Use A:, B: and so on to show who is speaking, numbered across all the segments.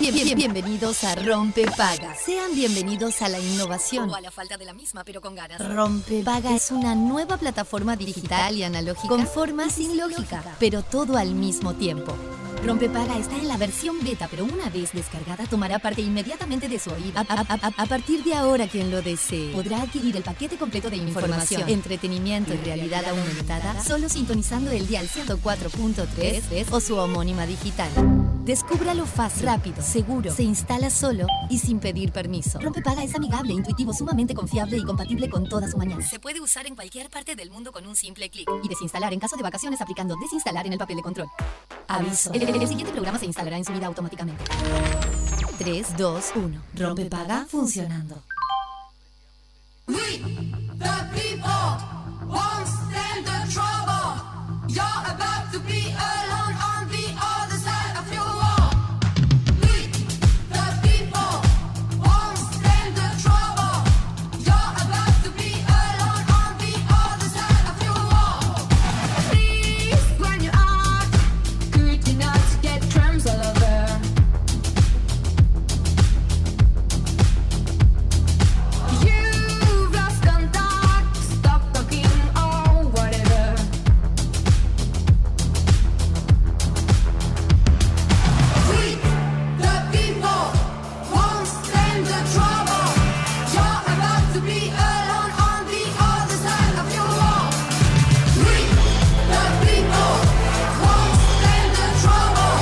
A: Bien- bien- bienvenidos a Rompe Paga. Sean bienvenidos a la innovación.
B: o a la falta de la misma, pero con ganas.
A: Rompe Paga es una nueva plataforma digital y analógica con forma sin lógica, pero todo al mismo tiempo. Rompe Paga está en la versión beta, pero una vez descargada tomará parte inmediatamente de su oído. A, a- a- a- a partir de ahora, quien lo desee podrá adquirir el paquete completo de información, entretenimiento y realidad aumentada solo sintonizando el dial 104.3 o su homónima digital. Descúbralo fácil, rápido, seguro. Se instala solo y sin pedir permiso. Rompepaga es amigable, intuitivo, sumamente confiable y compatible con toda su mañana.
B: Se puede usar en cualquier parte del mundo con un simple clic.
A: Y desinstalar en caso de vacaciones aplicando desinstalar en el papel de control. Aviso. El, el- el siguiente programa se instalará en su vida automáticamente. 3, 2, 1. Rompepaga funcionando.
C: We, the people, won't stand the trouble. You're about to be alone on the other side of your wall. We, the people, won't stand the trouble. You're about to be alone on the other side of your wall. Please, when you act, could you not get crumbs all over? You've lost contact. Stop talking or whatever. We, the people, won't stand the trouble. You're about to be alone on the other side of your wall. We, the people, won't stand the trouble.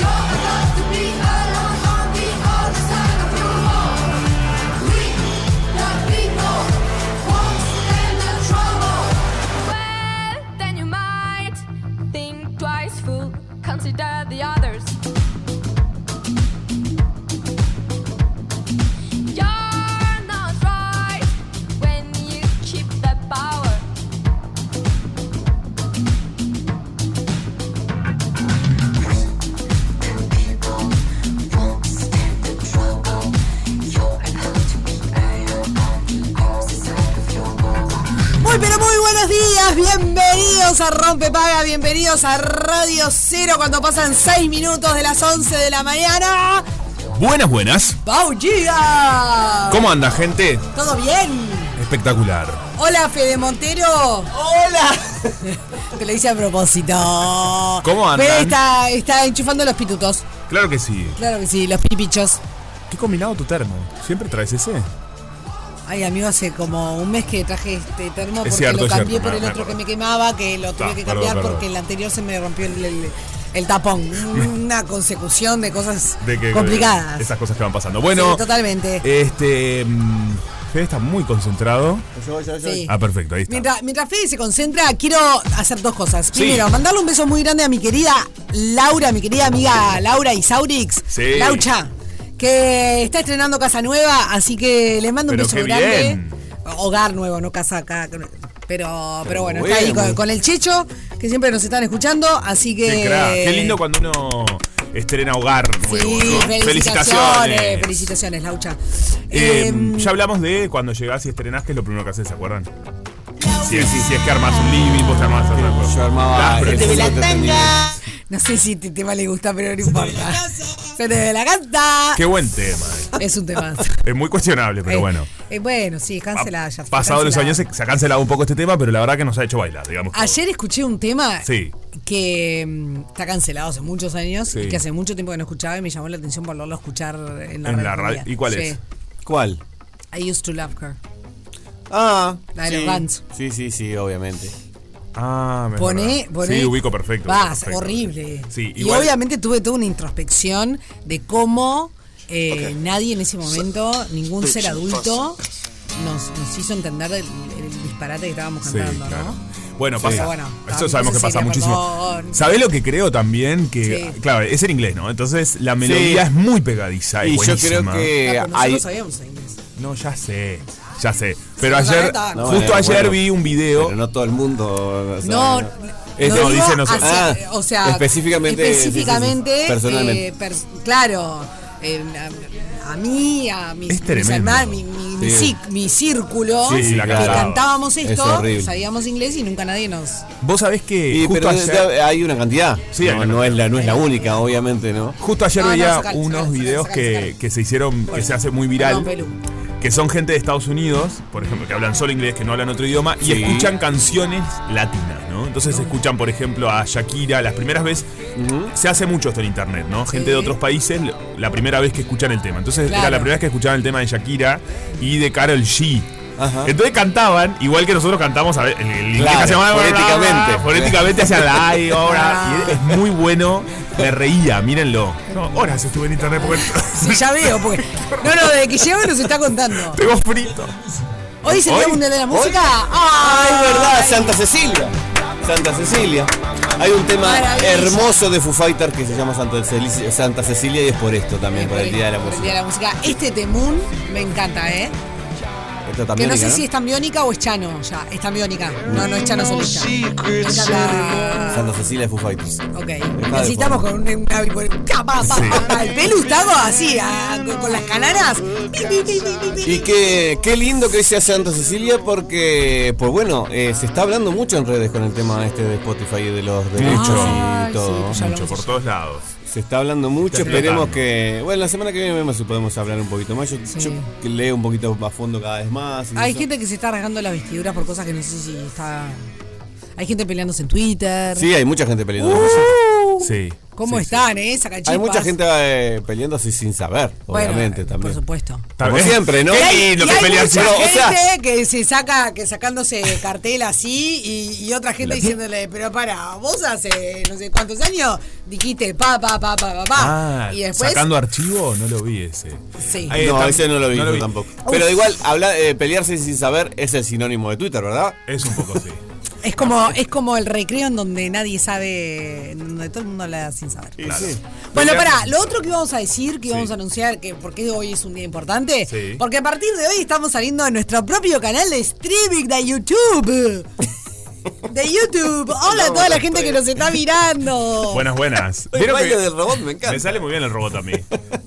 C: You're about to be alone on the other side of your wall. We, the people, won't stand the trouble.
D: Well, then you might think twice, fool. Consider the others. You're not right when you keep the power.
E: Muy pero muy buenos días, bienvenidos a Rompe Paga, bienvenidos a Radio Cero cuando pasan 6 minutos de las 11 de la mañana.
F: Buenas, buenas.
E: ¡Bau Giga!
F: ¿Cómo anda, gente?
E: ¿Todo bien?
F: Espectacular.
E: Hola Fede Montero. Hola. Te lo hice a propósito.
F: ¿Cómo andan?
E: Fede está, está enchufando los pitutos.
F: Claro que sí.
E: Claro que sí, los piripichos.
F: Qué combinado tu termo. ¿Siempre traes ese?
E: Ay, amigo, hace como un mes que traje este termo porque
F: cierto,
E: lo
F: es
E: cambié
F: cierto,
E: por
F: me-
E: el
F: me
E: otro que
F: acuerdo.
E: me quemaba, que lo tuve
F: Ta,
E: que
F: perdón,
E: cambiar
F: perdón.
E: porque el anterior se me rompió el, el- el tapón. Una consecución de cosas
F: De que,
E: complicadas.
F: Esas cosas que van pasando. Bueno,
E: Sí, totalmente.
F: este. mm, Fede está muy concentrado.
E: Sí.
F: Ah, perfecto, ahí está.
E: Mientras, mientras Fede se concentra, quiero hacer dos cosas.
F: Sí.
E: Primero, mandarle un beso muy grande a mi querida Laura, mi querida amiga Laura Isaurix.
F: Sí.
E: Laucha, que está estrenando casa nueva, así que le mando un
F: Pero
E: beso
F: qué
E: grande.
F: bien.
E: Hogar nuevo, no casa acá. Pero, pero bueno,
F: bueno.
E: está ahí con, con el Checho, que siempre nos están escuchando, así que...
F: Qué, crack. Qué lindo cuando uno estrena hogar nuevo.
E: Sí,
F: ¿no?
E: felicitaciones, felicitaciones, Laucha.
F: Eh,
E: Em,
F: ya hablamos de cuando llegás y estrenás, que es lo primero que haces, ¿se acuerdan? Si es, si es que armas un living, vos te armás otra cosa.
G: Yo armaba
F: Ah, pero
G: el
F: te ve
G: fútbol entendí.
E: No sé si este tema le gusta, pero no importa. Se te ve la gata.
F: Qué buen tema. eh.
E: Es un tema.
F: Es muy cuestionable, pero
E: Eh,
F: bueno.
E: eh, bueno, sí, cancelada ya. fue,
F: Pasados los
E: cancelada.
F: años se, se ha cancelado un poco este tema, pero la verdad que nos ha hecho bailar, digamos. todo.
E: Ayer escuché un tema
F: Sí.
E: que mm, está cancelado hace muchos años
F: Sí.
E: y que hace mucho tiempo que no escuchaba y me llamó la atención volverlo a escuchar en la
F: En
E: radio.
F: la radio. ¿Y cuál
E: Sí.
F: es?
G: ¿Cuál?
E: I used to love her.
G: Ah,
E: La de los Guns.
G: Sí, sí, sí, obviamente.
F: Ah, me
E: Poné,
F: acordaba.
E: poné.
F: Sí, ubico perfecto. ubico
E: Vas,
F: perfecto.
E: horrible.
F: Sí,
E: y
F: igual-
E: obviamente tuve toda una introspección de cómo eh, nadie en ese momento, ningún ser adulto, nos, nos hizo entender el, el disparate que estábamos
F: Sí,
E: cantando,
F: claro.
E: ¿no?
F: Bueno, pasa.
E: Pero bueno, ah,
F: Eso sabemos que
E: entonces
F: pasa
E: sería
F: muchísimo.
E: perdón.
F: ¿Sabés lo que creo también? Que,
E: Sí.
F: claro, es en inglés, ¿no? Entonces la melodía
G: Sí.
F: es muy pegadiza y,
G: y yo creo
F: buenísima.
G: que
E: Ah, pero
G: hay.
E: nosotros sabíamos inglés.
F: No, ya sé, ya sé. Pero
E: Sí,
F: ayer,
E: la neta.
G: No,
F: justo
G: bueno,
F: ayer
G: bueno.
F: vi un video.
G: Pero no todo el mundo. o sea,
E: No, no,
F: Es- no,
E: digo
F: dice nosotros.
E: hacia-
G: Ah,
E: eh, o sea,
G: específicamente,
E: específicamente,
G: sí, sí, sí, personalmente.
E: eh, pers- claro, eh, a, a mí, a mis,
F: Es
E: mis
F: tremendo.
E: hermanos, mi, mi- mi mi,
G: Sí.
E: ci- mi círculo
F: Sí, sí, la
E: que
F: cantaba.
E: cantábamos
G: Es
E: esto,
G: horrible.
E: sabíamos inglés y nunca nadie nos.
F: Vos sabés que
G: Y,
F: justo
G: pero
F: ayer-
G: hay una cantidad.
F: Sí, hay
G: no,
F: una
G: no es la, no es la única, obviamente, ¿no?
F: Justo ayer
E: No, no,
F: veía
E: sacalo,
F: unos
E: sacalo,
F: videos
E: sacalo,
F: que,
E: sacalo.
F: que se hicieron, que se hace muy viral,
E: Perdón, Pelu.
F: que son gente de Estados Unidos, por ejemplo, que hablan solo inglés, que no hablan otro idioma, y
G: Sí.
F: escuchan canciones latinas, ¿no? Entonces escuchan, por ejemplo, a Shakira, las primeras veces, se hace mucho esto en internet, ¿no? Gente de otros países, lo- la primera vez que escuchan el tema. Entonces era
E: Claro.
F: la primera vez que escuchaban el tema de Shakira y de Carol G.
G: Ajá.
F: Entonces cantaban, igual que nosotros cantamos, a ver, el, el inglés
G: Claro,
F: que se llama-
G: fonéticamente.
F: Fonéticamente hacían la ay, ahora. Y es muy bueno, me reía, mírenlo. No, horas estuve en internet porque
E: Sí, ya veo, porque. No, no, desde que llegó nos está contando.
F: pegó frito.
E: Hoy es el Día
G: ¿Hoy?
E: Mundial de la
G: ¿Hoy?
E: Música.
G: Ah,
E: ¡Ay,
G: es verdad, Santa Cecilia. Santa Cecilia. Hay un tema
E: Maravilla.
G: hermoso de Foo Fighters que se llama Santa Cecilia, Santa Cecilia y es por esto también, por el Día de la
E: Por el
G: Música.
E: Música. Este Temun me encanta, ¿eh?
G: Esto
E: Que
G: también
E: no sé
G: ¿no?
E: si es tambiónica o es Chano ya. Es tambiónica. No, no es Chano solista. Está-
G: Santa Cecilia de Foo Fighters.
E: Ok.
G: de
E: Necesitamos con un una bipolar- Pa, pa, pa, pa, pa. El pelo está así, ah, con, con las canaras. Pi, pi, pi, pi, pi,
G: Y
E: pi.
G: qué, qué lindo que hoy sea Santa Cecilia porque, pues bueno, eh, se está hablando mucho en redes con el tema este de Spotify y de los derechos
E: Ay,
G: y
E: sí, pues
G: todo.
E: ya lo-
F: Mucho, por todos lados.
G: Se está hablando mucho,
F: Está
G: esperemos
F: explotando.
G: que... Bueno, la semana que viene vemos si podemos hablar un poquito más. Yo, yo que leo un poquito más a fondo cada vez más. y
E: Hay
G: eso.
E: gente que se está rasgando las vestiduras por cosas que no sé si está. Hay gente peleándose en Twitter.
G: Sí, hay mucha gente peleando. Uh.
F: Sí.
E: ¿Cómo
F: Sí,
E: están, eh? Sacachipas.
G: Hay mucha gente eh, peleando así sin saber,
E: Bueno,
G: obviamente
E: eh,
G: también.
E: Por supuesto.
F: Está
G: Como
F: bien.
G: siempre, ¿no?
F: Qué
G: Y
F: lindo
E: y
F: que
E: hay
F: pelean
E: mucha
G: solo, o
E: gente
G: sea-
E: que se saca, que sacándose cartel así y, y otra gente diciéndole, pero para, vos hace no sé cuántos años dijiste pa, pa, pa, pa, pa, pa.
F: Ah,
E: y después,
F: sacando archivo, no lo vi ese.
E: sí.
F: Ahí
G: no,
F: está-
G: ese no lo vi, yo tampoco. Pero igual, habla, eh, pelearse sin saber es el sinónimo de Twitter, ¿verdad?
F: Es un poco sí.
E: Es como, es como el recreo en donde nadie sabe, en donde todo el mundo habla sin saber.
F: Claro.
E: Bueno,
F: Pelear-
E: pará, lo otro que íbamos a decir, que íbamos
F: Sí.
E: a anunciar, que porque hoy es un día importante,
F: Sí.
E: porque a partir de hoy estamos saliendo en nuestro propio canal de streaming de YouTube. De YouTube. Hola a toda la gente que nos está mirando.
F: Buenas, buenas.
G: El
F: ¿Vieron
G: baile
F: que-
G: del robot me encanta.
F: Me sale muy bien el robot a mí.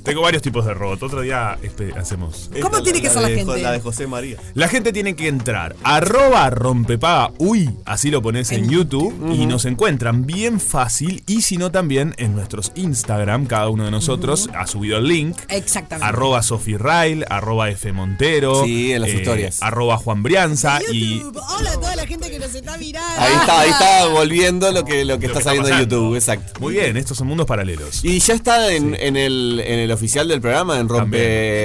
F: Tengo varios tipos de robot. Otro día este, hacemos
E: ¿Cómo tiene que ser la
G: de-
E: gente?
G: La de José María.
F: La gente tiene que entrar. Arroba rompepaga. Uy, así lo pones en YouTube. Y nos encuentran bien fácil. Y si no, también en nuestros Instagram. Cada uno de nosotros ha subido el link.
E: Exactamente.
F: Arroba Sophie Rail, arroba F Montero. eh,
G: Sí, en las historias.
F: Arroba Juan Brianza. Y
E: YouTube. Hola a toda la gente que nos está mirando.
G: Ahí está, ahí está volviendo lo que, lo que
F: Lo
G: está
F: que
G: saliendo en
F: pasando.
G: YouTube, exacto.
F: Muy bien, estos son mundos paralelos.
G: Y ya está en, en el, en el oficial del programa, en Rompe,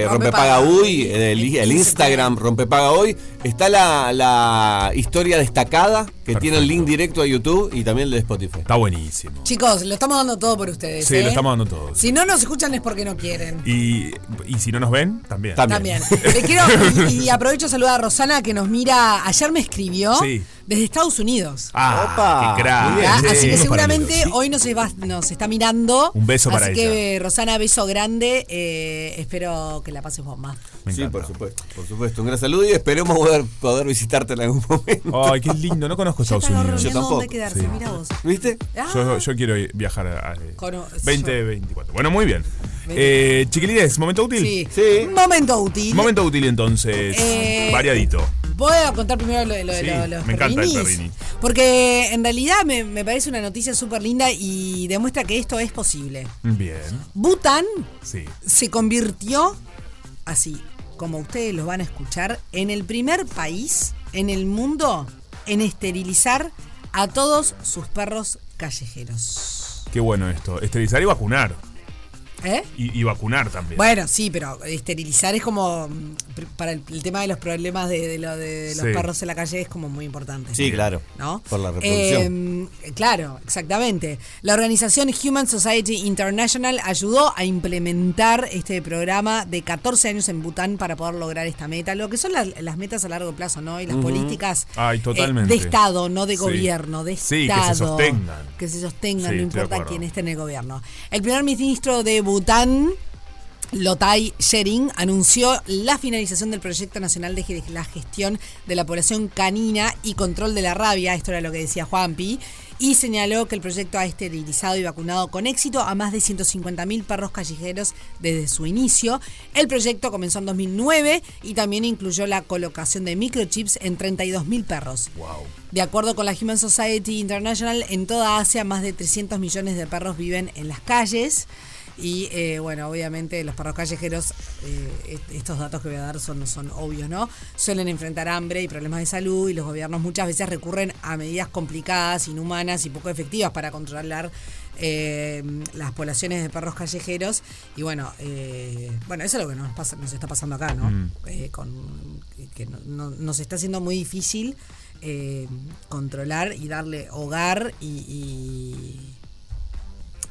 E: También.
G: Rompe Paga Hoy, el, el Instagram Rompe Paga Hoy, está la, la historia destacada que tiene el link directo a YouTube y también el de Spotify.
F: Está buenísimo.
E: Chicos, lo estamos dando todo por ustedes.
F: Sí,
E: ¿eh?
F: lo estamos dando todos.
E: Si no nos escuchan es porque no quieren.
F: Y, y si no nos ven, también.
G: También.
E: También. Les quiero, y, y aprovecho a saludar a Rosana que nos mira. Ayer me escribió
F: Sí.
E: desde Estados Unidos.
F: Ah,
G: Opa.
F: qué crack.
G: Muy bien.
E: ¿Ah?
F: Sí.
E: Así que
F: Mundos
E: seguramente
F: paralelos.
E: hoy nos, va- nos está mirando.
F: Un beso para
E: Así que, Rosana, beso grande. eh, espero que la pases bomba.
F: Me
G: Sí,
F: encanta.
G: por supuesto, por supuesto. Un gran saludo y esperemos poder, poder visitarte en algún momento.
F: Ay, qué lindo. No conozco Estados Unidos.
G: Yo
E: reuniendo
G: tampoco,
E: dónde quedarse,
F: sí.
E: mira vos.
G: ¿Viste?
E: Ah,
F: Yo, yo quiero ir- viajar a, a-
E: Con- yo-
F: 2024. Bueno, muy bien. Eh, chiquilines, momento útil.
E: sí.
G: Sí.
E: Momento útil.
F: Momento útil entonces.
E: Eh,
F: Variadito.
E: Voy a contar primero lo de, lo de
F: Sí,
E: lo- los
F: me encanta el
E: perrinis,
F: perrini.
E: Porque en realidad me, me parece una noticia súper linda y demuestra que esto es posible.
F: Bien.
E: Bután
F: Sí.
E: se convirtió, así como ustedes lo van a escuchar, en el primer país en el mundo en esterilizar a todos sus perros callejeros.
F: Qué bueno esto. Esterilizar y vacunar.
E: ¿Eh?
F: Y, y vacunar también.
E: Bueno, sí, pero esterilizar es como mm, pr- para el, el tema de los problemas de, de lo- de los
F: Sí.
E: perros en la calle es como muy importante.
G: Sí, claro.
E: ¿no?
G: Por la reproducción.
E: Eh, claro, exactamente. La organización Human Society International ayudó a implementar este programa de 14 años en Bután para poder lograr esta meta, lo que son las, las metas a largo plazo, ¿no? Y las políticas eh,
F: Ay, totalmente.
E: de Estado, no de
F: Sí.
E: gobierno, de
F: Sí, que se
E: Estado.
F: sostengan.
E: Que se sostengan,
F: Sí, estoy
E: no
F: de
E: importa
F: acuerdo.
E: quién esté en el gobierno. El primer ministro de Bután... Lotai Shering anunció la finalización del proyecto nacional de ge- la gestión de la población canina y control de la rabia, esto era lo que decía Juanpi, y señaló que el proyecto ha esterilizado y vacunado con éxito a más de 150.000 perros callejeros desde su inicio. El proyecto comenzó en 2009 y también incluyó la colocación de microchips en 32.000 perros. De acuerdo con la Human Society International, en toda Asia más de 300 millones de perros viven en las calles. Y eh, bueno, obviamente los perros callejeros, eh, est- estos datos que voy a dar son, son obvios, ¿no? Suelen enfrentar hambre y problemas de salud y los gobiernos muchas veces recurren a medidas complicadas, inhumanas y poco efectivas para controlar eh, las poblaciones de perros callejeros. Y bueno, eh, bueno, eso es lo que nos, pasa, nos está pasando acá, ¿no? Eh, con, que no- no- nos está haciendo muy difícil eh, controlar y darle hogar y- y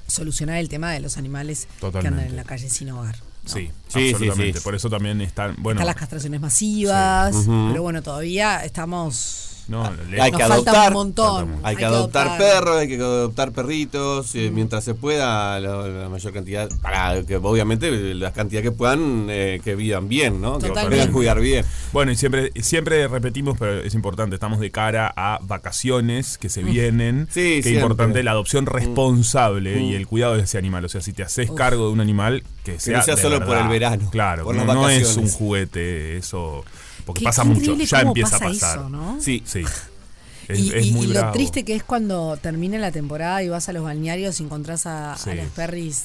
E: solucionar el tema de los animales que andan
F: Totalmente.
E: en la calle sin hogar. ¿no?
F: Sí,
G: Sí, sí,
F: absolutamente.
G: sí.
F: Por eso también están. Bueno,
E: Están las castraciones masivas, pero bueno, todavía estamos...
F: no,
E: Ah,
F: le-
G: Hay
E: nos
G: que
E: falta
G: adoptar.
E: un montón.
G: Hay que adoptar perros, hay que adoptar perritos, eh, mientras se pueda, la, la mayor cantidad, para que obviamente la cantidad que puedan, eh, que vivan bien, ¿no?
E: Totalmente.
G: Que puedan cuidar bien.
F: Bueno, y siempre, siempre repetimos, pero es importante, estamos de cara a vacaciones que se vienen.
G: Mm. Sí,
F: que
G: siempre. Mm.
F: es importante la adopción responsable y el cuidado de ese animal. O sea, si te haces cargo de un animal, que sea,
G: sea
F: de
G: solo
F: verdad.
G: por el verano,
F: Claro,
G: por
F: no,
G: las
F: no es
G: vacaciones.
F: un juguete, eso. Porque
E: Qué-
F: pasa
E: qué
F: mucho,
E: increíble
F: ya
E: cómo
F: empieza
E: pasa
F: a pasar.
E: eso, ¿no?
F: Sí, sí. Es,
E: y
F: es
E: y-
F: muy
E: y lo
F: bravo.
E: triste que es cuando termina la temporada y vas a los balnearios y encontrás a, a
F: Sí.
E: los perris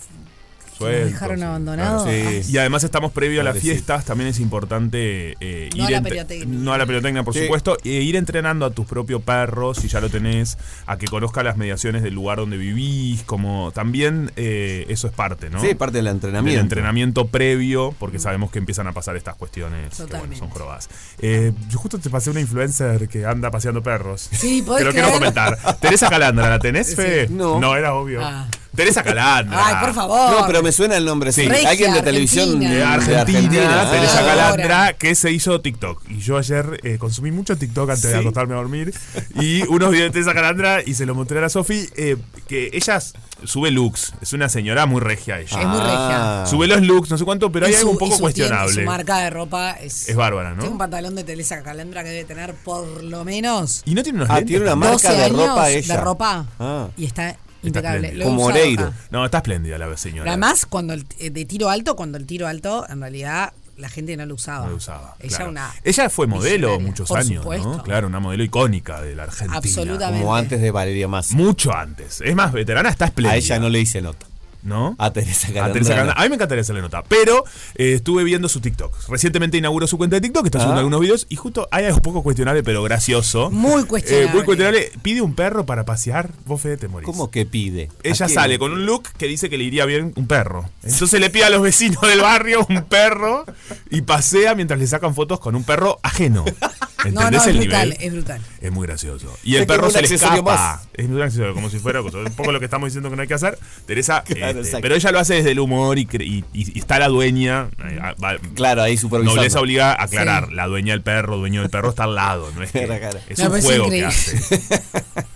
E: que los
F: Sueltos,
E: dejaron
F: sí,
E: abandonados.
G: claro,
E: Ay,
G: sí.
F: Y además estamos previo a las
G: Pobrecito.
F: fiestas, también es importante eh,
E: No a
F: ir
E: la
F: ent-
E: pirotecnia.
F: no a la pirotecnia, por
G: Sí.
F: supuesto, e ir entrenando a tu propio perro, si ya lo tenés, a que conozca las mediaciones del lugar donde vivís, como también eh, eso es parte, ¿no?
G: Sí, parte del
F: Del
G: entrenamiento.
F: entrenamiento previo, porque sabemos que empiezan a pasar estas cuestiones que bueno,
E: Totalmente.
F: son jorobas. Eh, yo justo te pasé una influencer que anda paseando perros.
E: Sí,
F: Te
E: ¿podés
F: lo quiero
E: creer?
F: comentar. Teresa Calandra, ¿la tenés, Fe?
G: No.
F: era obvio.
E: Ah.
F: Teresa Calandra.
E: Ay, por favor.
G: No, pero me suena el nombre, sí.
F: Sí.
E: Regia,
G: Alguien de televisión
E: Argentina.
F: de
G: de
F: Argentina,
G: Argentina.
F: Teresa
E: Ah.
F: Calandra,
E: Ahora.
F: que se hizo TikTok. Y yo ayer eh, consumí mucho TikTok antes de
G: Sí.
F: acostarme a dormir. Y unos videos de Teresa Calandra y se lo mostré a la Sofi, eh, que ella s- sube looks. Es una señora muy regia ella.
E: Es muy regia.
G: Ah.
F: Sube los looks, no sé cuánto, pero
E: Y
F: hay
E: su-
F: algo un
E: y
F: poco
E: su tienda, y
F: cuestionable.
E: Su marca de ropa es...
F: Es bárbara, ¿no?
E: Tengo un pantalón de Telesa Calandra que debe tener por lo menos
F: Y no tiene unos
G: Ah,
F: lentes
G: tiene una
F: también.
G: marca
E: 12
G: de
E: años
G: ropa ella.
E: de ropa.
G: Ah.
E: Y está impecable.
F: espléndido.
E: Lo he
G: Como
E: usado
G: Oreiro.
E: acá.
F: No, está espléndida la señora.
E: Además, cuando el, eh, de tiro alto, cuando el tiro alto, en realidad la gente no lo usaba.
F: No la usaba,
E: Ella
F: claro.
E: una
F: Ella fue modelo
E: visionaria,
F: muchos
E: por
F: años,
E: supuesto.
F: ¿no? Claro, una modelo icónica de la Argentina.
E: Absolutamente.
G: Como antes de Valeria Más.
F: Mucho antes. Es más, veterana está espléndida.
G: A ella no le hice nota.
F: ¿No?
G: A Teresa
F: A
G: Calandra.
F: Teresa Calandra. A mí me encantaría hacerle nota. Pero eh, estuve viendo su TikTok. Recientemente inauguró su cuenta de TikTok, está subiendo
G: Ah.
F: algunos videos y justo hay algo poco cuestionable, pero gracioso.
E: Muy cuestionable.
F: Eh, muy cuestionable. Pide un perro para pasear, vos Fede te morís.
G: ¿Cómo que pide?
F: Ella sale con un look que dice que le iría bien un perro. Entonces le pide a los vecinos del barrio un perro y pasea mientras le sacan fotos con un perro ajeno. ¿Entendés
E: Ah, No, no, es
F: el
E: brutal,
F: nivel?
E: es brutal.
F: Es muy gracioso. Y
G: Es
F: el perro
G: como un
F: se le
G: accesorio
F: escapa.
G: más.
F: Es un accesorio, como si fuera un poco lo que estamos diciendo que no hay que hacer. Teresa,
G: Claro,
F: este,
G: exacto.
F: pero ella lo hace desde el humor y, cre- y- y- y está la dueña. eh, a- va-
G: Claro, ahí supervisando.
F: Nobleza obliga a aclarar,
E: Sí.
F: la dueña del perro, dueño del perro está al lado, no es, que-
G: Cara, cara.
F: es
E: No, pero
F: un
E: es
F: juego que
E: increíble.
F: hace.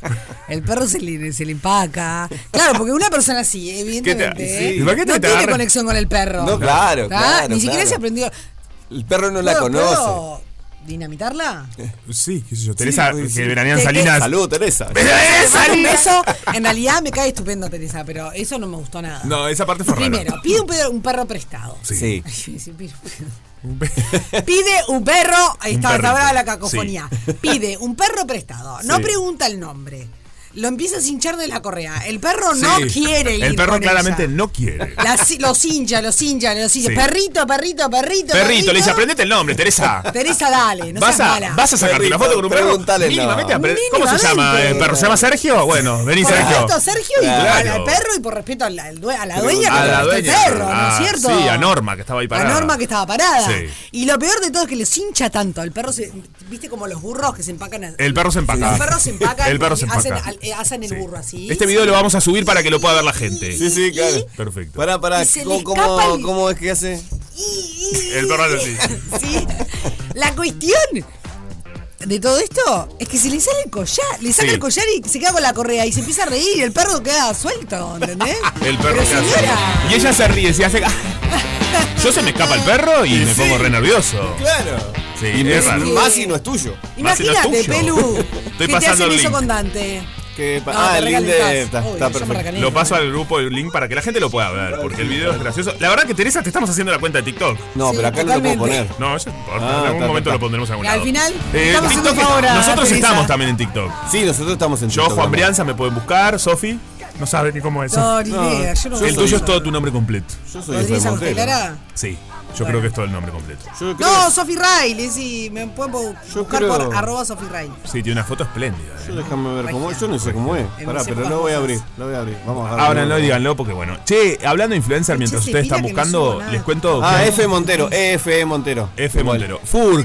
E: El perro se le, se le empaca. Claro, porque una persona así, evidentemente,
F: sí.
E: ¿eh?
F: Imagínate que
E: no
F: te
E: tiene
F: agarra-
E: conexión con el perro.
G: No, claro,
E: ¿Ah?
G: claro,
E: Ni siquiera
G: claro.
E: se aprendió.
G: El perro no la
E: ¿Puedo-
G: conoce.
E: puedo dinamitarla?
F: Sí, qué sé yo. Teresa,
G: sí, sí.
F: que veranean
E: Te-
F: Salinas.
G: Salud, Teresa.
E: Hacer un beso, en realidad me cae estupendo, Teresa, pero eso no me gustó nada.
F: No, esa parte fue rara.
E: Primero, pide un perro, un perro prestado.
G: Sí.
E: Ay, sí, pide- Pide un perro, ahí
F: perrito.
E: está, está brava la cacofonía. Pide un perro prestado, no pregunta el nombre. Lo empiezas a hinchar de la correa. El perro no
F: Sí.
E: quiere ir
F: El perro
E: con
F: claramente
E: ella.
F: no quiere.
E: Las- los hincha, los hincha, los hincha.
F: Sí.
E: Perrito, perrito, perrito.
F: Perrito, le dice, aprendete el nombre, Teresa.
E: Teresa, dale, no
F: ¿Vas
E: seas
F: a,
E: mala.
F: vas a sacarte una
G: Perrito,
F: foto con un perro.
G: preguntale el
F: Mínimamente
G: nombre.
F: apre- ¿Cómo se llama el
E: Mínimamente.
F: perro? ¿Se llama Sergio? Bueno, vení
E: Por
F: Sergio.
E: respeto a Sergio y
G: Claro.
E: al- al perro y por respeto al- al due- a la, dueña
F: A
E: que
F: la
E: le prestó
F: dueña.
E: el perro, ¿no
F: Ah,
E: es cierto?
F: sí, a Norma, que estaba ahí parada.
E: A Norma que estaba parada.
F: Sí.
E: Y lo peor de todo es que les hincha tanto. El perro se, viste como los burros que se empacan. a-
F: El perro se empaca.
E: Los perros se empacan.
F: El perro se
E: y
F: empaca.
E: Hacen, al- eh, hacen el
F: Sí.
E: burro así.
F: Este video lo vamos a subir para que lo pueda ver la gente.
G: Sí, sí, claro.
F: Perfecto.
G: Pará, pará.
E: Y se
G: ¿Cómo,
E: le escapa
G: cómo,
E: el-
G: cómo es que hace?
F: El perro hace así.
E: Sí. La cuestión de todo esto es que se le sale el collar, le saca
F: Sí.
E: el collar y se queda con la correa y se empieza a reír y el perro queda suelto, ¿entendés?
F: El perro
E: Pero
F: se hace.
E: señora,
F: Y ella se ríe, se hace. "Ah". Yo se me escapa el perro y me pongo re nervioso.
G: Claro.
F: Sí,
G: Y
F: es
G: es
F: raro.
G: más si no es tuyo.
F: Más si no es
E: Imagínate,
F: tuyo.
E: Pelu,
F: Estoy
E: que te
F: pasando
E: hacen
F: el
E: eso
F: link.
E: con Dante.
G: Que pa-
E: No,
G: ah,
E: te
G: el link de-
E: recalentás.
G: está,
E: Obvio,
G: está
E: yo me
G: perfecto.
E: recalento.
F: Lo paso al grupo el link para que la gente lo pueda ver, porque el video es gracioso. La verdad que Teresa, te estamos haciendo la cuenta de TikTok.
G: No,
E: Sí,
G: pero acá no lo puedo
E: totalmente.
G: poner.
F: No, eso no
G: Ah,
F: importa. en algún
G: ta, ta,
F: momento
G: ta.
F: lo pondremos en algún
E: Al
F: lado. Eh,
E: final, estamos haciendo
F: TikTok-
E: un favor a
F: Nosotros
E: Teresa.
F: estamos también en TikTok.
G: Sí, nosotros estamos en
F: Yo,
G: TikTok,
F: Juan
G: ¿no?
F: Brianza, me pueden buscar. Sofi, no sabe ni cómo es. eso.
E: No, ni idea, yo no
G: yo
E: voy
F: el
E: a
F: tuyo es
E: saber.
F: todo tu nombre completo.
G: Yo soy
E: ¿Rodríguez
G: Efraín Montero.
E: Angelara?
F: Sí, yo creo que es todo el nombre completo.
G: Yo creo,
E: No, Sofi Riley, sí, me pueden bu-
G: Yo
E: buscar
G: creo-
E: por arroba Sofi Riley.
F: Sí, tiene una foto espléndida.
G: yo
F: eh.
G: déjame ver cómo es. Yo no sé cómo es.
E: En
G: Pará,
E: mis
G: pero
E: épocas
G: lo voy a
E: vosotros.
G: abrir. Lo voy a abrir. Vamos a ver.
F: Ábranlo y díganlo porque bueno. Che, hablando de influencer, mientras
E: se
F: ustedes
E: pira
F: están
E: que no subo
F: buscando,
E: nada.
F: les cuento.
G: Ah,
F: que-
G: F Montero. F E Montero.
F: F E
G: Igual.
F: Montero. Fur.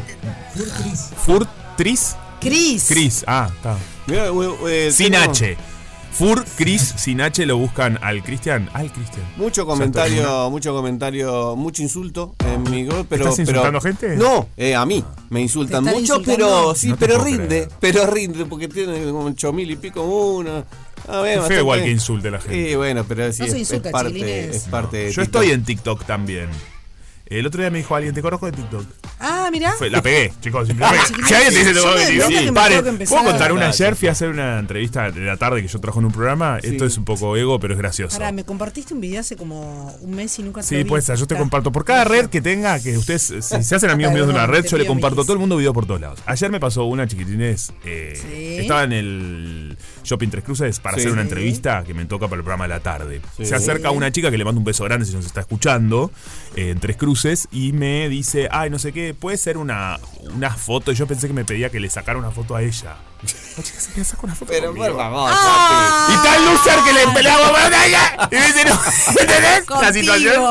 F: Furtris.
E: Cris.
F: Cris. Ah, está.
G: Mirá, eh, eh,
F: Sin
G: tengo
F: H. Fur, Cris, sin H lo buscan al Cristian. Al Cristian.
G: Mucho
F: Ya está,
G: comentario, mucho comentario, mucho insulto en mi gol, pero.
F: ¿Estás
G: pero-
F: insultando gente?
G: No, eh, a mí me insultan
E: ¿Te
G: mucho,
E: están insultando?
G: pero sí,
F: No te
G: pero
F: puedo
G: rinde,
F: creer.
G: pero rinde, porque tiene como ocho mil y pico uno. A ver,
F: Es
G: bastante-
F: feo igual que insulte a la gente.
G: Sí, bueno, pero sí,
E: No
G: es,
E: se
G: es
E: insulta,
G: parte,
E: chiquilines.
G: es parte de
F: Yo
G: TikTok.
F: estoy en TikTok también. El otro día me dijo alguien, te conozco de TikTok.
E: Ah, mirá.
F: Fue- la pegué, chicos. la pegué. Si alguien te dice te
E: Ah, Yo
F: voy
E: me
F: a
E: di cuenta que
F: venir,
E: me
F: paren.
E: tengo que empezar.
F: Puedo contar una
G: Claro.
F: ayer, fui a hacer una entrevista de la tarde que yo trabajo en un programa. Esto es un poco ego, pero es gracioso.
E: Pará, me compartiste un video hace como un mes y nunca te lo
F: Sí,
E: vi.
F: pues yo te
E: Está.
F: comparto por cada red que tenga, que ustedes si se hacen amigos míos de una
E: Perdón,
F: red,
E: te
F: yo le
E: pido
F: comparto a
E: mil.
F: todo el mundo video por todos lados. Ayer me pasó una chiquitines, eh,
E: Sí.
F: estaba en el shopping Tres Cruces para
G: Sí.
F: hacer una
G: Sí.
F: entrevista que me toca para el programa de la tarde.
G: Sí.
F: Se acerca una chica que le mando un beso grande si nos está escuchando eh, en Tres Cruces y me dice, ay, no sé qué, puede ser una, una foto. Y yo pensé que me pedía que le sacara una foto a ella. La chica se saca una foto
G: Pero
F: conmigo.
G: por favor,
E: Ah.
F: Y tal loser que le pelaba ¿eh? Y me dice, no, ¿entendés? La
E: Contigo.
F: situación.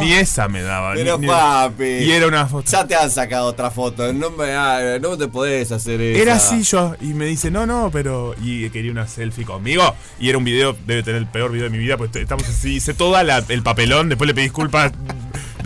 F: Ni esa me daba.
G: papi. Pero
F: ni- ni-
G: papi.
F: Y era una foto.
G: Ya te han sacado otra foto. No, me, ah, no te podés hacer eso.
F: Era así yo. Y me dice, no, no, pero. Y quería una selfie conmigo. Y era un video, debe tener el peor video de mi vida, pues te- estamos así. Hice todo el papelón, después le pedí disculpas.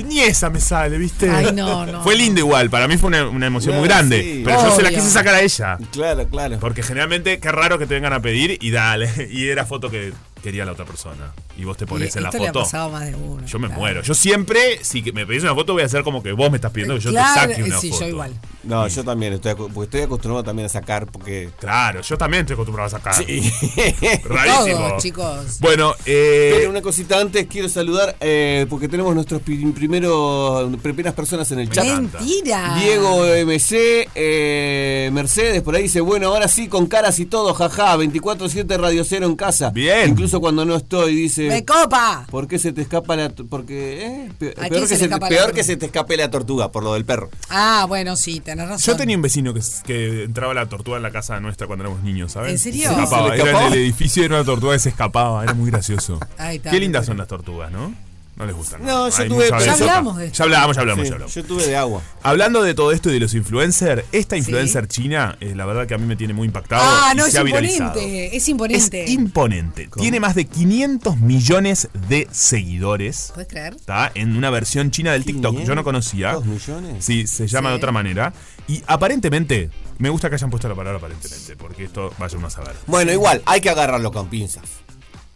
F: Ni esa me sale, ¿viste?
E: Ay, no, no.
F: Fue lindo igual, para mí fue una, una emoción muy
G: Claro,
F: grande.
G: sí.
F: Pero yo se la
E: Obvio.
F: quise sacar a ella.
G: Claro, claro.
F: Porque generalmente, qué raro que te vengan a pedir y dale. Y era foto que quería la otra persona. Y vos te
E: Y
F: pones en la
E: esto
F: foto.
E: le ha pasado más de uno.
F: Yo me
E: claro.
F: muero. Yo siempre, si que me pedís una foto, voy a hacer como que vos me estás pidiendo que yo
E: Claro,
F: te saque una
E: sí, yo
F: foto.
E: igual.
G: No, yo también estoy, acu- porque estoy acostumbrado también a sacar porque.
F: Claro, yo también estoy acostumbrado a sacar. Rarísimo.
E: Todos, chicos.
F: Bueno, eh,
G: Pero una cosita antes quiero saludar eh, porque tenemos nuestros pri- primeros primeras personas en el chat.
F: encanta.
E: Mentira.
F: este.
G: Diego MC, eh, Mercedes, por ahí dice, bueno, ahora sí, con caras y todo, jaja, 24-7 Radio Cero en casa.
F: Bien.
G: Incluso cuando no estoy, dice...
E: Me copa.
G: ¿Por qué se te escapa la... tor- Porque, eh, pe-
E: ¿A
G: peor,
E: quién se
G: que,
E: le
G: se,
E: escapa la
G: peor
E: tortuga?
G: que se te escape la tortuga, por lo del perro.
E: Ah, bueno, sí, tenés razón.
F: yo tenía un vecino que, que entraba la tortuga en la casa nuestra cuando éramos niños, ¿sabes?
E: ¿En serio?
F: Se escapaba.
G: ¿Se le
F: Era
G: escapaba?
F: en el edificio era una tortuga que se escapaba. Era muy gracioso.
E: Ahí está,
F: Qué lindas
E: pero-
F: son las tortugas, ¿no? No les gustan.
G: No, yo
F: Hay
G: tuve-
F: mucha
G: Ya
F: besota.
E: hablamos de esto.
F: Ya hablamos, ya hablamos,
G: Sí,
F: ya hablamos.
G: yo tuve de agua.
F: Hablando de todo esto y de los influencers, esta influencer china, eh, la verdad que a mí me tiene muy impactado.
E: Ah,
F: y
E: no,
F: se
E: es
F: ha viralizado.
E: imponente. Es imponente.
F: Es imponente. Tiene más de 500 millones de seguidores.
E: ¿Puedes creer?
F: Está en una versión china del TikTok que yo no conocía.
G: ¿500 millones?
F: Sí, se llama de otra manera. Y aparentemente, me gusta que hayan puesto la palabra aparentemente, porque esto vaya uno a saber.
G: Bueno, igual, hay que agarrarlo con pinzas.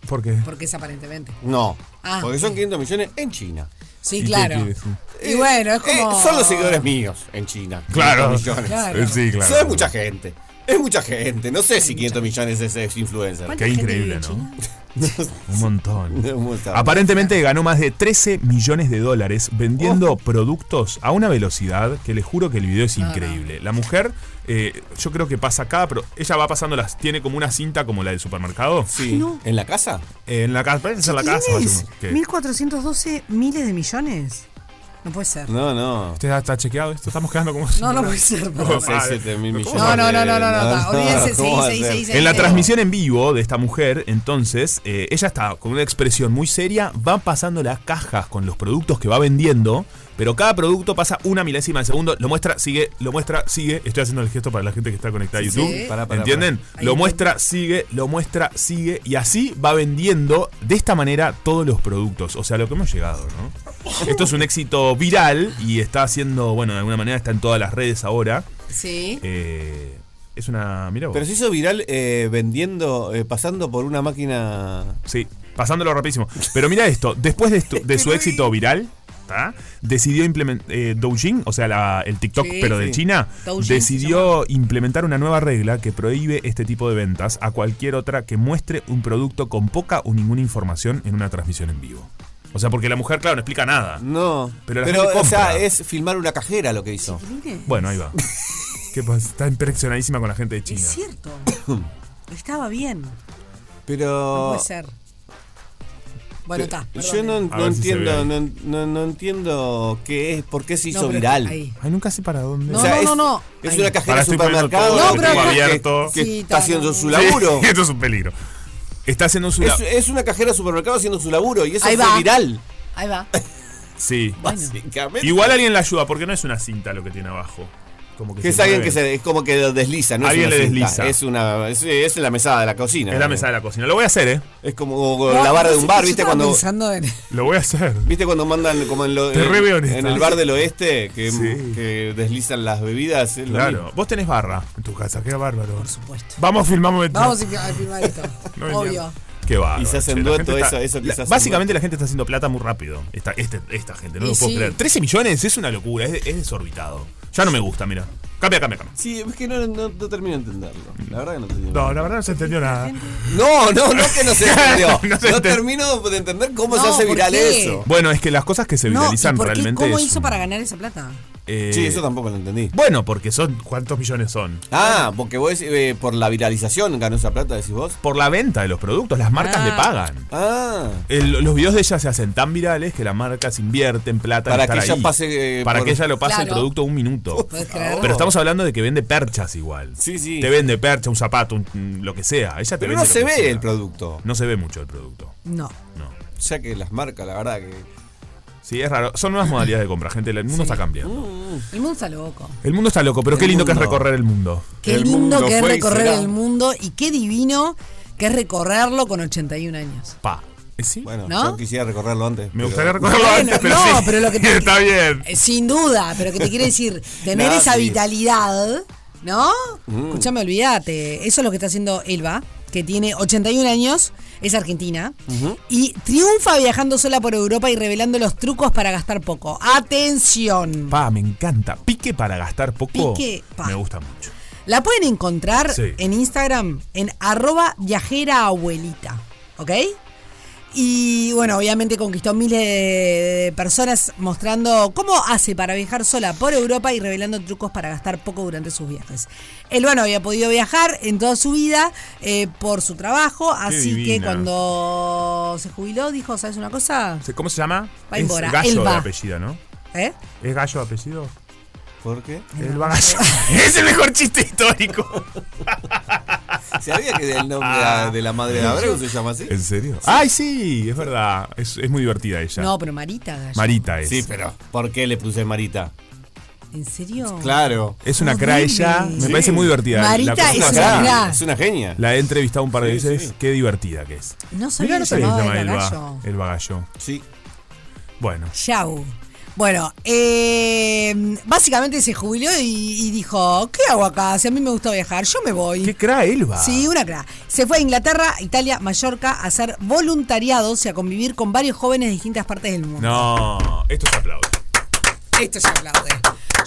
F: ¿Por qué?
E: Porque es aparentemente.
G: No,
E: Ah.
G: porque son 500 millones en China.
E: Sí,
F: ¿Y qué
E: claro.
F: quiere decir?
E: Y bueno, es como.
G: Eh, son los seguidores míos en China.
F: Claro. Eh,
G: 500 millones.
E: Claro.
F: Sí, claro.
G: Eso es mucha gente. Es mucha gente. No sé si 500 millones es, es influencer.
E: ¿Cuánta
F: Qué
E: gente
F: increíble,
E: vive
F: ¿no?
E: en China?
F: Un montón.
G: Un montón.
F: Aparentemente ganó más de 13 millones de dólares vendiendo
G: Oh.
F: productos a una velocidad que les juro que el video es increíble. La mujer, eh, yo creo que pasa cada. Pero ella va pasando las. Tiene como una cinta como la del supermercado.
G: Sí. ¿En la casa?
F: Eh, en la casa. Parece en la casa. más o menos. ¿Qué?
E: 1412 miles de millones. No puede ser.
G: No, no.
F: ¿Usted ya está chequeado esto? Estamos quedando como.
E: No, no puede ser.
F: No,
E: perdón.
F: sí. Ah,
G: 7 mil millones.
E: No, no, no, no, no, no,
G: de-
E: no, olvídense,
G: Ah,
E: sí,
G: ¿Cómo va a
E: sí,
G: ser?
E: sí, sí.
F: En la
E: Pero-
F: transmisión en vivo de esta mujer, entonces, eh, ella está con una expresión muy seria, va pasando las cajas con los productos que va vendiendo, pero cada producto pasa una milésima de segundo, lo muestra, sigue, lo muestra, sigue. Estoy haciendo el gesto para la gente que está conectada a
E: Sí,
F: YouTube.
E: sí.
G: Pará, pará,
F: ¿Entienden?
E: Ahí
F: Lo
E: está.
F: muestra, sigue, lo muestra, sigue, y así va vendiendo de esta manera todos los productos. O sea, lo que hemos llegado, ¿no? Esto es un éxito viral y está haciendo, bueno, de alguna manera está en todas las redes ahora.
E: Sí.
F: Eh, es una. Mira vos.
G: Pero se hizo viral eh, vendiendo, eh, pasando por una máquina.
F: Sí, pasándolo rapidísimo. Pero mira esto, después de, estu- de su éxito viral, ¿tá? decidió implementar. Douyin, o sea, la- el TikTok,
E: Sí,
F: pero
E: sí.
F: de China,
E: Douyin se
F: decidió implementar una nueva regla que prohíbe este tipo de ventas a cualquier otra que muestre un producto con poca o ninguna información en una transmisión en vivo. O sea, porque la mujer, claro, no explica nada.
G: No.
F: Pero la gente
G: o sea,
F: compra.
G: es filmar una cajera lo que hizo.
F: Bueno, ahí va. ¿Qué pasa? Está impresionadísima con la gente de China.
E: Es cierto. Estaba bien. No
F: Ah.
G: Pero.
E: puede ser. Bueno, está. eh.
G: Yo no,
F: A
G: no
F: ver si se
G: entiendo,
F: ve ahí.
G: no, no- no entiendo qué es, por qué se hizo
E: No, pero-
G: viral.
E: ahí.
F: Ay, nunca sé para dónde.
E: No,
G: O sea,
E: no,
G: es,
E: no, no.
G: es
E: Ahí.
G: una cajera
F: Ahora
G: de
F: estoy poniendo
G: supermercado
E: todo
G: que,
E: el No, pero-
G: que-
F: abierto.
G: que
E: Sí,
G: está
E: está,
G: haciendo
E: no.
G: su
F: Sí,
G: laburo.
F: esto es un peligro. Está haciendo su
G: Es,
F: laburo.
G: es una cajera de supermercado haciendo su laburo y eso
E: Ahí
G: fue
E: va.
G: viral.
E: Ahí va.
F: Sí.
G: Básicamente.
F: Igual alguien la ayuda, porque no es una cinta lo que tiene abajo. Como que
G: Que es
F: se
G: alguien
F: mueve.
G: que se, es como que lo desliza, ¿no?
F: Alguien
G: es una
F: le
G: cinta,
F: desliza.
G: Es, una, es, es en la mesada de la cocina.
F: Es la mesa de la cocina. Lo voy a hacer, ¿eh?
G: Es como la barra de un bar,
E: Yo
G: ¿viste?
E: estaba
G: Cuando,
E: pensando en-
F: Lo voy a hacer.
G: ¿Viste cuando mandan como en, lo-
F: Te re veo en
G: en, en
F: esta.
G: el bar del oeste que,
F: Sí.
G: que deslizan las bebidas? Es lo
F: Claro.
G: mismo.
F: Vos tenés barra en tu casa. Qué bárbaro.
E: Por supuesto.
F: Vamos, filmamos.
E: Vamos a filmar esto.
F: No es
E: Obvio.
F: mierda. Qué bárbaro.
G: Y se hacen
F: che, la
G: dueto,
F: gente
G: eso- eso que
F: la-
G: se hacen
F: Básicamente la gente está haciendo plata muy rápido. Esta, este- esta gente, no
E: Y
F: lo puedo
E: sí.
F: creer. 13 millones es una locura, es, es desorbitado. Ya no me gusta, mira. Cambia, cambia, cambia.
G: Sí, es que no, no, no termino de entenderlo. La verdad que no termino.
F: No, la verdad no se entendió nada.
G: No, no, no que no se entendió.
F: No se
G: no
F: entendió.
G: termino de entender cómo se
E: No,
G: hace
E: ¿por
G: viral
E: qué?
G: eso.
F: Bueno, es que las cosas que se
E: No, ¿y
F: viralizan
E: por qué?
F: realmente.
E: ¿Cómo
F: es
E: hizo
F: un-
E: para ganar esa plata?
F: eh,
G: Sí, eso tampoco lo entendí.
F: Bueno, porque son. ¿Cuántos millones son?
G: Ah, porque vos eh, por la viralización ganó esa plata, decís vos.
F: Por la venta de los productos, las marcas
E: Ah.
F: le pagan.
G: Ah,
F: El- los videos de ella se hacen tan virales que las marcas invierten plata en
G: Para
F: estar
G: que ella
F: ahí.
G: pase, eh,
F: para
G: por-
F: que ella lo pase el
E: Claro.
F: producto un minuto.
E: ¿Puedes creer?
F: Pero estamos hablando de que vende perchas igual.
G: Sí, sí.
F: Te vende percha, un zapato, un- un- lo que sea. Ella te
G: pero
F: vende
G: no
F: lo
G: se
F: que
G: ve
F: sea.
G: el producto.
F: No se ve mucho el producto.
E: No.
F: No.
G: Ya que las marcas, la verdad que.
F: Sí, es raro. Son nuevas modalidades de compra, gente. El mundo está cambiando.
E: El mundo está loco.
F: El mundo está loco, pero
G: El
F: qué lindo que es
G: mundo.
F: recorrer el mundo.
E: Qué
G: El
E: lindo
G: mundo
E: que es
G: fue y
E: recorrer
G: será.
E: el mundo y qué divino que es recorrerlo con 81 años.
F: Pa. Eh, ¿Sí?
G: Bueno,
E: ¿No?
G: yo quisiera recorrerlo antes.
F: Me
G: pero-
F: gustaría recorrerlo
E: Bueno,
F: antes, pero
E: no,
F: sí.
E: pero lo que te-
F: Está bien.
E: Eh, Sin duda, pero que te quiere decir, tener
G: No,
E: esa
G: sí.
E: vitalidad, ¿no?
C: Mm.
G: Mm.
E: Escuchame, olvídate. Eso es lo que está haciendo Elba, que tiene 81 años, es argentina, y triunfa viajando sola por Europa y revelando los trucos para gastar poco. ¡Atención!
F: Pa, me encanta. Pique para gastar poco.
E: Pique, pa.
F: Me gusta mucho.
E: La pueden encontrar
F: Sí.
E: en Instagram en arroba viajera abuelita, ¿ok? Y bueno, obviamente conquistó miles de de personas mostrando cómo hace para viajar sola por Europa y revelando trucos para gastar poco durante sus viajes. El bueno había podido viajar en toda su vida eh, por su trabajo, así que
F: divina.
E: cuando se jubiló dijo, ¿sabes una cosa?
F: Se- ¿Cómo se llama?
E: Va
F: es
E: embora,
F: gallo
E: Elba.
F: de apellido, ¿no?
E: ¿Eh?
F: ¿Es gallo de apellido?
G: ¿Por qué?
F: Elba Gallo. es el mejor chiste histórico. Ah.
G: Sabía que el nombre de la- de la madre de Abreu se llama así.
F: ¿En serio? Ay, sí, es verdad. Es, es muy divertida ella.
E: No, pero Marita, gallo.
F: Marita es.
G: Sí, pero ¿por qué le puse Marita?
E: ¿En serio?
G: Claro.
F: Es una
E: No,
F: cra
E: dime.
F: ella. Me
E: Sí.
F: parece muy divertida. La
E: Marita
F: conozco
E: es
F: hace
E: una
F: años.
E: cra.
G: Es una genia.
F: La he entrevistado un par de
G: Sí,
F: veces.
G: sí.
F: Qué divertida que es.
E: No sabía
F: Mirá,
E: que
F: no sabía que se
E: llamaba
F: llama
E: Elba
F: Elba.
E: Gallo.
F: Elba Gallo.
G: Sí.
F: Bueno.
E: Chau. Bueno, eh, básicamente se jubiló y, y dijo, ¿qué hago acá? Si a mí me gusta viajar, yo me voy.
F: ¿Qué cra Elba?
E: Sí, una cra. Se fue a Inglaterra, Italia, Mallorca a hacer voluntariados y a convivir con varios jóvenes de distintas partes del mundo.
F: No, esto se aplaude.
E: Esto se aplaude.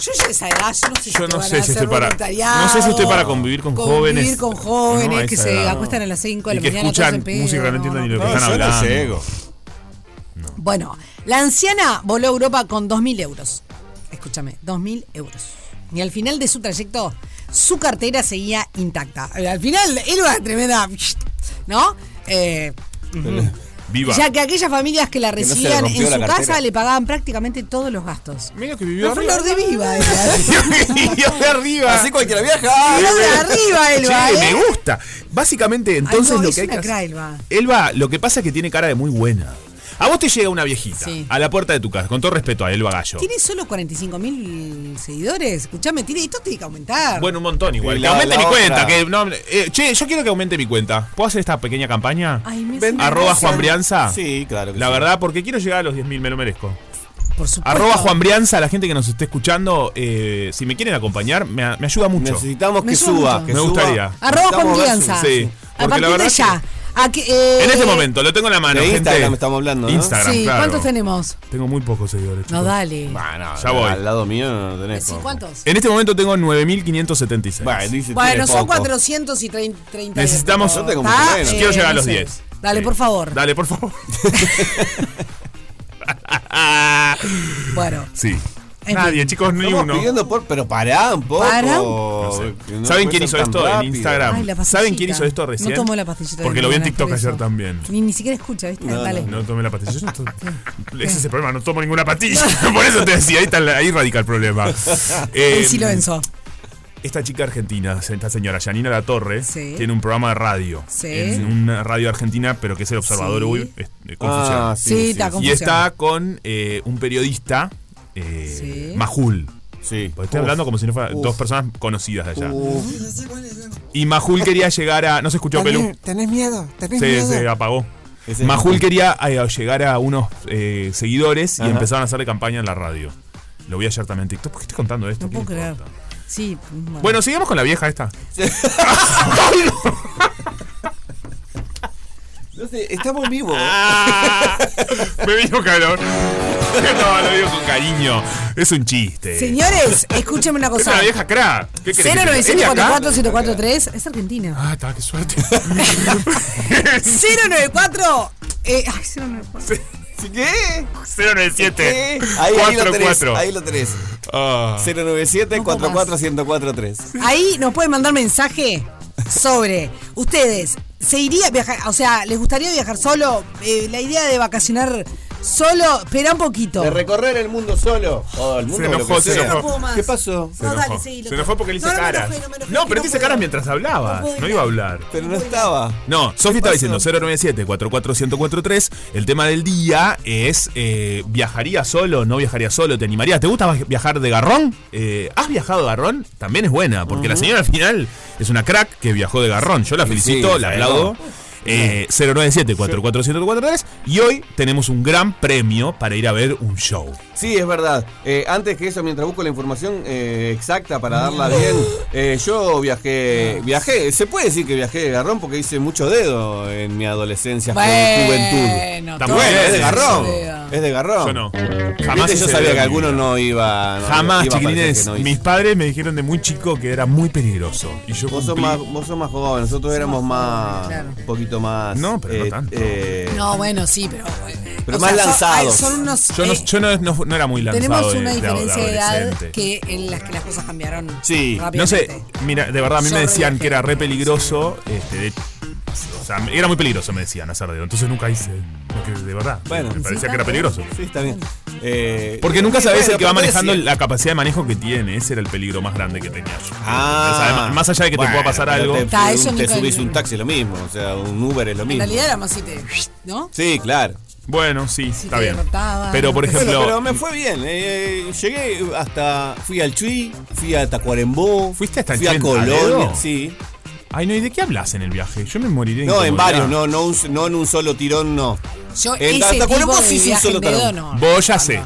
E: Yo ya a esa edad, yo no sé si,
F: Yo
E: te
F: no
E: van a
F: sé si
E: hacer
F: estoy para.
E: voluntariado,
F: No sé si estoy para convivir con jóvenes.
E: Convivir con jóvenes
F: No, a
E: que
F: esa
E: se
F: edad.
E: acuestan a las 5 de
F: Y
E: la
F: que
E: mañana. todos
F: escuchan
E: en pedo.
F: música que no entienden ni lo que
G: No,
F: están
G: yo no
F: hablando.
G: llego.
E: Bueno, la anciana voló a Europa con 2.000 euros. Escúchame, 2.000 euros. Y al final de su trayecto, su cartera seguía intacta. Eh, Al final, era una tremenda... ¿No? Eh,
F: Viva.
E: ya que aquellas familias que la
G: Que no se le
E: recibían en
G: rompió
E: su
G: la cartera.
E: casa le pagaban prácticamente todos los gastos.
F: Medio que vivió
E: Una flor de viva era.
F: Vivió de arriba.
G: Así cualquiera
E: Flor
G: viaja. Ah,
E: de arriba, Elba,
F: Che,
E: ¿eh?
F: me gusta. Básicamente, entonces
E: Ay, no,
F: lo
E: es
F: que hay
E: una
F: que hacer-
E: cra, Elba.
F: Elba, lo que pasa es que tiene cara de muy buena. A vos te llega una viejita
E: Sí.
F: a la puerta de tu casa, con todo respeto a Elba Gallo.
E: Tiene solo 45.000 seguidores. Escuchame, tiene, esto tiene que aumentar.
F: Bueno, un montón igual.
G: Y
F: Que
G: la-
F: aumente
G: la
F: mi
G: otra.
F: cuenta. Que, no, eh, che, yo quiero que aumente mi cuenta. ¿Puedo hacer esta pequeña campaña?
E: Ay, me hace
G: Ven-
F: Arroba
E: gracia.
F: Juan Brianza.
G: Sí, claro que
F: La
G: sí.
F: verdad, porque quiero llegar a los 10.000, me lo merezco.
E: Por supuesto.
F: Arroba Juan Brianza, la gente que nos esté escuchando, eh, si me quieren acompañar, me, me ayuda mucho.
G: Necesitamos
E: Me
G: que
E: suena
G: suba.
E: mucho.
G: que
F: Me
G: suba.
F: gustaría.
E: Arroba Juan
G: Necesitamos ver su-
E: Crianza.
F: sí,
E: A
F: porque la
E: partir de
F: verdad
E: ya. ¿A qué, eh,
F: En este
E: eh,
F: momento, lo tengo en la mano.
G: de
F: gente.
G: Instagram estamos hablando, ¿no?
F: Instagram,
E: Sí,
F: claro.
E: ¿cuántos tenemos?
F: Tengo muy pocos seguidores.
E: No,
F: chicos.
E: dale.
G: Bueno,
F: Ya voy.
G: Ah, Al lado mío no tenés.
E: Sí,
G: poco.
E: ¿cuántos?
F: En este momento tengo 9.576.
G: Bueno, dice
E: Bueno,
G: tenés
E: son
G: poco.
E: 400 y 30.
F: Necesitamos- Yo
G: tengo
E: Está,
G: mucho menos.
F: Quiero llegar a
E: eh, no
F: los
E: sé.
F: 10.
E: Dale,
F: Sí.
E: por favor.
F: Dale, por favor.
E: Bueno,
F: sí.
E: En
F: Nadie,
E: fin.
F: chicos, ni
G: Estamos
F: uno.
G: pidiendo por. Pero pará un poco.
E: Pará
F: No sé.
G: Que no
F: ¿Saben
G: puede ser
F: quién hizo
G: tan
F: esto
G: rápido.
F: en Instagram?
E: Ay, la pastillita.
F: ¿Saben quién hizo esto recién?
E: No tomó la pastillita. de
F: Porque lo vi en
E: mañana,
F: TikTok
E: por eso.
F: ayer también.
E: Ni, ni siquiera escucha, ¿viste?
G: No,
E: Dale.
F: No tomé la pastilla. Yo no to- Ese es el problema, no tomo ninguna pastilla. Por eso te decía, ahí, está, la- ahí radica el problema. Eh,
E: El silencio.
F: Esta chica argentina, esta señora Janina La Torre,
E: Sí.
F: tiene un programa de radio.
E: Sí.
F: En una radio argentina, pero que es el observador.
E: Sí.
F: Uy, es- eh, confusión.
G: Ah,
E: Sí, está
G: sí.
F: y
E: confusión.
F: está con eh, un periodista, eh,
E: Sí.
F: Majul.
G: Sí.
F: Porque estoy
G: Uf.
F: hablando como si no fueran
G: Uf.
F: dos personas conocidas de allá.
G: Uf.
F: Y Majul quería llegar a. No se escuchó Pelu.
H: miedo, tenés
F: Se, se apagó.
G: Ese-
F: Majul quería eh, llegar a unos eh, seguidores y
G: Ajá.
F: empezaron a hacerle campaña en la radio. Lo vi ayer también en TikTok. ¿Por qué estoy contando esto?
E: No
F: ¿Qué
E: puedo
F: le
E: creer.
F: importa?
E: Sí. Bueno.
F: Bueno, sigamos con la vieja esta.
G: No sé, estamos vivos.
F: Ah, Me vino calor. No, lo digo con cariño. Es un chiste.
E: Señores, escúchenme una
F: es
E: cosa.
F: una vieja crack. ¿Qué querés? que te- ¿Es de acá?
E: 097-44-1043 es Argentina.
F: Ah, está, qué suerte.
E: 094. Eh, ay, 094.
G: ¿Qué?
F: 097.
G: Ahí, ahí lo tenés.
F: 44.
G: Ahí lo tenés.
F: Ah.
G: 097 44 1043
E: Ahí nos pueden mandar mensaje sobre ustedes. ¿Se iría viajar? O sea, ¿les gustaría viajar solo? Eh, la idea de vacacionar solo, espera un poquito.
G: De recorrer el mundo solo. Oh, el mundo
F: Se enojó,
G: lo que
F: se
G: sea.
F: enojó. No puedo
E: más.
G: ¿Qué pasó?
F: Se enojó. Se enojó porque le hice caras. no, pero te hice caras mientras hablaba.
E: puedo
F: No
E: ir.
F: iba a hablar.
G: Pero no estaba.
F: No, Sofi estaba
G: pasó?
F: diciendo 097-44143. El tema del día es: eh, ¿viajaría solo? ¿No viajaría solo? ¿Te animarías? ¿Te gusta va- viajar de garrón? Eh, ¿Has viajado de garrón? También es buena, porque la señora al final es una crack que viajó de garrón. Yo la
G: Sí,
F: felicito,
G: sí,
F: la
G: sí.
F: aplaudo. Eh, 097-44143. Y hoy tenemos un gran premio para ir a ver un show.
G: Sí, es verdad. Eh, antes que eso, mientras busco la información eh, exacta para darla bien, eh, yo viajé, viajé, se puede decir que viajé de garrón porque hice mucho dedo en mi adolescencia, juventud.
E: Bueno,
F: Está
E: todo
F: muy
G: Bueno,
F: bien,
G: es de
F: sí,
G: garrón,
E: sí, sí.
G: es de garrón.
F: Yo no.
G: Viste, yo
F: hice
G: sabía que
F: dedo en mi vida.
G: alguno no iba. no,
F: Jamás,
G: iba a parecer
F: chiquilines.
G: que no hizo.
F: mis padres me dijeron de muy chico que era muy peligroso. Y yo
G: Vos sos,
F: cumplí.
G: más, vos sos más joven, nosotros éramos más.
E: claro.
G: Un poquito más.
F: No, pero no tanto.
G: eh,
E: No, bueno, sí, pero. eh,
G: Pero
E: o
G: más
E: son-
G: lanzados.
E: ay, Son, unos.
F: Yo, no,
E: eh,
F: yo no, no- no era muy lanzado.
E: tenemos
F: de-
E: una
F: de- de
E: diferencia de edad
F: adolescente.
E: que en las que las cosas cambiaron.
G: Sí, no
F: No sé,
E: rápidamente.
F: mira, de verdad a mí
E: Yo
F: me decían
E: reviajé.
F: que era re peligroso. este, de- o sea, era muy peligroso, me decían, hacer dedo. Entonces nunca hice. Porque de verdad.
G: Bueno.
F: me parecía que era peligroso.
G: Sí, está bien. Eh,
F: Porque nunca
G: sí,
F: sabés
G: bueno,
F: el que va
G: pero te
F: manejando
G: decía-
F: la capacidad de manejo que tiene. Ese era el peligro más grande que tenía yo.
G: Ah.
F: O sea, además- más allá de que te pueda
G: Bueno,
F: pasar
G: pero
F: algo.
G: Te,
E: Ta, eso
G: te
E: nunca-
G: subís un taxi, lo mismo. O sea, un Uber es lo
E: En
G: mismo.
E: realidad era más si te. ¿No?
G: Sí, claro.
F: Bueno, sí,
E: Si
F: está
E: te
F: bien.
E: derrotaban,
F: Pero por
E: no sé.
F: ejemplo.
G: Bueno, pero me fue bien. eh, eh, llegué hasta. Fui al Chuy, fui a Tacuarembó.
F: ¿Fuiste hasta el
G: Fui
F: Chuy
G: a
F: en
G: Colonia.
F: Toledo?
G: Sí.
F: Ay, no, ¿y de qué hablas en el viaje? Yo me moriré. de
G: No, en
F: incomodidad.
G: varios, no, no, un- no en un solo tirón, no.
E: Yo
G: En
E: ese
G: Tata Colombo
E: tipo de
G: sí, sí,
E: viaje
G: solo
E: en dedo
G: tarón.
E: no.
F: Vos ya
E: No,
F: sé.
E: no.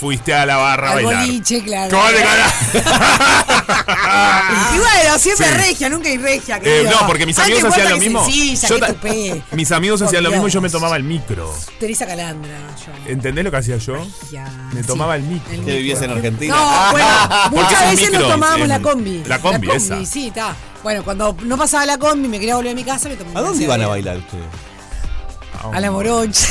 F: Fuiste a la barra a
E: Al
F: bailar.
E: boliche, claro.
F: ¿Cómo te ganas?
E: Y bueno, siempre
F: Sí.
E: regia, nunca hay regia.
F: Eh,
E: querido.
F: no, porque mis
E: Ah,
F: amigos
E: ¿te
F: hacían
E: importa
F: lo
E: que
F: mismo.
E: Sencilla,
F: Yo
E: que
F: ta-
E: tupé.
F: mis amigos
E: Por
F: hacían lo mismo y yo me
E: Dios.
F: tomaba el micro.
E: Teresa Calandra, yo.
F: ¿Entendés lo que hacía yo?
E: Ya,
F: Me
E: Ah, sí.
F: tomaba el micro. Ah,
E: El
G: Que vivías en Argentina.
E: No, bueno,
F: Porque es
E: muchas
F: un
E: veces
F: micro,
E: nos tomábamos
F: es-
E: la combi.
F: la combi, esa.
E: sí, está. Bueno, cuando no pasaba la combi, me quería volver a mi casa, me tomaba
G: ¿A dónde iban a bailar ustedes?
E: A la moroncha.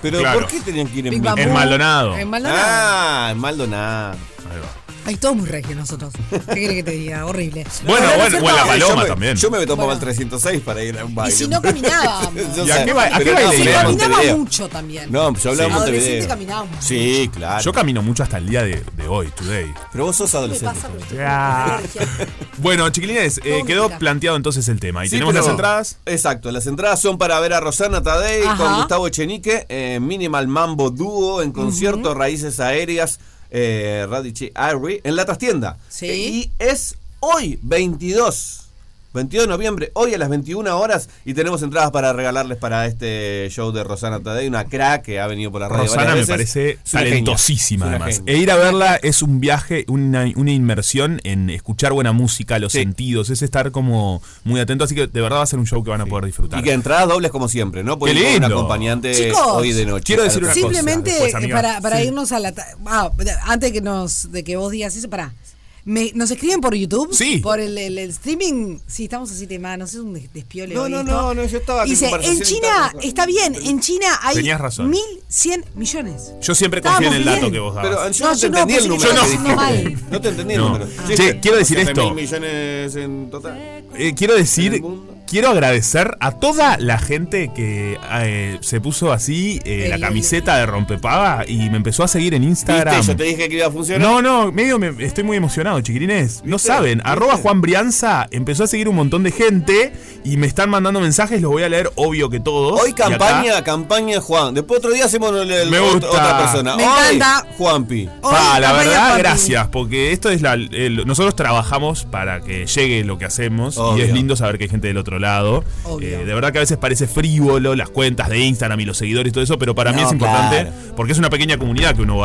G: Pero
F: Ah, Claro.
G: ¿por qué tenían que ir
E: Big
G: en
E: Bamboo.
F: En Maldonado.
E: En Maldonado.
G: Ah, en Maldonado.
F: Ahí va.
E: Ay, todos muy regios nosotros. ¿Qué crees que te diga? Horrible.
F: Bueno,
E: Pero
F: bueno,
E: no
F: bueno,
E: sé
F: la
E: cómo-
F: palo- Paloma
G: yo me,
F: también.
G: Yo me tomaba
E: Bueno.
G: el 306 para ir a un baile.
E: Y si no caminábamos.
G: Yo
F: ¿Y a
G: sé,
F: qué ba- a
G: pero
F: qué
G: no,
F: baile
G: sí,
E: Se
F: Era
E: caminaba
G: Montevideo.
E: mucho también.
G: No, yo hablaba en
E: Adolescente
G: Montevideo.
E: caminábamos.
G: Sí, claro.
F: Yo camino mucho hasta el día de, de hoy, today.
G: pero vos sos
E: ¿Qué
G: adolescente.
E: pasa?
G: también.
F: Ah. Bueno, chiquilines, eh,
E: Tónica.
F: quedó planteado entonces el tema. Y
G: Sí,
F: tenemos
G: pero-
F: las entradas.
G: Exacto, las entradas son para ver a Rosana Tadei con
E: Ajá.
G: Gustavo Echenique, eh, Minimal Mambo Dúo en concierto, Raíces Aéreas, eh, Radici Airy, en la trastienda.
E: Sí.
G: Y es hoy, 22. 22 de noviembre, hoy a las 21 horas, y tenemos entradas para regalarles para este show de Rosana Tadei, una crack que ha venido por la radio.
F: Rosana
G: varias
F: me
G: veces.
F: parece
G: Es una
F: talentosísima
G: genia, es una
F: además.
G: genia.
F: E ir a verla es un viaje, una, una inmersión en escuchar buena música, los
G: Sí.
F: sentidos, es estar como muy atento, así que de verdad va a ser un show que van a poder disfrutar.
G: Y que entradas dobles como siempre, ¿no? Pueden
F: ¡Qué
G: ir con un
F: lindo!
G: acompañante
E: Chicos,
G: hoy de noche.
F: quiero decir una cosa.
E: Simplemente
F: después, amiga.
E: para, para
F: Sí.
E: irnos a la. ta- ah, antes que nos, de que vos digas eso, para. ¿Nos escriben por YouTube?
F: Sí.
E: ¿Por el, el- el streaming? Sí, estamos así temanos, es un des- despiole.
G: No,
E: hoy
G: no,
E: esto.
G: no, no, yo estaba aquí en
E: Dice, en
G: conversación
E: China,
G: interna.
E: está bien, en China hay
F: Tenías razón.
E: 1.100 millones.
F: Yo siempre confío en el
E: Estábamos
F: dato
E: bien.
F: que vos dabas.
G: Pero yo
E: No,
G: no,
E: yo
G: te
E: no,
G: entendí el
E: pensé
F: que
G: número.
F: estaba
G: que
E: haciendo
G: dijiste. No te entendí el
F: No.
G: número.
F: Ah.
G: Sí,
F: Che,
G: está-
F: quiero decir
G: 11.000
F: esto.
G: millones en total.
F: Eh, quiero
G: En
F: decir,
G: el mundo.
F: quiero agradecer a toda la gente que eh, se puso así eh, la
E: El-
F: camiseta de rompepaga y me empezó a seguir en Instagram.
G: Viste, yo te dije que iba a funcionar.
F: No, no, medio me- estoy muy emocionado, chiquirines. No
G: ¿Viste?
F: saben,
G: ¿Viste?
F: arroba Juan Brianza empezó a seguir un montón de gente y me están mandando mensajes, los voy a leer, obvio que todos.
G: Hoy
F: Y acá-
G: campaña, campaña Juan. Después otro día hacemos el, el-
F: Me
G: ot-
F: gusta.
G: otra persona.
E: Me
G: Hoy,
E: encanta.
G: Juanpi.
E: Hoy
F: Pa, la
E: campaña
F: verdad,
E: Juanpi.
F: gracias, porque esto es la. el- nosotros trabajamos para que llegue lo que hacemos y
G: Obvio.
F: es lindo saber que hay gente del otro lado.
E: Obvio.
F: Eh, de verdad que a veces parece frívolo las cuentas de Instagram y los seguidores y todo eso, pero para mí
G: No,
F: es importante
G: claro.
F: porque es una pequeña comunidad que uno va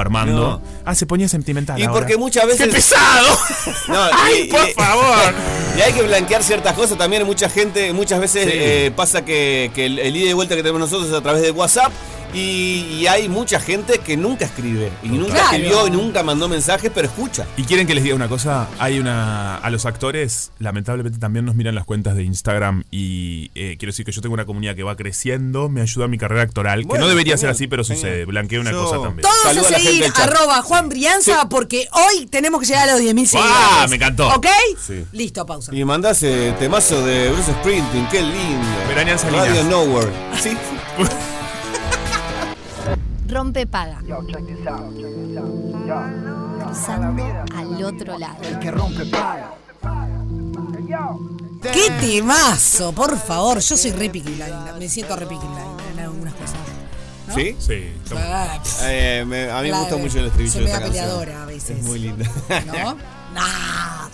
G: No.
F: armando. Ah, se ponía sentimental.
G: Y
F: ahora.
G: porque muchas
F: ¡Qué
G: veces.
F: pesado!
G: No,
F: ¡Ay,
G: y-
F: por
G: y-
F: favor!
G: Y hay que blanquear ciertas cosas. También mucha gente, muchas veces
F: Sí.
G: eh, pasa que, que el, el ida y vuelta que tenemos nosotros es a través de WhatsApp. Y, y hay mucha gente que nunca escribe. Y nunca
E: Claro.
G: escribió y nunca mandó mensajes, pero escucha.
F: Y quieren que les diga una cosa, hay una. A los actores, lamentablemente, también nos miran las cuentas de Instagram. Y eh, quiero decir que yo tengo una comunidad que va creciendo, me ayuda a mi carrera actoral, que
G: Bueno,
F: no debería ser
G: genial,
F: así, pero
G: genial.
F: sucede. Blanqueo una
G: Yo-
F: cosa también.
E: Todos
G: Saluda
E: a
G: a la
E: seguir
G: gente del chat.
E: arroba Juan Brianza porque hoy tenemos que llegar a los 10.000 seguidores.
F: ¡Guau! Me encantó.
E: ¿Ok?
G: Sí.
E: Listo, pausa.
G: Y mandás eh, temazo de Bruce Sprinting, qué lindo.
F: Melania Salinas.
G: Radio Nowhere. Sí.
A: Rompe paga. Cruzando al otro lado.
E: ¡Qué temazo! Por favor, yo soy re Peaky Blinders, Me siento re Peaky Blinders en algunas cosas.
G: ¿Sí?
F: Sí.
E: Ah, pff,
G: Eh, me- a mí me
E: La-
G: gusta mucho el estribillo
E: se
G: de
E: me
G: esta
E: da
G: canción.
E: peleadora a veces.
G: Es muy linda.
E: ¿No? Nah.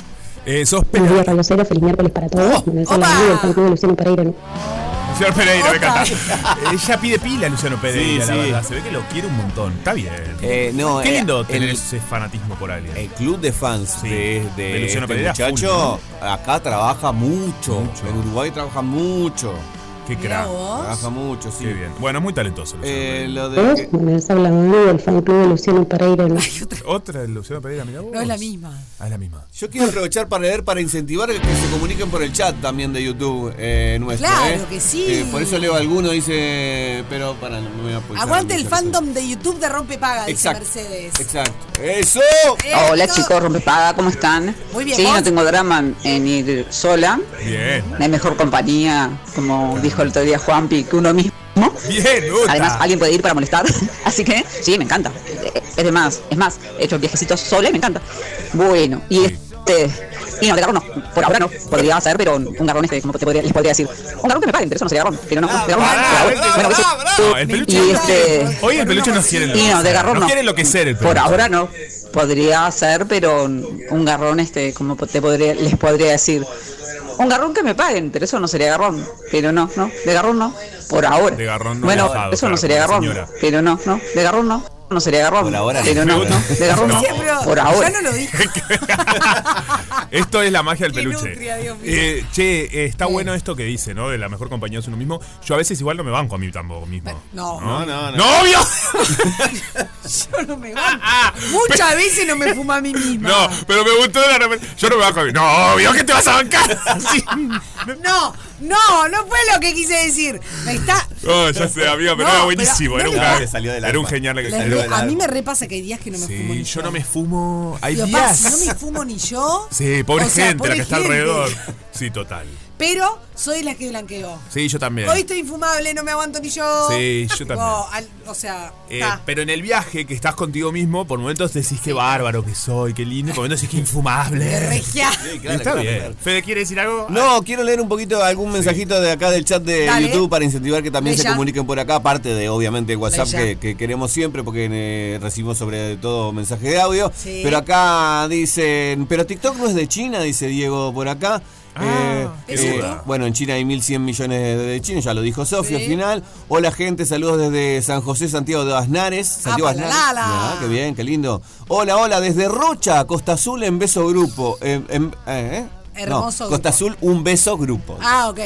F: Eh, sos Pe-
H: Buenos días, Pablo Cero. Feliz miércoles para todos. Me
E: opa.
H: con la amiga del fan club de Luciano Pereira. ¿no?
F: Señor Pereira, me
E: Opa.
F: encanta. Ella pide pila, Luciano Pereira,
G: Sí,
F: la
G: sí.
F: verdad. Se ve que lo quiere un montón. Está bien.
G: Eh, no,
F: Qué
G: eh,
F: lindo tener
G: el-
F: ese fanatismo por alguien.
G: El club de fans
F: Sí,
G: de, de
F: de Luciano
G: este
F: Pereira,
G: muchacho acá trabaja mucho.
F: Mucho.
G: En Uruguay trabaja mucho.
F: Qué
E: Mirá
F: crack.
E: vos.
G: Trabaja mucho, sí.
F: Qué bien. Bueno, muy talentoso, Luciano
G: Eh,
F: Pereira.
G: lo de
H: ¿Vos?
G: que-
H: Bueno, les habla Manu del fan club de Luciano Pereira. ¿no?
F: Otra de Luciano Pereira, mirá vos.
E: No es la misma.
F: Ah, es la misma.
G: yo quiero aprovechar para leer, para incentivar el que se comuniquen por el chat también de YouTube eh, nuestro.
E: Claro
G: eh.
E: que sí.
G: Eh, por eso leo alguno, dice, pero para, no me voy a
F: Pues
G: apoyar.
E: Aguante el fandom de YouTube de Rompe Paga, dice
G: Exacto.
E: Mercedes.
G: Exacto. ¡Eso!
E: Eso.
I: Hola chicos, rompepaga, ¿cómo están?
E: Muy bien,
I: Sí,
E: ¿vos?
I: no tengo drama en ir sola.
F: Bien.
I: No hay mejor compañía, como dijo el otro día Juanpi, que uno mismo.
F: Bien, Uta.
I: Además, alguien puede ir para molestar. Así que, sí, me encanta. Es de más, es más, he hecho viajecitos sola y me encanta. Bueno, y este. Y no, de garrón no. Por ahora no. Podría hacer, pero un garrón este, como te podría, les podría decir. Un garrón que me paguen, pero eso no sería garrón. Pero no, de garrón.
F: Ah, pará,
I: por ahora.
F: vete,
I: Bueno,
F: pará,
I: eso-
G: pará.
F: No, el peluche.
I: Y este.
F: Hoy el peluche no quiere
I: Y no, de garrón no.
F: quiere enloquecer el peluche.
I: Por ahora no. Podría ser, pero un garrón, este, como te podría, les podría decir. Un garrón que me paguen, pero eso no sería garrón. Pero no, no, de garrón no. Por ahora.
F: De garrón no
I: Bueno,
F: enojado,
I: eso
F: claro,
I: no sería
F: con la
I: garrón.
F: señora.
I: Pero no, no, de garrón no. No sería garrón.
G: Por ahora no.
I: Pero no,
F: Me gusta.
I: no, de garrón
F: No.
I: no.
E: Siempre-
I: Por ahora.
E: Ya no lo dijo.
F: Esto es la magia del
E: Qué
F: peluche.
E: nutria, Dios mío.
F: Eh, che, eh, está bueno esto que dice, ¿no? De la mejor compañía es uno mismo. Yo a veces igual no me banco a mí tampoco mismo.
E: No,
G: No, no, no.
F: obvio!
E: yo no me banco. Muchas veces no me fumo a mí misma.
F: No, pero me gustó la referencia. Yo no me banco a mí. No, obvio que te vas a bancar. Sí.
E: No, no, no fue lo que quise decir. Me está.
F: No, ya sé, amigo, pero
E: No,
F: era
E: pero
F: buenísimo.
E: no
F: era un
E: le-
F: crack.
G: Le salió del
F: Era un
G: alma.
F: genial que
E: la
F: salió
E: re-
F: del
E: a
F: alma.
E: mí me repasa que hay días que no me fumo
F: Sí,
E: ni
F: yo no me fumo. Hay
E: Digo, pa,
F: días.
E: si no me fumo ni yo.
F: Sí, pobre
E: o sea,
F: gente, la
E: pobre
F: que está
E: gente.
F: alrededor. Sí, total.
E: Pero soy la que blanqueo.
F: Sí, yo también.
E: Hoy estoy infumable, no me aguanto ni yo.
F: Sí, yo también.
E: Tipo, al- o sea,
F: Eh,
E: está.
F: pero en el viaje que estás contigo mismo, por momentos decís que bárbaro que soy, qué lindo, y por momentos decís que infumable.
E: regia.
G: Sí, claro,
F: Está
G: claro,
F: bien.
G: claro.
F: Fede, ¿quiere decir algo?
G: No, quiero leer un poquito algún mensajito de acá del chat de
E: Dale.
G: YouTube para incentivar que también se
E: Leya.
G: comuniquen por acá, aparte de obviamente WhatsApp
E: Leya.
G: que, que queremos siempre porque eh, recibimos sobre todo mensajes de audio.
E: Sí.
G: Pero acá dicen, pero TikTok no es de China, dice Diego por acá. Eh,
E: ¿es
G: eh,
E: cierto?
G: bueno, en China hay 1.100 millones de, de chinos, ya lo dijo Sofía al final. Hola gente, saludos desde San José, Santiago de Aznares. Santiago
E: pa, la,
G: Aznares.
E: la, la.
G: Ah, qué bien, qué lindo. Hola, hola, desde Rocha, Costa Azul, en beso grupo. Em, em, eh, eh.
E: Hermoso
G: No, Costa
E: grupo.
G: Azul, un beso grupo.
E: Ah, ok.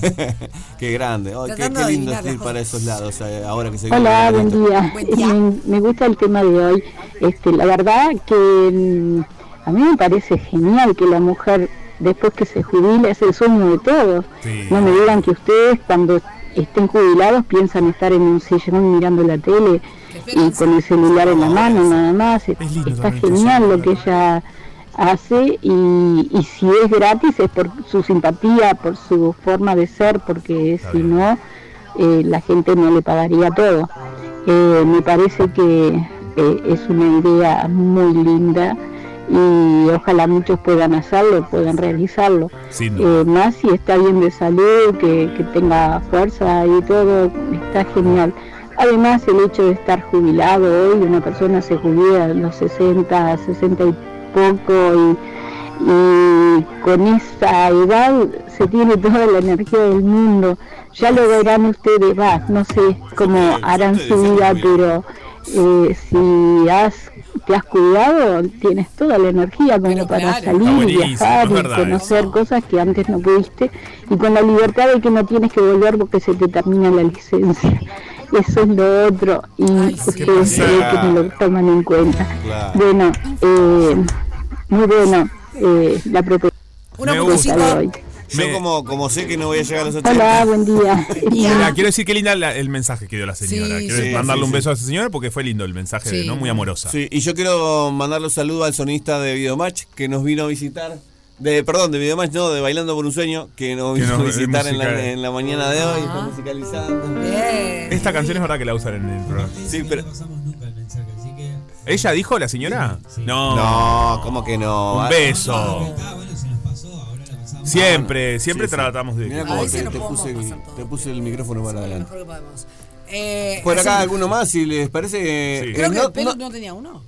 G: qué grande. Ay, qué,
E: Tratando
G: qué
E: de
G: lindo es
E: adivinar
G: ir
E: las
G: para esos lados eh, ahora que se viene
H: Hola,
G: el
H: buen
G: verano.
H: día.
E: Buen día.
H: Me, me gusta el tema de hoy. Este, la verdad que mm, a mí me parece genial que la mujer después que se jubila es el sueño de todos.
F: Sí.
H: No me digan que ustedes cuando estén jubilados piensan estar en un sillón mirando la tele y con el celular en la mano nada más.
F: Es lindo
H: Está
F: también que
H: genial
F: sea,
H: lo que ella hace y, y si es gratis es por su simpatía, por su forma de ser, porque si
F: bien.
H: no eh, la gente no le pagaría todo. Eh, me parece que eh, es una idea muy linda y ojalá muchos puedan hacerlo, puedan realizarlo.
F: Sin duda.
H: Eh, más si está bien de salud, que, que tenga fuerza y todo, está genial. Además, el hecho de estar jubilado hoy, una persona se jubila a los 60, 60 y poco, y, y con esa edad se tiene toda la energía del mundo. Ya lo verán ustedes, va, no sé cómo harán su vida, pero eh, si has, te has cuidado, tienes toda la energía como
E: Pero
H: para
E: claro.
F: Está
H: salir y
F: buenísimo,
H: viajar
F: es
H: y
F: verdad
H: conocer
F: eso.
H: hacer cosas que antes no pudiste y con la libertad de que no tienes que volver porque se te termina la licencia. Eso es lo otro y
E: Ay, sí.
H: ustedes se ve que no lo toman en cuenta.
G: Claro.
H: Bueno, eh, muy bueno eh, la propuesta
E: Una
F: Me
H: de
E: motocicleta.
H: hoy.
G: Yo
F: Me-
G: como, como sé que no voy a llegar a los 80.
H: Hola, buen día.
F: Mira, quiero decir que linda la- el mensaje que dio la señora.
E: Sí,
F: quiero
G: sí,
F: mandarle
G: sí,
F: un
G: sí.
F: beso a esa señora porque fue lindo el mensaje,
E: Sí.
F: ¿no? Muy amorosa.
G: Sí, y yo quiero mandarle un saludo al sonista de Videomatch que nos vino a visitar. De, perdón, de Videomatch, no, de Bailando por un Sueño, que nos
F: Que
G: vino a
F: nos-
G: visitar en
F: musical.
G: la, en la mañana de hoy.
E: Ah.
G: Está musicalizando.
E: Bien.
F: Esta canción es verdad que la usan en el programa.
G: Sí, pero.
F: ¿Ella dijo, la señora? No.
G: No, ¿cómo que no?
F: Un beso.
G: Ah,
F: Siempre, siempre
G: Sí, sí.
F: tratamos de...
G: Mira
E: A
G: cómo
E: veces
G: te,
E: no
G: te
E: podemos
G: puse,
E: pasar todo.
G: te puse el micrófono para
E: Lo
G: adelante.
E: mejor que podemos. Eh,
G: Por acá
E: hacemos-
G: alguno más, si les parece.
F: Sí.
G: eh,
E: Creo que
G: no-
E: el Pelu
G: no-
E: no tenía uno.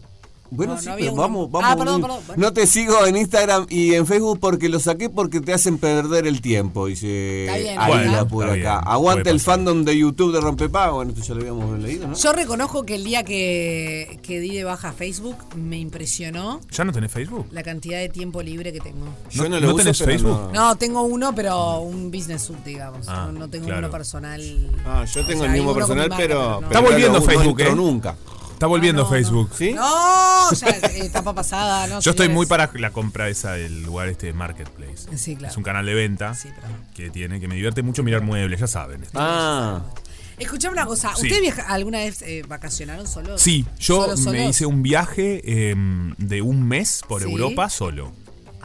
G: Bueno,
E: No,
G: sí,
E: no había
G: pero
E: uno.
G: vamos, vamos.
E: Ah, perdón,
G: un-
E: perdón, bueno.
G: No te sigo en Instagram y en Facebook porque lo saqué porque te hacen perder el tiempo, dice
E: Está bien,
G: Aila
E: Bueno,
G: por
F: está
G: acá.
F: bien,
G: Aguanta
F: puede
G: el
F: pasar.
G: fandom de YouTube de Rompepago. Bueno, esto ya lo habíamos leído, ¿no? Ah,
E: Yo reconozco que el día que, que di de baja Facebook me impresionó
F: ¿Ya no tenés Facebook?
E: la cantidad de tiempo libre que tengo.
G: Yo
F: ¿No- no tenés
G: pero no.
F: Facebook?
E: No, tengo uno, pero un business sub, digamos.
F: Ah,
E: no, no tengo
F: claro.
E: uno personal.
G: Ah, yo tengo
E: O
G: el
E: sea,
G: mismo
E: hay Pues uno con mi
G: personal,
E: marca,
G: pero.
E: no. Ah,
F: Está volviendo Facebook,
G: pero
F: ¿eh?
G: nunca.
F: Está volviendo Facebook.
G: ¿Sí?
E: No, ya eh, etapa pasada. No,
F: Yo estoy
E: señores.
F: muy para la compra esa del lugar este de Marketplace.
E: Sí, claro.
F: Es un canal de venta
E: Sí, pero no.
F: que tiene, que me divierte mucho mirar muebles, ya saben. esto.
G: Ah,
E: Escuchame una cosa.
F: Sí.
E: ¿Ustedes viaja- alguna vez eh, vacacionaron solos?
F: Sí, yo
E: ¿Solos,
F: me
E: solos?
F: hice un viaje em, de un mes por
E: Sí.
F: Europa solo.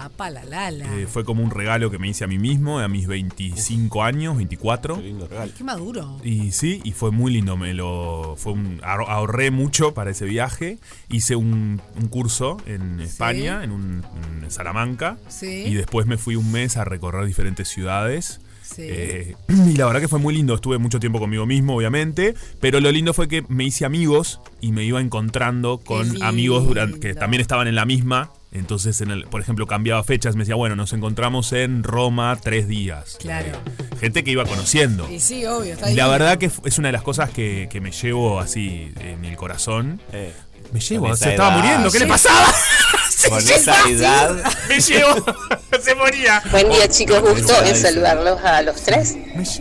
E: Apa, la, la, la.
F: Eh, fue como un regalo que me hice a mí mismo, a mis 25 años, 24.
G: qué lindo regalo.
E: Qué maduro.
F: Y sí, y fue muy lindo. Me lo fue un- ahor- ahorré mucho para ese viaje. Hice un, un curso en España, en, un, en Salamanca.
E: Sí.
F: Y después me fui un mes a recorrer diferentes ciudades.
E: Sí.
F: Eh, y la verdad que fue muy lindo. Estuve mucho tiempo conmigo mismo, obviamente. Pero lo lindo fue que me hice amigos y me iba encontrando con
E: lindo.
F: amigos durante, que también estaban en la misma. Entonces, en el, por ejemplo, cambiaba fechas. Me decía, bueno, nos encontramos en Roma tres días.
E: Claro.
F: Eh, gente que iba conociendo.
E: Y sí, obvio. Está
F: Y la
E: divino.
F: verdad que fu- es una de las cosas que, que me llevo así en el corazón.
G: Eh,
F: Me llevo,
G: Con esa
F: se estaba
G: edad.
F: muriendo, ¿qué le pasaba? Se
G: Con
F: lleva
G: esa
F: así.
G: edad.
F: Me llevo, se moría.
J: Buen día chicos, gusto
G: Hola,
J: en
G: Isa.
J: saludarlos a los tres.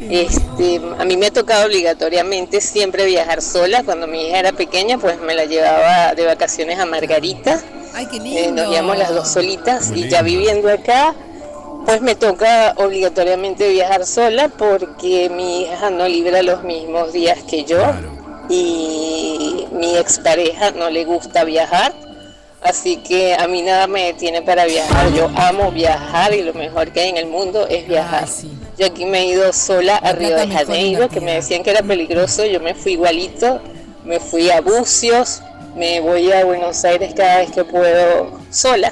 J: Este, a mí me ha tocado obligatoriamente siempre viajar sola. Cuando mi hija era pequeña, pues me la llevaba de vacaciones a Margarita.
E: Ay, qué lindo.
J: Eh, nos íbamos las dos solitas
F: Muy
J: y ya
F: lindo.
J: viviendo acá, pues me toca obligatoriamente viajar sola porque mi hija no libra los mismos días que yo
F: Claro.
J: y mi expareja no le gusta viajar. Así que a mí nada me detiene para viajar. Yo amo viajar y lo mejor que hay en el mundo es
F: Ah,
J: viajar.
E: Ay, sí.
J: Yo aquí me he ido sola a
E: La
J: Río
E: plata
J: de
E: mejor
J: Janeiro, que
E: invertida.
J: me decían que era peligroso, yo me fui igualito, me fui a Bucios, me voy a Buenos Aires cada vez que puedo sola.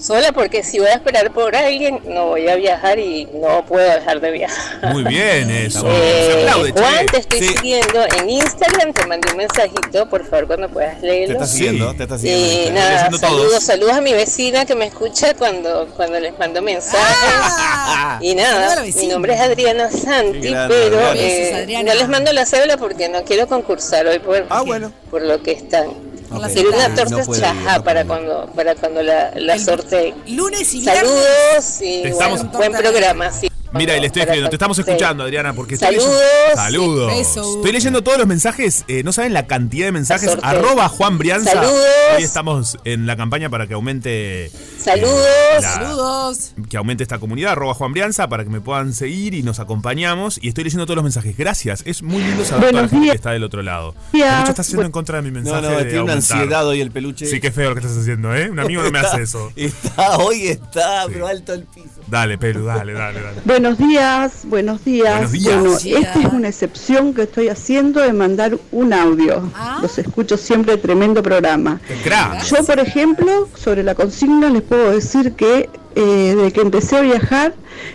J: sola porque si voy a esperar por alguien no voy a viajar y no puedo dejar de viajar.
F: Muy bien,
G: Ah,
F: eso.
J: Eh,
F: Se aplaude, che.
J: Juan, te estoy
G: Sí.
J: siguiendo en Instagram, te mandé un mensajito, por favor, cuando puedas
G: Te
J: leerlo.
G: está siguiendo, te está siguiendo.
J: Y
G: Te está
J: nada,
G: leyendo
J: saludos,
G: todos.
J: saludos a mi vecina que me escucha cuando, cuando les mando mensajes.
G: Ah.
J: y
E: saluda a la
J: nada, mi
E: vecina.
J: nombre es Adriana
G: Qué
J: Santi,
G: grande,
J: pero
G: Adriana.
J: eh,
E: Besos, Adriana.
J: no les mando la cédula porque no quiero concursar hoy por,
G: Ah, bueno.
J: por lo que están.
E: Por la
J: Quiero una
E: cita.
J: torta
G: No puede ir,
J: chajá
G: no puede
J: para
G: ir.
J: cuando, para cuando la, la
E: El-
J: sortee.
E: Lunes y viernes.
J: Saludos y
F: Te
J: bueno,
F: estamos-
J: buen programa. sí.
F: Mira, y le estoy
J: Para
F: escribiendo, te estamos
J: ustedes.
F: escuchando, Adriana, porque
J: Saludos.
F: estoy leyendo. Saludos.
E: Besos.
F: Estoy leyendo todos los mensajes, eh, no saben la cantidad de mensajes.
J: Sorteo.
F: Arroba Juan Brianza.
J: Saludos.
F: Hoy estamos en la campaña para que aumente. eh,
J: Saludos.
F: la-
E: Saludos.
F: Que aumente esta comunidad, arroba Juan Brianza, para que me puedan seguir y nos acompañamos. Y estoy leyendo todos los mensajes. Gracias. Es muy lindo saber
K: Buenos
F: toda la gente
K: días.
F: que está del otro lado.
K: Días.
F: Mucho estás haciendo en contra de mi mensaje.
G: No, no,
F: de
G: tiene una
F: aumentar.
G: ansiedad hoy el peluche.
F: Sí, qué feo lo que estás haciendo, ¿eh? Un amigo no me hace eso.
G: Está, hoy está,
F: Sí.
G: pero alto el piso.
F: Dale, Pelu, dale, dale, dale.
K: Buenos días, buenos días.
F: Buenos días.
K: Bueno,
F: Buenos
E: días.
K: esta es una excepción que estoy haciendo de mandar un audio.
E: Ah.
K: Los escucho siempre, tremendo programa.
F: Crack.
K: Yo, por ejemplo, sobre la consigna les puedo decir que eh, desde que empecé a viajar,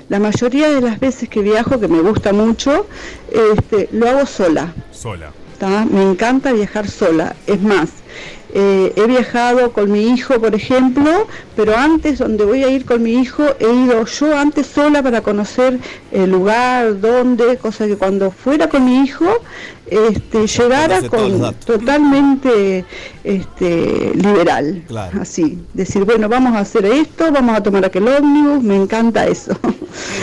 K: la mayoría de las veces que viajo, que me gusta mucho, este, lo hago sola.
F: Sola.
K: ¿tá? Me encanta viajar sola. Es más, eh, he viajado con mi hijo, por ejemplo, pero antes donde voy a ir con mi hijo, he ido yo antes sola para conocer el lugar, dónde, cosa que cuando fuera con mi hijo, este, llegara
G: Conoce todos los
K: con,
G: datos.
K: totalmente este, liberal.
G: Claro.
K: Así, decir, bueno, vamos a hacer esto, vamos a tomar aquel ómnibus, me encanta eso.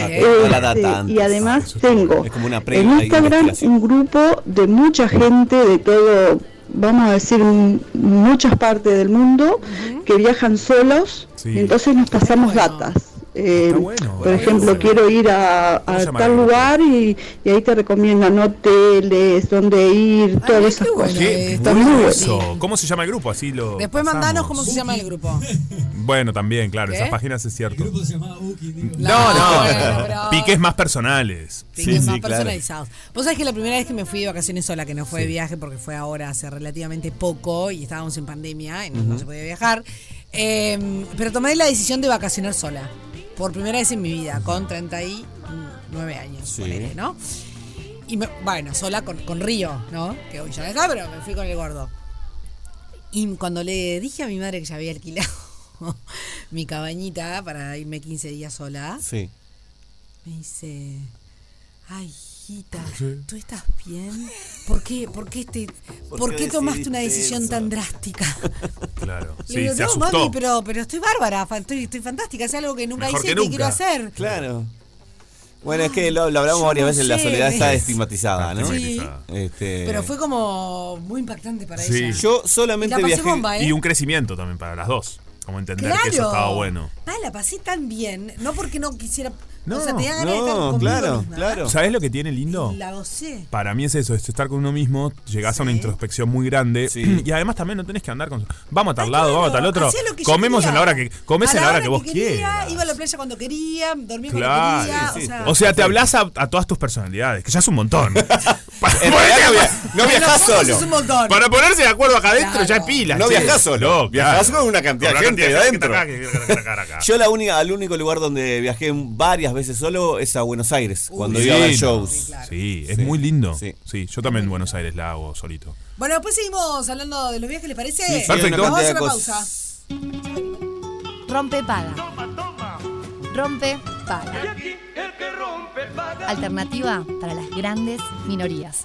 E: Eh,
G: Toda la
K: Este,
G: data antes.
K: y
G: Ah,
K: además
F: eso es
K: tengo
G: es como una previa
K: en
G: ahí de
K: Instagram
G: investigación.
K: un grupo de mucha gente de todo, vamos a decir, un- muchas partes del mundo que viajan solos
F: Sí.
K: y entonces nos pasamos
E: bueno.
K: datas. Eh,
F: Está bueno,
K: por
F: bueno,
K: ejemplo,
F: bueno.
K: quiero ir a, a
F: ¿Cómo se llama el
K: tal
F: grupo?
K: lugar y, y ahí te recomiendan hoteles, dónde ir, todas
E: Ah, qué
K: esas
E: bueno. eh,
K: cosas.
F: ¿Qué?
E: está
F: bueno
E: muy bueno.
F: eso. ¿Cómo se llama el grupo? Así lo.
E: Después
F: pasamos.
E: mandanos cómo se llama el grupo.
F: Bueno, también, claro,
E: ¿Qué?
F: esas páginas es cierto.
E: No,
F: No, no,
E: bueno, pero-
F: piques más personales.
E: Sí, más
G: sí, claro.
E: personalizados. Vos sabés que la primera vez que me fui de vacaciones sola, que no fue de viaje porque fue ahora hace relativamente poco y estábamos en pandemia y no, no se podía viajar, eh, pero tomé la decisión de vacacionar sola, por primera vez en mi vida, con 39 años,
G: Sí.
E: ponele, ¿no? Y me- bueno, sola con, con Río, ¿no? Que hoy ya no está, pero me fui con el gordo. Y cuando le dije a mi madre que ya había alquilado mi cabañita para irme 15 días sola,
G: Sí.
E: me dice, ay, hijita, ¿tú estás bien? ¿Por qué, por qué, te, ¿por
G: qué
E: qué tomaste una
G: decidiste
E: decisión
G: eso?"
E: tan drástica?
F: Claro.
E: Le
F: Sí,
E: digo,
F: se
E: no,
F: asustó.
E: mami, pero, pero estoy bárbara, fa- estoy, estoy fantástica, es algo que nunca
F: Mejor
E: hice
F: que
E: y que
F: nunca.
E: quiero hacer.
G: Claro. Bueno, es que lo, lo hablamos
E: Yo
G: varias
E: no
G: veces, la
E: sé.
G: soledad está estigmatizada, ¿no?
E: Sí.
G: Este,
E: Pero fue como muy impactante para
F: Eh. Sí.
E: ella.
G: Yo
E: Y la
G: solamente
E: pasé
G: viajé.
E: bomba, ¿eh?
F: Y un crecimiento también para las dos. Como entender
E: claro.
F: que eso estaba bueno.
E: Pa, la pasé tan bien, no porque no quisiera...
F: No,
E: o sea, tenía ganas de estar
G: No,
E: conmigo
G: claro,
E: misma.
G: claro.
F: ¿Sabes lo que tiene lindo?
E: Y La gocé.
F: Para mí es eso, es estar con uno mismo, llegás a una introspección muy grande
G: Sí.
F: y además también no tenés que andar con... Vamos a tal
E: Ay,
F: lado, vamos a
E: claro,
F: tal otro.
E: hacía lo que yo
F: Comemos en la hora
E: quería.
F: que... Comes
E: A
F: en la hora que, vos
E: quería,
F: quieras.
E: Iba a la playa cuando quería, dormía
F: Claro.
E: cuando quería.
G: Sí, sí,
F: O sea, te hablas a, a todas tus personalidades, que ya es un montón. Para
G: En realidad no,
F: ponerte-
G: via- no viajás
E: nosotros
G: solo.
E: Es un montón.
F: Para ponerse de acuerdo acá adentro
E: Claro.
F: ya es pila.
G: No
F: che.
G: viajás solo,
F: No,
G: viajás con una cantidad de gente
F: de gente
G: adentro.
F: acá, que- que- que- acá, acá.
G: Yo la única, al único lugar donde viajé varias veces solo es a Buenos Aires, cuando
F: Sí,
G: iba a ver
F: no.
G: shows.
F: Sí, es
G: Sí.
F: muy lindo.
G: Sí.
F: Sí. yo también en Buenos Aires la hago solito.
E: Bueno, después seguimos hablando de los viajes, ¿les parece?
G: Sí, sí,
F: Perfecto.
G: una
E: Vamos a
G: cantidad
E: hacer
G: de
E: una
G: cosas.
E: pausa.
A: Rompe paga. Rompe paga. Alternativa para las grandes minorías.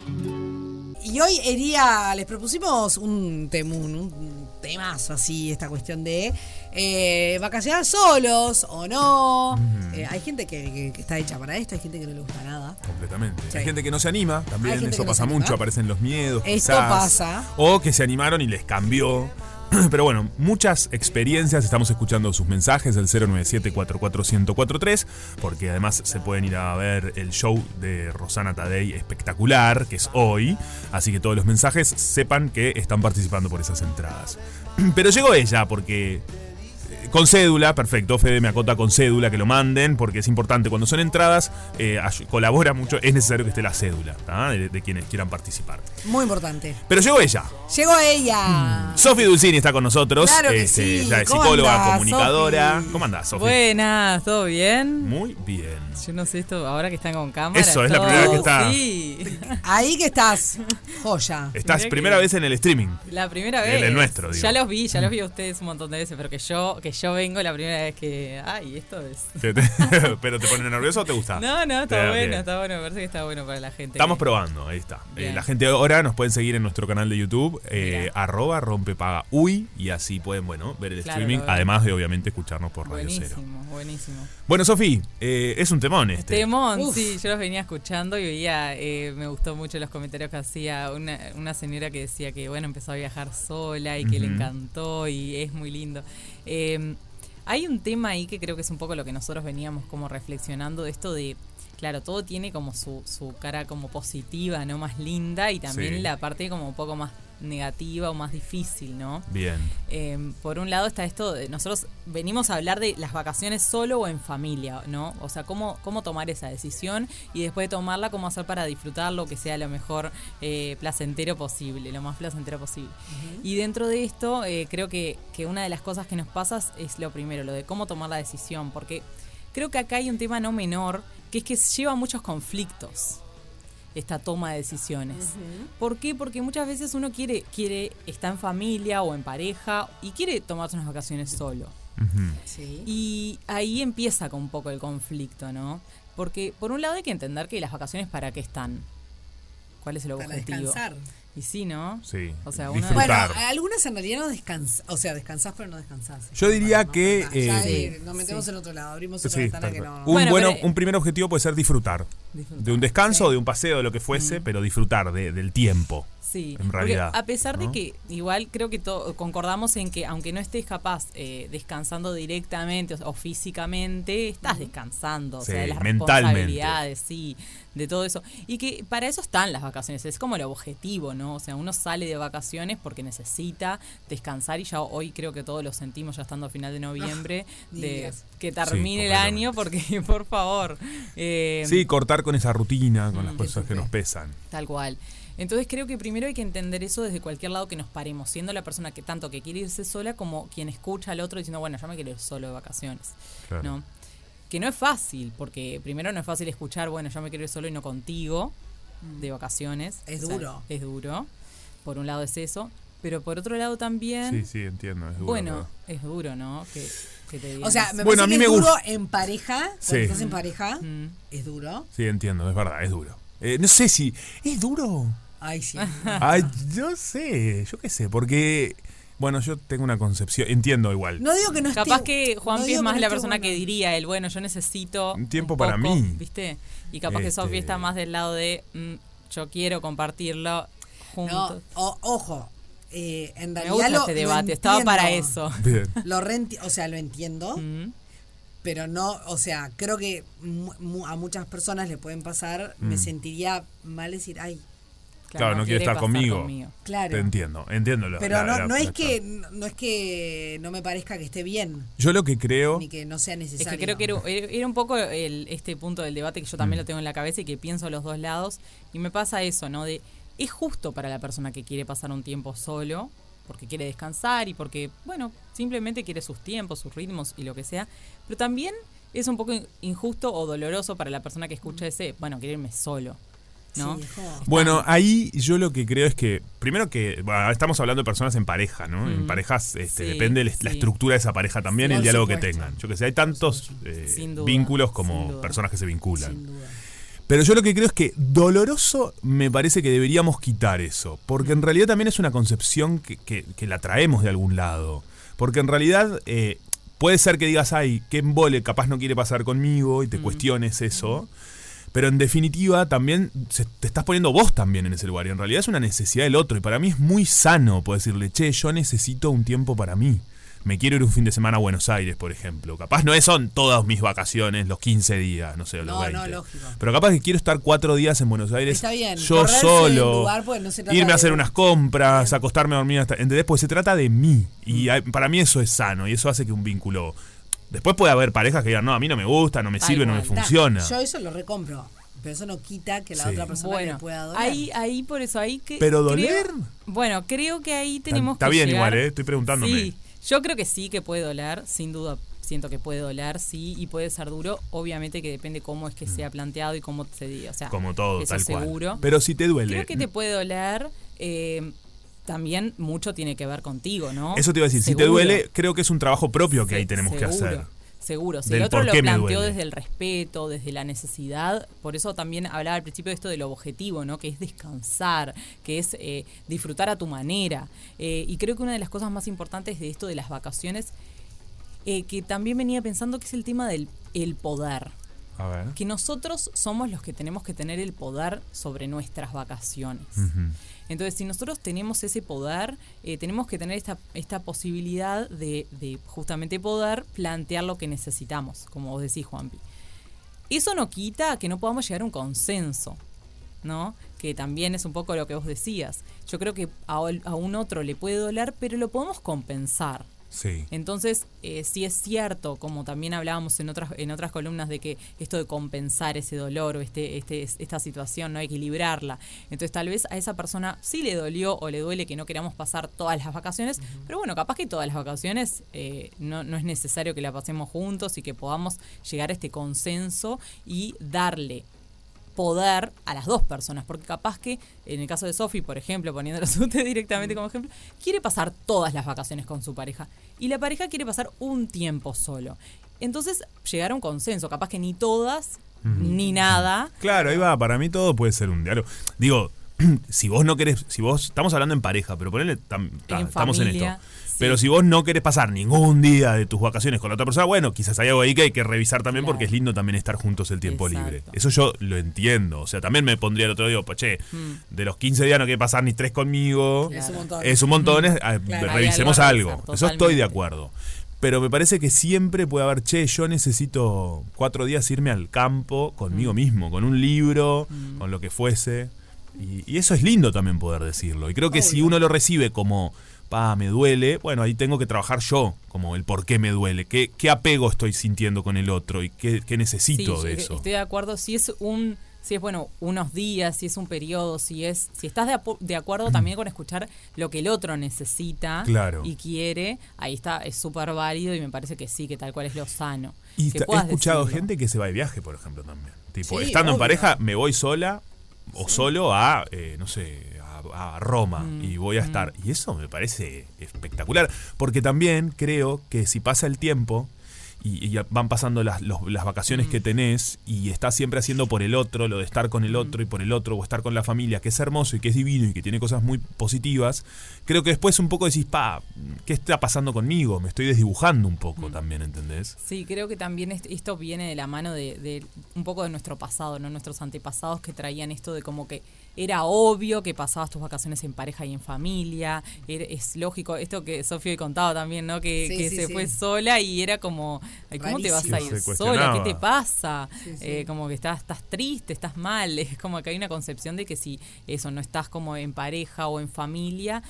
E: Y hoy hería, les propusimos un temún, un temazo así, esta cuestión de eh, vacacionar solos o no. Eh, hay gente que, que- que está hecha para esto, hay gente que no le gusta nada.
F: Completamente.
E: Sí.
F: Hay gente que no se anima,
E: Hay
F: también
E: gente que
F: eso
E: no
F: pasa
E: se anima.
F: mucho, aparecen los miedos.
E: Esto
F: quizás.
E: pasa.
F: O que se animaron y les cambió. Pero bueno, muchas experiencias, estamos escuchando sus mensajes al 097-44143, porque además se pueden ir a ver el show de Rosana Tadei espectacular, que es hoy, así que todos los mensajes sepan que están participando por esas entradas. Pero llegó ella, porque eh, Con cédula, perfecto. Fede me acota con cédula que lo manden, porque es importante. Cuando son entradas, eh, ay- colabora mucho. Es necesario que esté la cédula ¿tá? de, de quienes quieran participar.
E: Muy importante.
F: Pero llegó ella.
E: Llegó ella.
F: Sofi Dulcini está con nosotros.
E: Claro que
F: Este,
E: sí.
F: ya es
E: ¿Cómo
F: psicóloga,
E: andás,
F: comunicadora.
E: Sofi?
F: ¿Cómo andás, Sofi?
L: Buenas, ¿todo bien?
F: Muy bien.
L: Yo no sé esto, ahora que están con cámara.
F: Eso, es la
L: todo-
F: primera vez que está.
L: Sí,
E: Ahí que estás. Joya.
F: Estás
L: Mirá que-
F: primera vez en el streaming.
L: la primera
F: El
L: vez.
F: del nuestro, digo. Mm.
L: Ya los vi, ya los vi a ustedes un montón de veces, pero que yo, que yo vengo la primera vez que. Ay, esto es.
F: Te- te- ¿Pero te pone nervioso o te gusta?
L: No, no, está
F: Bien,
L: bueno,
F: bien.
L: está bueno, me parece que está bueno para la gente.
F: Estamos probando, ahí está. Eh,
L: Bien.
F: la gente ahora nos pueden seguir en nuestro canal de YouTube, eh, arroba rompepaga uy, y así pueden, bueno, ver el
L: Claro,
F: streaming,
L: lo veo.
F: además de obviamente escucharnos por Radio Cero.
L: Buenísimo, buenísimo.
F: Bueno, Sofi, eh, es un temón este.
L: Temón,
E: Uf.
L: sí, yo los venía escuchando y veía, eh, me gustó mucho los comentarios que hacía una, una señora que decía que, bueno, empezó a viajar sola y que le
F: Ujú.
L: encantó y es muy lindo. Eh, hay un tema ahí que creo que es un poco lo que nosotros veníamos como reflexionando de esto de, claro, todo tiene como su, su cara como positiva, ¿no? Más linda y también
F: Sí.
L: la parte como un poco más negativa o más difícil, ¿no?
F: Bien.
L: Eh, por un lado está esto, de- nosotros venimos a hablar de las vacaciones solo o en familia, ¿no? O sea, cómo, cómo tomar esa decisión y después de tomarla, cómo hacer para disfrutar lo que sea lo mejor eh, placentero posible, lo más placentero posible. Y dentro de esto, eh, creo que, que una de las cosas que nos pasa es lo primero, lo de cómo tomar la decisión, porque creo que acá hay un tema no menor, que es que lleva muchos conflictos esta toma de decisiones. ¿Por qué? Porque muchas veces uno quiere, quiere, está en familia o en pareja y quiere tomarse unas vacaciones solo.
F: Ujú.
L: Y ahí empieza con un poco el conflicto, ¿no? Porque por un lado hay que entender que las vacaciones para qué están. ¿Cuál es el
E: Para
L: objetivo?
E: descansar.
L: Y sí, ¿no?
F: Sí,
L: O sea, uno
F: disfrutar. Claro.
E: Bueno, algunas en realidad no descansas. O sea, descansás, pero no descansás.
F: Yo diría
E: No,
F: que,
E: no, ya
F: eh,
E: ahí nos metemos en otro lado. Abrimos otra
F: Sí,
E: ventana
F: tal
E: que
F: cual.
E: no.
F: Un,
L: Bueno,
F: bueno,
L: pero-
F: un primer objetivo puede ser disfrutar.
L: Disfrutar,
F: De un descanso, de un paseo, de lo que fuese, pero disfrutar de- del tiempo.
L: Sí,
F: En
L: porque
F: realidad,
L: a pesar
F: ¿no?
L: de que igual creo que to- concordamos en que aunque no estés capaz eh, descansando directamente o, o físicamente, estás descansando, o sea,
F: Sí,
L: de las
F: mentalmente.
L: responsabilidades, sí, de todo eso. Y que para eso están las vacaciones, es como el objetivo, ¿no? O sea, uno sale de vacaciones porque necesita descansar y ya hoy creo que todos lo sentimos ya estando a final de noviembre,
E: ni
L: de
E: digas.
L: que termine el
F: completamente.
L: año porque, por favor. eh,
F: Sí, cortar con esa rutina, con las cosas que nos pesan.
L: Tal cual. Entonces creo que primero hay que entender eso desde cualquier lado que nos paremos, siendo la persona que tanto que quiere irse sola como quien escucha al otro diciendo, bueno, yo me quiero ir solo de vacaciones.
F: Claro.
L: ¿no? Que no es fácil, porque primero no es fácil escuchar, bueno, yo me quiero ir solo y no contigo de vacaciones.
E: Mm. Es duro.
L: Es duro. Por un lado es eso, pero por otro lado también,
F: Sí, sí, entiendo. es duro,
L: bueno,
F: pero-
L: es duro, ¿no? Que, que te digan
E: O sea,
L: eso.
E: me
F: Bueno,
E: parece
F: a mí
E: que
F: me
E: es duro
F: gusta.
E: en pareja. Cuando
F: Sí.
E: estás en pareja,
L: Mm.
E: es duro.
F: Sí, entiendo, es verdad, es duro. Eh, no sé si. ¿Es duro?
E: Ay, sí.
F: Ay, yo sé, yo qué sé, porque. Bueno, yo tengo una concepción. Entiendo igual.
E: No digo que no esté
L: Capaz que Juan
E: no
L: Pi
E: digo
L: es más
E: no
L: la
E: esté
L: persona que
E: bueno.
L: diría el bueno, yo necesito
F: Un tiempo
L: un
F: para
L: poco",
F: mí.
L: ¿Viste? Y capaz que Sofi
F: Este.
L: está más del lado de mm, yo quiero compartirlo juntos.
E: No, o- ojo. eh, en
L: Me
E: realidad
L: gusta
E: lo-
L: este
E: lo
L: debate, estaba para
E: entiendo.
L: eso.
F: Bien.
E: Lo renti o sea, lo entiendo.
L: Mm.
E: pero no, o sea, creo que mu- mu- a muchas personas le pueden pasar, me sentiría mal decir, ay,
F: Mm. Claro, no quiere estar
L: pasar
F: conmigo.
E: claro.
F: Te entiendo, entiendo. la-
E: Pero
F: la-
E: no,
F: la-
E: no
F: la-
E: es que no es que no me parezca que esté bien,
F: Yo lo que creo.
E: ni que no sea
L: Es
E: necesario.
L: que creo que era, era- era un poco el- este punto del debate que yo
F: Mm.
L: también lo tengo en la cabeza y que pienso a los dos lados. Y me pasa eso, ¿no? De, es justo para la persona que quiere pasar un tiempo solo, porque quiere descansar y porque, bueno, simplemente quiere sus tiempos, sus ritmos y lo que sea. Pero también es un poco in- injusto o doloroso para la persona que escucha ese, bueno, quiero irme solo, ¿no?
E: Mm. Sí, es como-
F: Bueno, ahí yo lo que creo es que, primero que, bueno, estamos hablando de personas en pareja, ¿no? En
L: Mm.
F: parejas este,
L: Sí,
F: depende la, la
L: sí.
F: estructura de esa pareja también,
E: Sí,
F: el
E: por
F: diálogo que
E: supuesto.
F: tengan. Yo que sé, hay tantos eh,
L: Sin duda,
F: vínculos
L: sin
F: como
L: duda.
F: personas que se vinculan.
E: sin duda.
F: Pero yo lo que creo es que doloroso me parece que deberíamos quitar eso, porque en realidad también es una concepción que, que- que la traemos de algún lado. Porque en realidad eh, puede ser que digas, ay, qué embole, capaz no quiere pasar conmigo
E: Mm.
F: y te cuestiones eso. Pero en definitiva también se- te estás poniendo vos también en ese lugar y en realidad es una necesidad del otro y para mí es muy sano poder decirle, che, yo necesito un tiempo para mí. me quiero ir un fin de semana a Buenos Aires, por ejemplo. Capaz no es- son todas mis vacaciones, los 15 días, no sé, los
E: No,
F: 20.
E: no, lógico.
F: Pero capaz que quiero estar cuatro días en Buenos Aires.
E: Está bien,
F: Yo
E: correrse del
F: solo.
E: lugar, pues, no se trata
F: irme
E: de-
F: a hacer unas compras, acostarme a dormir hasta. ¿Entendés? Pues se trata de mí.
L: Mm.
F: Y hay- para mí eso es sano y eso hace que un vínculo. Después puede haber parejas que digan, no, a mí no me gusta, no me
E: Tal
F: sirve, no me
E: cual. Ta,
F: funciona.
E: Yo eso lo recompro, pero eso no quita que la
F: Sí.
E: otra persona
L: Bueno,
E: le pueda doler.
L: ahí, ahí por eso, ahí que.
F: ¿Pero
L: creo-
F: doler?
L: bueno, creo que ahí
F: Está,
L: tenemos
F: está
L: que
F: bien
L: llegar-
F: igual, ¿eh? Estoy preguntándome.
L: Sí, yo creo que sí que puede doler, sin duda siento que puede doler, sí, y puede ser duro, obviamente que depende cómo es que sea planteado y cómo se diga, o sea,
F: Mm. Como todo,
L: eso
F: tal cual.
L: seguro.
F: Pero si te duele.
L: Creo que te puede doler, eh, también mucho tiene que ver contigo, ¿no?
F: Eso te iba a decir, si te
L: Seguro.
F: duele, creo que es un trabajo propio que ahí tenemos que
L: Seguro,
F: hacer.
L: Seguro, si
F: Del
L: el otro
F: por
L: lo
F: qué me
L: planteó
F: duele.
L: desde el respeto, desde la necesidad, por eso también hablaba al principio de esto de lo objetivo, ¿no? Que es descansar, que es eh, disfrutar a tu manera. Eh, y creo que una de las cosas más importantes de esto de las vacaciones, eh, que también venía pensando que es el tema del el poder.
F: A ver.
L: Que nosotros somos los que tenemos que tener el poder sobre nuestras vacaciones. Entonces, si nosotros tenemos ese poder, eh, tenemos que tener esta, esta posibilidad de, de justamente poder plantear lo que necesitamos, como vos decís, Juanpi. Eso no quita que no podamos llegar a un consenso, ¿no? Que también es un poco lo que vos decías. Yo creo que a, ol- a un otro le puede doler, pero lo podemos compensar.
F: Sí.
L: Entonces, eh, sí es cierto, como también hablábamos en otras, en otras columnas, de que esto de compensar ese dolor o este, este, esta situación, no equilibrarla. Entonces, tal vez a esa persona sí le dolió o le duele que no queramos pasar todas las vacaciones, pero bueno, capaz que todas las vacaciones eh, no, no es necesario que la pasemos juntos y que podamos llegar a este consenso y darle poder a las dos personas, porque capaz que en el caso de Sofi, por ejemplo, poniéndolo a usted directamente como ejemplo, quiere pasar todas las vacaciones con su pareja y la pareja quiere pasar un tiempo solo. Entonces, llegar a un consenso, capaz que ni todas
F: Mm.
L: ni nada.
F: Claro, ahí va. Para mí todo puede ser un diálogo. Digo, si vos no querés, si vos, estamos hablando en pareja, pero ponele, tam- ta-
L: En
F: estamos en
L: familia,
F: esto. Pero si vos no querés pasar ningún día de tus vacaciones con la otra persona, bueno, quizás hay algo ahí que hay que revisar también porque es lindo también estar juntos el tiempo libre. Eso yo lo entiendo. O sea, también me pondría el otro día, pues, che,
E: Mm.
F: de los 15 días no quiere pasar ni tres conmigo.
E: Es un montón.
F: Es un montón, es- ah,
E: Claro.
F: revisemos
E: Hay
F: algo.
E: algo a revisar,
F: Eso estoy de acuerdo. Pero me parece que siempre puede haber, che, yo necesito cuatro días irme al campo conmigo
E: Mm.
F: mismo, con un libro, con lo que fuese. Y, y eso es lindo también poder decirlo. Y creo que si uno lo recibe como, pa, me duele, bueno, ahí tengo que trabajar yo, como el por qué me duele, qué, qué apego estoy sintiendo con el otro y qué, qué necesito
L: Sí,
F: de
L: yo
F: eso.
L: Estoy de acuerdo. Si es un, si es bueno, unos días, si es un periodo, si es, si estás de, apo- de acuerdo también con escuchar lo que el otro necesita
F: Claro.
L: y quiere, ahí está, es súper válido y me parece que sí, que tal cual es lo sano.
F: Y
L: Que
F: está- he
L: puedas
F: escuchado
L: decirlo.
F: gente que se va de viaje, por ejemplo, también. Tipo,
L: Sí,
F: estando en
L: obvio.
F: pareja, me voy sola o solo a, eh, no sé, a, a Roma
L: Mm,
F: y voy a estar. Y eso me parece espectacular, porque también creo que si pasa el tiempo y, y ya van pasando las, los- las
L: Mm.
F: vacaciones que tenés y estás siempre haciendo por el otro, lo de estar con
L: Mm.
F: el otro y por el otro, o estar con la familia, que es hermoso y que es divino y que tiene cosas muy positivas, creo que después un poco decís, pa, ¿qué está pasando conmigo? Me estoy desdibujando un
L: Mm.
F: poco también, ¿entendés?
L: Sí, creo que también est- esto viene de la mano de, de un poco de nuestro pasado, ¿no? Nuestros antepasados que traían esto de como que era obvio que pasabas tus vacaciones en pareja y en familia, er- es lógico, esto que Sofía hoy contaba también, ¿no? Que,
E: Sí,
L: que
E: sí,
L: se
E: sí.
L: fue sola y era como, ay, ¿cómo te
F: Rarísimo.
L: vas a
F: Que
L: ir
F: se
L: sola?
F: cuestionaba.
L: ¿Qué te pasa?
E: Sí, sí.
L: Eh, como que estás, estás triste, estás mal, es como que hay una concepción de que si eso no estás como en pareja o en familia,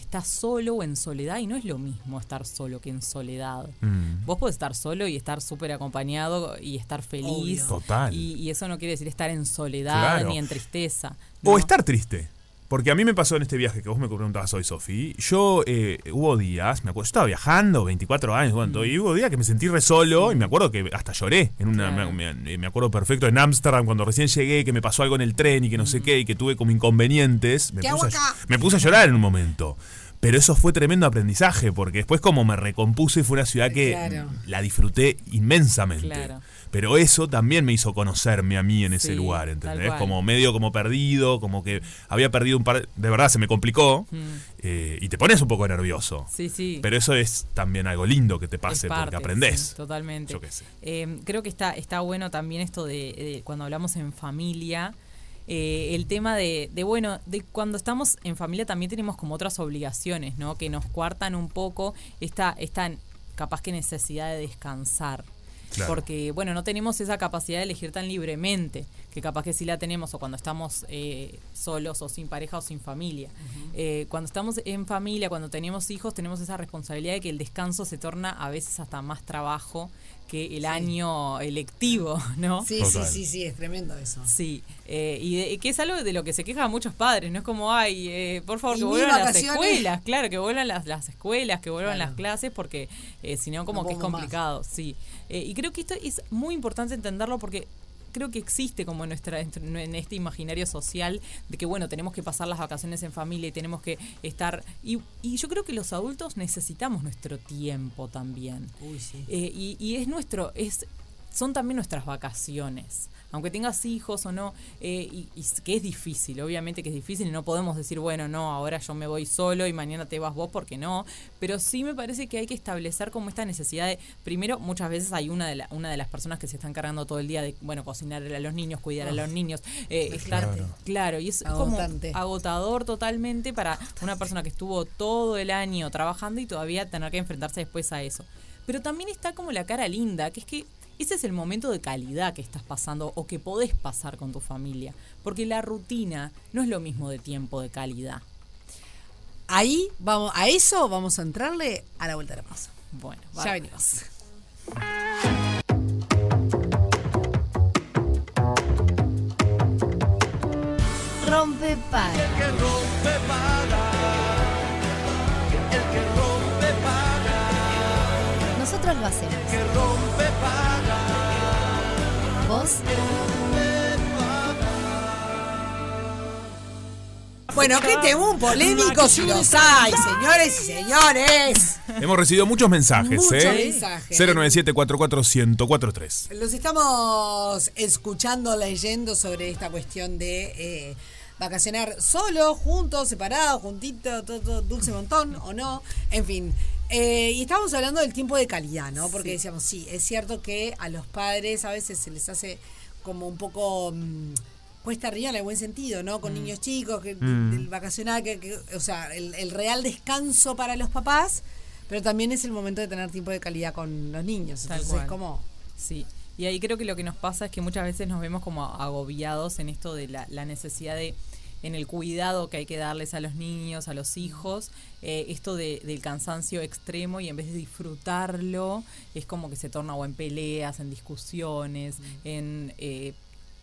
L: estás solo o en soledad y no es lo mismo estar solo que en soledad.
F: Mm.
L: Vos podés estar solo y estar súper acompañado y estar feliz.
F: Obvio. Total.
L: Y, y eso no quiere decir estar en soledad
F: Claro.
L: ni en tristeza.
F: O estar triste. Porque a mí me pasó en este viaje que vos me preguntabas hoy, Sofi. Yo eh, hubo días, me acuerdo, yo estaba viajando, 24 años, bueno, todo, y hubo días que me sentí re solo y me acuerdo que hasta lloré. En una, me, me- me acuerdo perfecto en Ámsterdam cuando recién llegué, que me pasó algo en el tren y que no sé qué, y que tuve como inconvenientes. Me
E: Mm. ¿Qué hago
F: puse, a,
E: acá?
F: ll- me puse a llorar en un momento. Pero eso fue tremendo aprendizaje, porque después como me recompuse, fue una ciudad que
E: Claro.
F: mm, la disfruté inmensamente.
L: Claro.
F: Pero eso también me hizo conocerme a mí en ese
L: Sí,
F: lugar,
L: tal
F: ¿entendés?
L: cual.
F: Como medio como perdido, como que había perdido un par... De verdad, se me complicó eh, y te pones un poco nervioso.
L: Mm. Sí, sí.
F: Pero eso es también algo lindo que te pase
L: Es parte,
F: porque aprendés.
L: sí, totalmente.
F: Yo
L: Em,
F: qué sé.
L: Eh, creo que está, está bueno también esto de, de cuando hablamos en familia, eh, el tema de, de, bueno, de cuando estamos en familia también tenemos como otras obligaciones, ¿no? Que nos cuartan un poco esta, esta capaz que necesidad de descansar.
M: Claro.
L: Porque, bueno, no tenemos esa capacidad de elegir tan libremente, que capaz que sí la tenemos o cuando estamos eh, solos o sin pareja o sin familia. Eh, cuando estamos en familia, cuando tenemos hijos, tenemos esa responsabilidad de que el descanso se torna a veces hasta más trabajo que el año electivo, ¿no?
E: Sí, sí, sí, sí, es tremendo eso.
L: Sí, eh, y de- que es algo de lo que se quejan muchos padres, no es como, ay, eh, por favor,
E: Y
L: que
E: mis
L: vuelvan las
E: vacaciones.
L: escuelas, claro, que vuelvan las, las escuelas, que vuelvan
E: Claro.
L: las clases, porque eh, si no, como
E: No
L: que es
E: podemos más.
L: complicado, sí. Eh, y creo que esto es muy importante entenderlo porque creo que existe como en nuestra en este imaginario social de que bueno tenemos que pasar las vacaciones en familia y tenemos que estar y, y yo creo que los adultos necesitamos nuestro tiempo también
E: Uy, sí.
L: eh, y, y es nuestro, es, son también nuestras vacaciones. Aunque tengas hijos o no, eh, y, y s- que es difícil, obviamente que es difícil, y no podemos decir, bueno, no, ahora yo me voy solo y mañana te vas vos porque no. Pero sí me parece que hay que establecer como esta necesidad de, primero, muchas veces hay una de, la- una de las personas que se están cargando todo el día de, bueno, cocinar a los niños, cuidar a los niños, eh, estar,
E: Claro.
L: claro, y es
E: Agotante.
L: como agotador totalmente para una persona que estuvo todo el año trabajando y todavía tener que enfrentarse después a eso. Pero también está como la cara linda, que es que ese es el momento de calidad que estás pasando o que podés pasar con tu familia. Porque la rutina no es lo mismo de tiempo de calidad.
E: Ahí vamos, a eso vamos a entrarle a la vuelta de la pausa.
L: Bueno,
E: ya
L: bárbaro.
E: venimos.
A: Rompe para. Nosotros lo hacemos. Vos
E: Bueno, qué temún polémico si los hay, señores y señores.
F: Hemos recibido muchos mensajes,
E: Muchos
F: ¿eh?
E: mensajes.
F: 097 1043
E: Los estamos escuchando, leyendo sobre esta cuestión de eh, vacacionar solo, juntos, separados, juntitos, todo, todo, dulce montón o no, en fin. Eh, y estábamos hablando del tiempo de calidad, ¿no? Porque
L: Sí.
E: decíamos, sí, es cierto que a los padres a veces se les hace como un poco mm, cuesta arriba en el buen sentido, ¿no? Con niños chicos, que,
N: Mm.
E: el vacacionar, que, que- o sea, el, el real descanso para los papás, pero también es el momento de tener tiempo de calidad con los niños.
L: Tal
E: Entonces,
L: cual.
E: como
L: Sí. Y ahí creo que lo que nos pasa es que muchas veces nos vemos como agobiados en esto de la, la necesidad de, en el cuidado que hay que darles a los niños, a los hijos, eh, esto de- del cansancio extremo y en vez de disfrutarlo, es como que se torna o en peleas, en
E: Mm.
L: discusiones, en... eh,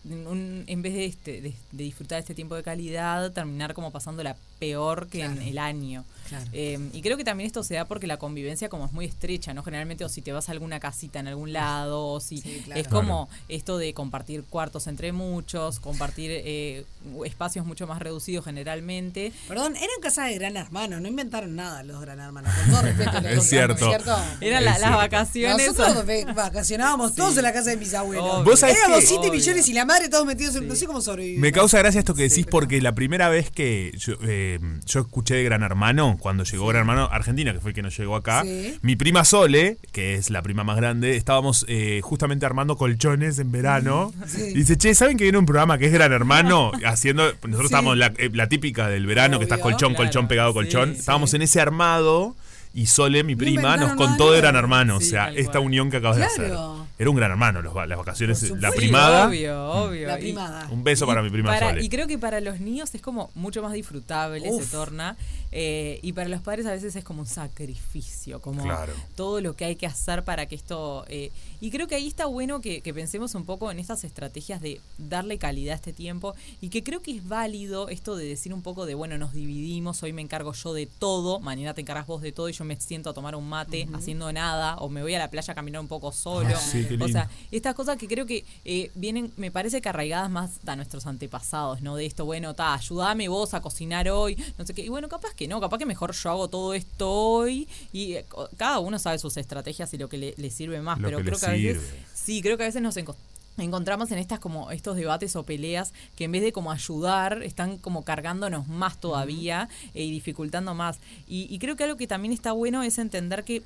L: en un- en vez de, este, de, de disfrutar este tiempo de calidad, terminar como pasándola peor que en
E: Claro.
L: el año.
E: Claro.
L: Eh, y creo que también esto se da porque la convivencia como es muy estrecha, ¿no? Generalmente o si te vas a alguna casita en algún lado, o si
E: claro.
L: es como esto de compartir cuartos entre muchos, compartir eh, espacios mucho más reducidos generalmente.
E: Perdón, eran casas de gran hermano, no inventaron nada los gran hermanos. Con todo respeto, a los
L: Es
E: dos Gran Hermanos,
L: cierto. Eran la-
E: Es
L: las vacaciones.
E: Nosotros ve- vacacionábamos todos en la casa de mis abuelos.
F: Obvio. ¿Vos sabés
E: Éramos
F: qué?
E: 7
F: Obvio.
E: millones y la madre todos metidos en. No sé cómo sobrevivimos.
F: Me causa gracia esto que decís porque la primera vez que yo, eh, yo escuché de Gran Hermano, cuando llegó Gran Hermano a Argentina, que fue el que nos llegó acá,
E: Sí.
F: mi prima Sole, que es la prima más grande, estábamos eh, justamente armando colchones en verano.
E: Sí.
F: Y dice, che, ¿saben que viene un programa que es Gran Hermano? Haciendo, nosotros
E: Sí.
F: estábamos la, eh, la típica del verano, que estás
E: Obvio.
F: colchón,
E: Claro,
F: colchón, pegado, colchón. estábamos en ese armado. Y Sole, mi prima, nos
E: inventaron
F: contó
E: nada.
F: de Gran Hermano,
E: Sí,
F: o sea,
E: tal
F: esta unión que acabas de
E: Claro.
F: hacer. Era un Gran Hermano, los va- las vacaciones, la
L: Sí,
F: primada.
L: obvio, obvio.
E: La
L: Y-
E: primada.
F: Un beso para mi prima
L: Para-
F: Sole.
L: y creo que para los niños es como mucho más disfrutable,
E: Uf.
L: se torna. eh, y para los padres a veces es como un sacrificio, como
F: Claro.
L: todo lo que hay que hacer para que esto... eh, y creo que ahí está bueno que, que pensemos un poco en estas estrategias de darle calidad a este tiempo y que creo que es válido esto de decir un poco de, bueno, nos dividimos, hoy me encargo yo de todo, mañana te encargas vos de todo y yo me siento a tomar un mate
E: Ujú.
L: haciendo nada o me voy a la playa a caminar un poco solo.
F: Ah, sí, qué
L: O
F: lindo.
L: sea, estas cosas que creo que eh, vienen, me parece que arraigadas más a nuestros antepasados, ¿no? De esto, bueno, ta, ayúdame vos a cocinar hoy, no sé qué. Y bueno, capaz que no, capaz que mejor yo hago todo esto hoy. Y eh, co- cada uno sabe sus estrategias y lo que le, le sirve más.
F: Lo
L: pero
F: que le
L: creo que a veces.
F: sirve.
L: Sí, creo que a veces nos enco- Encontramos en estas como estos debates o peleas que en vez de como ayudar están como cargándonos más todavía eh, y dificultando más. Y, y creo que algo que también está bueno es entender que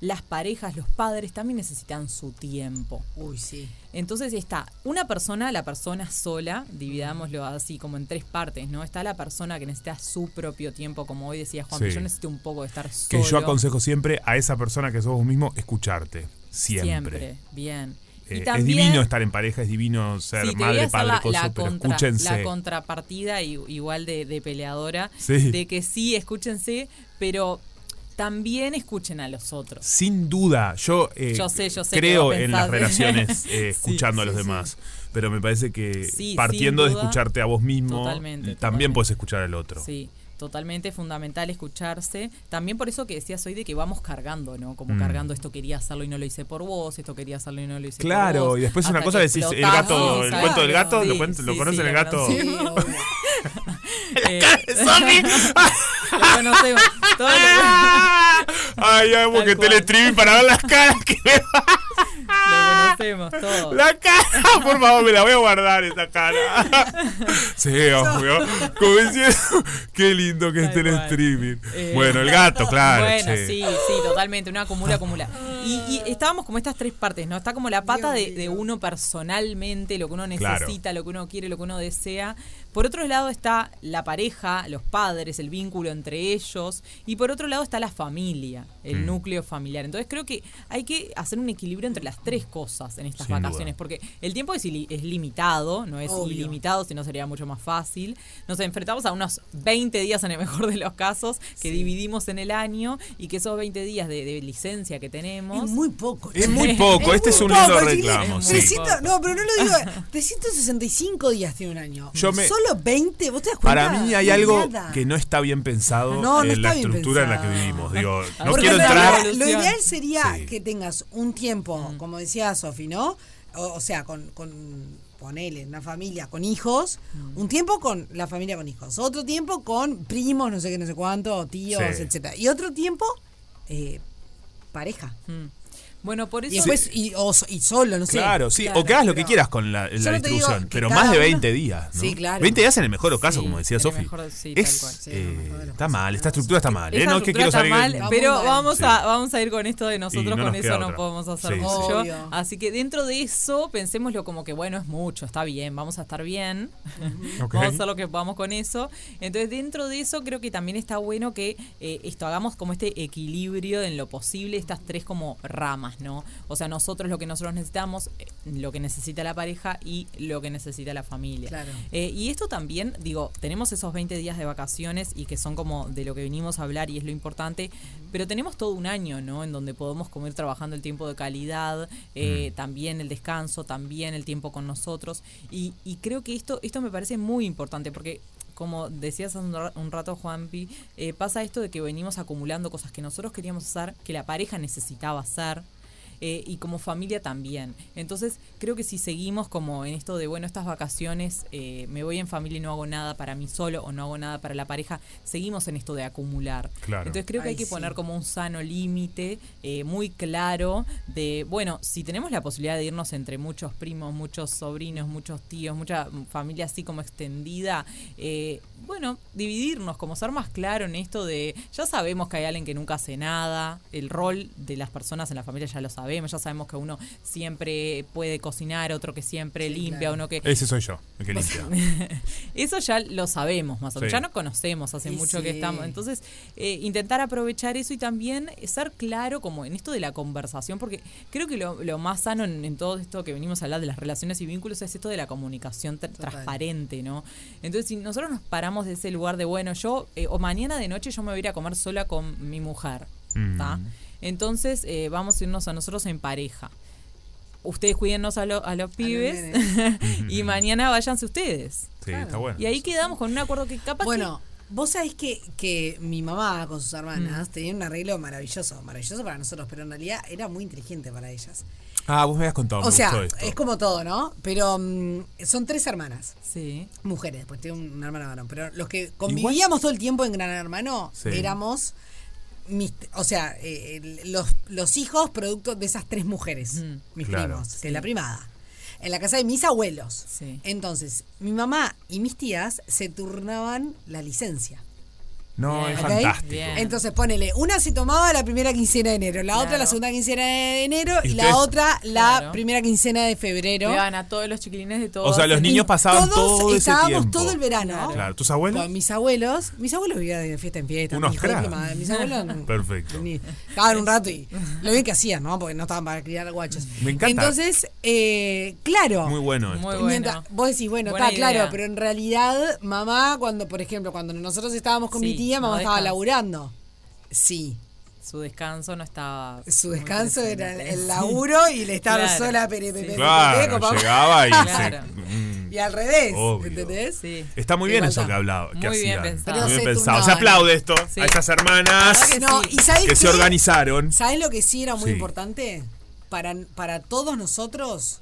L: las parejas, los padres también necesitan su tiempo.
E: Uy, sí.
L: Entonces está una persona, la persona sola, dividámoslo así como en tres partes, ¿no? Está la persona que necesita su propio tiempo, como hoy decía Juan,
F: Sí.
L: yo necesito un poco de estar
F: Que
L: solo.
F: yo aconsejo siempre a esa persona que sos vos mismo escucharte. Siempre.
L: Bien.
F: Eh,
L: Y
F: es
L: también-
F: divino estar en pareja, es divino ser
L: Sí, te voy a
F: madre,
L: hacer
F: padre,
L: la,
F: coso,
L: la
F: pero
L: contra-
F: escúchense.
L: la contrapartida i- igual de, de peleadora,
F: Sí.
L: de que sí, escúchense, pero también escuchen a los otros.
F: Sin duda, yo, eh,
L: Yo sé, yo sé
F: creo
L: que vos
F: en las
L: pensás.
F: relaciones eh,
L: Sí,
F: escuchando a los demás, pero me parece que
L: Sí,
F: partiendo
L: sin
F: de
L: duda,
F: escucharte a vos mismo,
L: totalmente,
F: también puedes escuchar al otro.
L: Sí, totalmente fundamental escucharse. También por eso que decías hoy de que vamos cargando, ¿no? Como
F: Mm.
L: cargando esto quería hacerlo y no lo hice por vos, esto quería hacerlo y no lo hice por vos.
F: Claro, y después una
L: hasta
F: cosa
L: que
F: decís, el
L: explotás.
F: gato,
L: Sí,
F: el
L: claro.
F: cuento del gato, lo,
L: Sí,
F: cuento- lo
L: sí,
F: conocen
L: sí,
F: el
L: lo
F: gato.
L: conocí. Eh,
C: Sorry.
L: lo conocemos. Todo
F: Ay, ay, porque telestribí para ver las caras que
L: me Lo conocemos todo.
F: La cara, por favor, me la voy a guardar esa cara. Sí, obvio. Como diciendo, qué lindo que esté el streaming.
L: Eh,
F: Bueno, el gato, claro.
L: Bueno,
F: che.
L: sí, sí, totalmente. Una acumula, acumula. Y, y estábamos como estas tres partes, ¿no? Está como la pata de, de uno personalmente, lo que uno
M: Claro.
L: necesita, lo que uno quiere, lo que uno desea. Por otro lado está la pareja, los padres, el vínculo entre ellos. Y por otro lado está la familia, el
M: Mm.
L: núcleo familiar. Entonces creo que hay que hacer un equilibrio entre las tres cosas en estas
M: Sin duda.
L: vacaciones, porque el tiempo es, ili- es limitado, no es
M: Obvio.
L: ilimitado, si no sería mucho más fácil. Nos enfrentamos a unos 20 días en el mejor de los casos que dividimos en el año y que esos 20 días de, de licencia que tenemos... Es muy
E: poco.
F: Es muy poco, este es un lindo reclamo. sí.
E: 300 no, pero no lo digo. eh, 365 días tiene un año.
F: Yo me-
E: Solo 20, ¿vos te das cuenta?
F: Para mí hay
E: No es
F: algo
E: nada.
F: que no está bien pensado
E: No, no
F: en la
E: está bien
F: estructura en la que
E: pensado. Ah,
F: vivimos. Digo, no
E: Porque
F: quiero
E: lo
L: Ah,
F: entrar.
E: ideal- Lo, ideal sería que tengas un tiempo, como decía Sofi, ¿no? O, o sea, con, con ponele, una familia con hijos, un tiempo con la familia con hijos, otro tiempo con primos, no sé qué, no sé cuánto, o tíos,
L: Sí.
E: etcétera, y otro tiempo eh, pareja.
L: Bueno, por eso...
E: Y después, y, o so- y solo, no sé.
F: Claro, sí, o que hagas lo que quieras con la, la
E: Solo te digo
F: distribución,
E: que
F: pero
E: cada
F: más de
E: uno-
F: 20 días. ¿no?
E: Sí, claro.
F: 20 días en el mejor ocaso, como decía
L: en el
F: Sofi.
L: mejor- sí, tal
F: Es,
L: cual. Sí,
F: eh, está mal, esta estructura está mal. ¿eh?
L: Esa
F: No es que
L: estructura
F: quiero
L: está
F: salir.
L: mal, pero vamos
F: Sí.
L: a vamos a ir con esto de nosotros,
F: Y no
L: con
F: nos
L: eso
F: queda
L: no
F: otra.
L: podemos hacer
F: Sí, sí.
L: mucho.
F: Obvio.
L: Así que dentro de eso, pensémoslo como que bueno, es mucho, está bien, vamos a estar bien.
M: Ok.
L: vamos a hacer lo que podamos con eso. Entonces, dentro de eso creo que también está bueno que eh, esto hagamos como este equilibrio en lo posible, estas tres como ramas, ¿no? O sea, nosotros lo que nosotros necesitamos, eh, lo que necesita la pareja y lo que necesita la familia.
E: Claro.
L: Eh, y esto también, digo, tenemos esos 20 días de vacaciones y que son como de lo que vinimos a hablar y es lo importante, pero tenemos todo un año, ¿no? En donde podemos como ir trabajando el tiempo de calidad, eh, también el descanso, también el tiempo con nosotros. Y, y creo que esto, esto me parece muy importante porque... Como decías hace un ra- un rato, Juanpi, eh, pasa esto de que venimos acumulando cosas que nosotros queríamos hacer, que la pareja necesitaba hacer, eh, y como familia también. Entonces, creo que si seguimos como en esto de, bueno, estas vacaciones, eh, me voy en familia y no hago nada para mí solo o no hago nada para la pareja, seguimos en esto de acumular.
M: Claro.
L: Entonces, creo que
M: Ay,
L: hay que
M: sí.
L: poner como un sano límite eh, muy claro de, bueno, si tenemos la posibilidad de irnos entre muchos primos, muchos sobrinos, muchos tíos, mucha familia así como extendida, eh, bueno, dividirnos, como ser más claro en esto de, ya sabemos que hay alguien que nunca hace nada, el rol de las personas en la familia ya lo sabemos, ya sabemos que uno siempre puede cocinar, otro que siempre limpia,
F: claro.
L: uno que...
F: Ese soy yo, el que limpia.
L: Eso ya lo sabemos más o menos,
F: Sí.
L: ya nos conocemos hace
F: Y
L: mucho que
F: sí.
L: estamos. Entonces, eh, intentar aprovechar eso y también ser claro como en esto de la conversación, porque creo que lo, lo más sano en, en todo esto que venimos a hablar de las relaciones y vínculos es esto de la comunicación tr- transparente, ¿no? Entonces, si nosotros nos paramos de ese lugar de, bueno, yo, eh, o mañana de noche yo me voy a ir a comer sola con mi mujer, ¿está?
F: Mm.
L: Entonces, eh, vamos a irnos a nosotros en pareja. Ustedes cuídennos a, lo- a los pibes y mañana váyanse ustedes.
F: Sí, está bueno.
L: Y ahí quedamos con un acuerdo que capaz
E: Bueno, vos sabés que, que mi mamá con sus hermanas tenía un arreglo maravilloso, maravilloso para nosotros, pero en realidad era muy inteligente para ellas.
F: Ah, vos me habías contado.
E: o
F: me
E: sea,
F: gustó esto.
E: es como todo, ¿no? Pero mm, son tres hermanas.
L: Sí.
E: Mujeres, pues tiene un hermano varón. Pero los que convivíamos todo el tiempo en Gran Hermano
F: Sí.
E: éramos. mis- o sea, eh, el- los, los hijos producto de esas tres mujeres, mis
F: Claro.
E: primos, que es la primada. En la casa de mis abuelos. Entonces, mi mamá y mis tías se turnaban la licencia.
F: No, es
E: ¿ok?
F: fantástico.
E: Entonces ponele, una se tomaba la primera quincena de enero, la otra la segunda quincena de enero y,
F: ¿Y
E: la
F: ustedes?
E: otra la primera quincena de febrero.
L: Vean a todos los chiquilines de todos.
F: O sea, los niños pasaban
E: todos
F: todo ese
E: estábamos
F: tiempo.
E: todo el verano.
F: Claro, ¿tus abuelos?
E: Con mis abuelos, mis abuelos vivían de fiesta en fiesta.
F: Unos
E: mis hijos de
F: cracks.
E: pluma- Mis abuelos no,
F: Perfecto.
E: ni- estaban un rato y lo bien que hacían, ¿no? Porque no estaban para criar guachos.
F: Me encanta.
E: Entonces, eh, claro.
F: Muy bueno esto. Muy bueno.
E: Mientras- vos decís, bueno,
F: Buena
E: está claro,
F: idea.
E: pero en realidad, mamá, cuando, por ejemplo, cuando nosotros estábamos con
L: Sí,
E: mi tía, mamá
L: no
E: estaba
L: descansa.
E: laburando. Sí.
L: Su descanso no estaba.
E: Su descanso era el, el
L: Sí.
E: laburo y el estar
L: Claro,
E: sola, pere, pere, pere, pere,
F: Claro,
E: como-
F: llegaba y
E: Claro.
F: se... mm.
E: Y al revés,
F: Obvio.
E: ¿entendés?
F: Está muy bien
E: Igualdad.
F: eso que hablaba, que
E: Muy bien
F: hacían.
E: pensado.
F: Muy
E: Pero
F: bien
E: se
F: pensado. Se
E: turnaban.
F: aplaude esto a estas hermanas
E: La verdad que sí. No, ¿y sabés
F: que se
E: qué?
F: organizaron.
E: ¿Sabes lo que sí era muy
F: Sí.
E: importante? Para, para todos nosotros,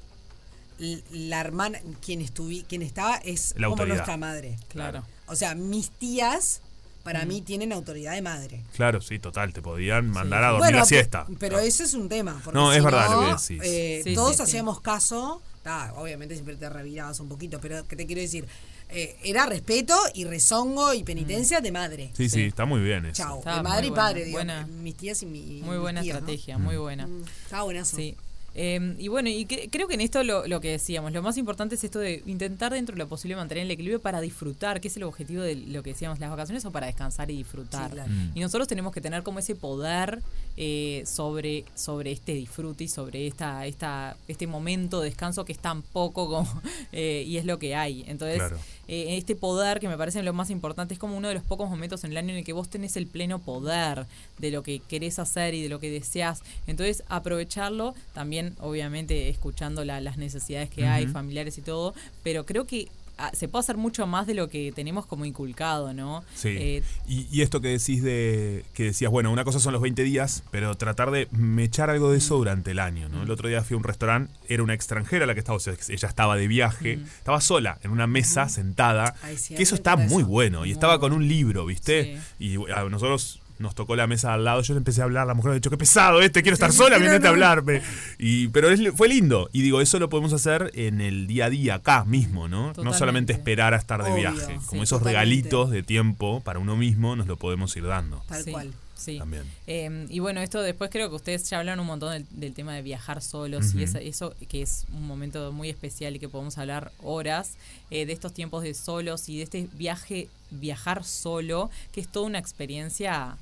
E: l- la hermana, quien, estuvi, quien estaba, es
F: La
E: como
F: autoridad.
E: nuestra madre.
L: Claro.
E: O sea, mis tías, para mí, tienen autoridad de madre.
F: Claro, sí, total, te podían mandar a dormir
E: Bueno,
F: la
E: pe-
F: siesta.
E: Pero eso es un tema. porque
F: No, es
E: si
F: verdad lo que decís.
E: eh,
F: Sí,
E: todos
F: sí, sí.
E: hacíamos caso. ta, obviamente siempre te revirabas un poquito, pero ¿qué te quiero decir? Eh, era respeto y rezongo y penitencia de madre.
F: Sí, sí, está muy bien eso.
E: Chau,
L: Estaba
E: de
L: Mm.
E: madre
L: muy
E: y
L: buena,
E: padre, digo,
L: buena.
E: mis tías y mi
L: Muy
E: mis
L: buena
E: tíos, ¿no? Mm,
L: estrategia,
F: Mm.
L: muy buena.
E: Estaba buenazo.
L: Sí. Eh, y bueno, y cre- creo que en esto lo, lo que decíamos, lo más importante es esto de intentar dentro de lo posible mantener el equilibrio para disfrutar, que es el objetivo de lo que decíamos, las vacaciones o para descansar y disfrutar.
E: Sí, claro.
M: Mm.
L: Y nosotros tenemos que tener como ese poder eh, sobre, sobre este disfrute y sobre esta, esta, este momento de descanso que es tan poco como, eh, y es lo que hay. Entonces,
M: Claro.
L: eh, este poder que me parece lo más importante es como uno de los pocos momentos en el año en el que vos tenés el pleno poder de lo que querés hacer y de lo que deseas. Entonces, aprovecharlo también, obviamente, escuchando la- las necesidades que hay,
M: Ujú.
L: familiares y todo, pero creo que ah, se puede hacer mucho más de lo que tenemos como inculcado, ¿no?
F: Sí.
L: Eh,
F: y, y esto que decís de que decías, bueno, una cosa son los 20 días, pero tratar de mechar algo de eso durante el año, ¿no? El otro día fui a un restaurante, era una extranjera la que estaba, o sea, ella estaba de viaje, estaba sola en una mesa sentada,
G: Ay, sí, a
F: que
G: mí
F: eso
G: me
F: está
G: encanta
F: muy
G: eso.
F: bueno y estaba con un libro, ¿viste? Y a nosotros nos tocó la mesa al lado, yo le empecé a hablar, la mujer me dicho, qué pesado este, quiero estar
G: Sí,
F: sola,
G: pero
F: viene a
G: no.
F: hablarme. Y, pero es- fue lindo. Y digo, eso lo podemos hacer en el día a día, acá mismo, ¿no? No
G: Totalmente.
F: solamente esperar a estar de
G: Obvio,
F: viaje,
G: sí,
F: como esos
G: totalmente.
F: regalitos momentos de tiempo para uno mismo nos lo podemos ir dando.
L: sí, Sí.
F: También.
L: Eh, y bueno, esto después creo que ustedes ya hablaron un montón del, del tema de viajar solos
F: Ujú.
L: y esa- eso que es un momento muy especial y que podemos hablar horas eh, de estos tiempos de solos y de este viaje, viajar solo, que es toda una experiencia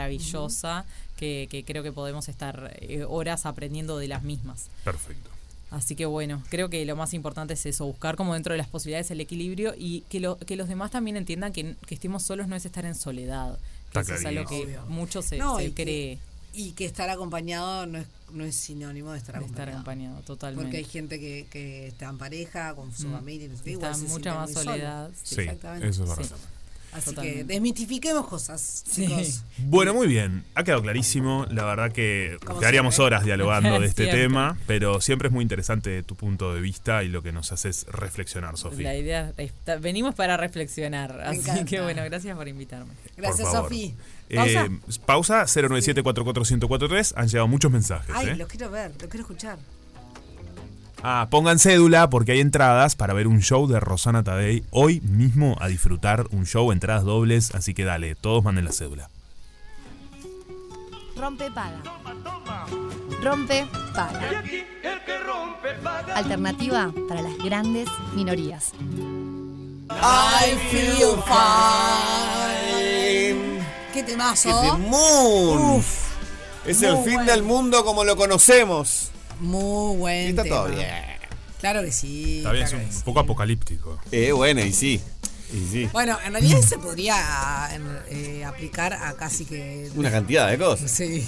L: maravillosa que, que creo que podemos estar eh, horas aprendiendo de las mismas.
F: Perfecto.
L: Así que bueno, creo que lo más importante es eso, buscar como dentro de las posibilidades el equilibrio y que, lo, que los demás también entiendan que, que estemos solos no es estar en soledad.
F: Está
L: Eso es algo que
E: clarísimo.
L: mucho se,
E: No,
L: se
E: y que-
L: cree.
E: Y que estar acompañado no es, no es sinónimo de estar
L: De
E: acompañado.
L: estar acompañado, totalmente.
E: Porque hay gente que, que está en pareja, con su
L: Mm.
E: familia, y no sé qué,
L: Está
E: igual se
L: mucha
E: siente
L: más
E: muy solo.
L: soledad,
F: sí. Sí, eso es verdad. Sí.
E: Así que
L: Totalmente.
E: desmitifiquemos cosas, chicos.
F: Bueno, muy bien. Ha quedado clarísimo. La verdad que nos quedaríamos
E: siempre.
F: horas dialogando de este
L: Siempre.
F: tema, pero siempre es muy interesante tu punto de vista y lo que nos haces reflexionar, Sofía.
L: La idea, está- venimos para reflexionar, así
E: encanta.
L: que bueno, gracias por invitarme.
E: Gracias,
F: favor.
E: Sofi.
F: Eh, pausa 097 44143 Han llegado muchos mensajes.
E: Ay,
F: ¿eh?
E: los quiero ver, los quiero escuchar.
F: Ah, pongan cédula porque hay entradas para ver un show de Rosana Tadei hoy mismo a disfrutar un show, entradas dobles. Así que dale, todos manden la cédula.
A: Rompe paga. Rompe paga. Alternativa para las grandes minorías.
E: I feel fine. Qué temazo.
G: The Moon. Es el
E: Ah, Muy
G: fin
E: bueno.
G: del mundo como lo conocemos.
E: Muy buen
G: Está todo
E: tema.
G: bien.
E: Claro que sí.
F: Está bien, es
E: claro que
F: un poco apocalíptico.
G: Eh, bueno, y sí. Y sí.
E: Bueno, en realidad se podría ah, en- eh, aplicar a casi que.
G: Una cantidad de cosas.
E: Sí,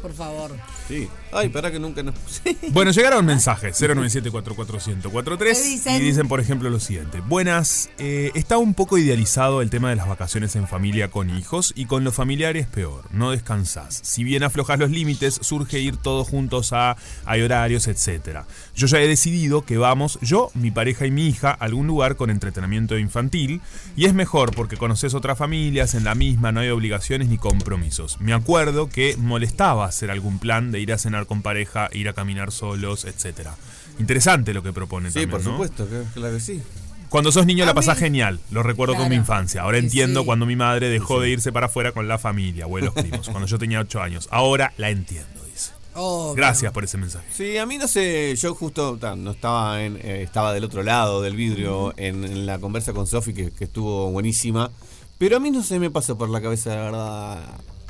E: por favor.
G: Sí. Ay, para que nunca nos puse.
F: Bueno, llegaron mensajes 097441043
E: ¿Qué dicen?
F: y dicen, por ejemplo, lo siguiente. Buenas, eh, está un poco idealizado el tema de las vacaciones en familia con hijos y con los familiares peor, no descansás. Si bien aflojas los límites, surge ir todos juntos a hay horarios, etc. Yo ya he decidido que vamos, yo, mi pareja y mi hija, a algún lugar con entretenimiento infantil y es mejor porque conoces otras familias en la misma, no hay obligaciones ni compromisos. Me acuerdo que molestaba hacer algún plan de ir a cenar con pareja, ir a caminar solos, etc. Interesante lo que propone
G: Sí,
F: también,
G: por
F: ¿no?
G: supuesto, que- claro que sí.
F: Cuando sos niño la pasás genial, lo recuerdo con mi
M: Claro.
F: infancia. Ahora
M: Sí,
F: entiendo
M: sí.
F: cuando mi madre dejó de irse para afuera con la familia, abuelos, primos, cuando yo tenía 8 años. Ahora la entiendo, dice.
M: Oh,
F: Gracias por ese mensaje.
G: Sí, a mí no sé, yo justo ta, no estaba en, eh, estaba del otro lado del vidrio en, en la conversa con Sofi que, que estuvo buenísima, pero a mí no se me pasó por la cabeza la verdad.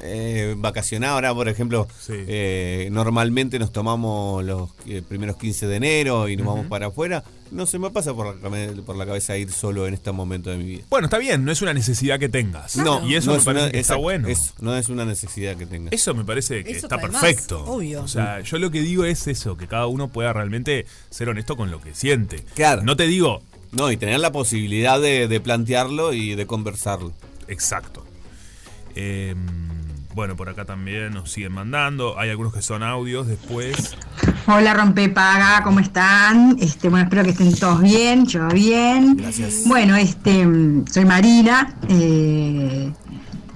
G: Eh, vacacionar ahora, por ejemplo, eh, normalmente nos tomamos los eh, primeros 15 de enero y nos vamos
F: Ujú.
G: para afuera. No se me pasa por la, came- por la cabeza ir solo en este momento de mi vida.
F: Bueno, está bien, no es una necesidad que tengas.
G: No,
F: y eso
G: no
F: me
G: es
F: parece
G: una-
F: que está
G: exacto,
F: bueno.
G: eso, no es una necesidad que tengas.
F: Eso me parece que
G: Eso
F: está
G: además,
F: perfecto.
G: obvio.
F: O sea, yo lo que digo es eso, que cada uno pueda realmente ser honesto con lo que siente. No te digo.
G: No, y tener la posibilidad de, de plantearlo y de conversarlo.
F: Exacto. Eh, bueno, por acá también nos siguen mandando. Hay algunos que son audios después.
N: Hola Rompepaga, ¿cómo están? Este, bueno, espero que estén todos bien, yo bien.
F: Gracias.
N: Bueno, este, mm, soy Marina. eh,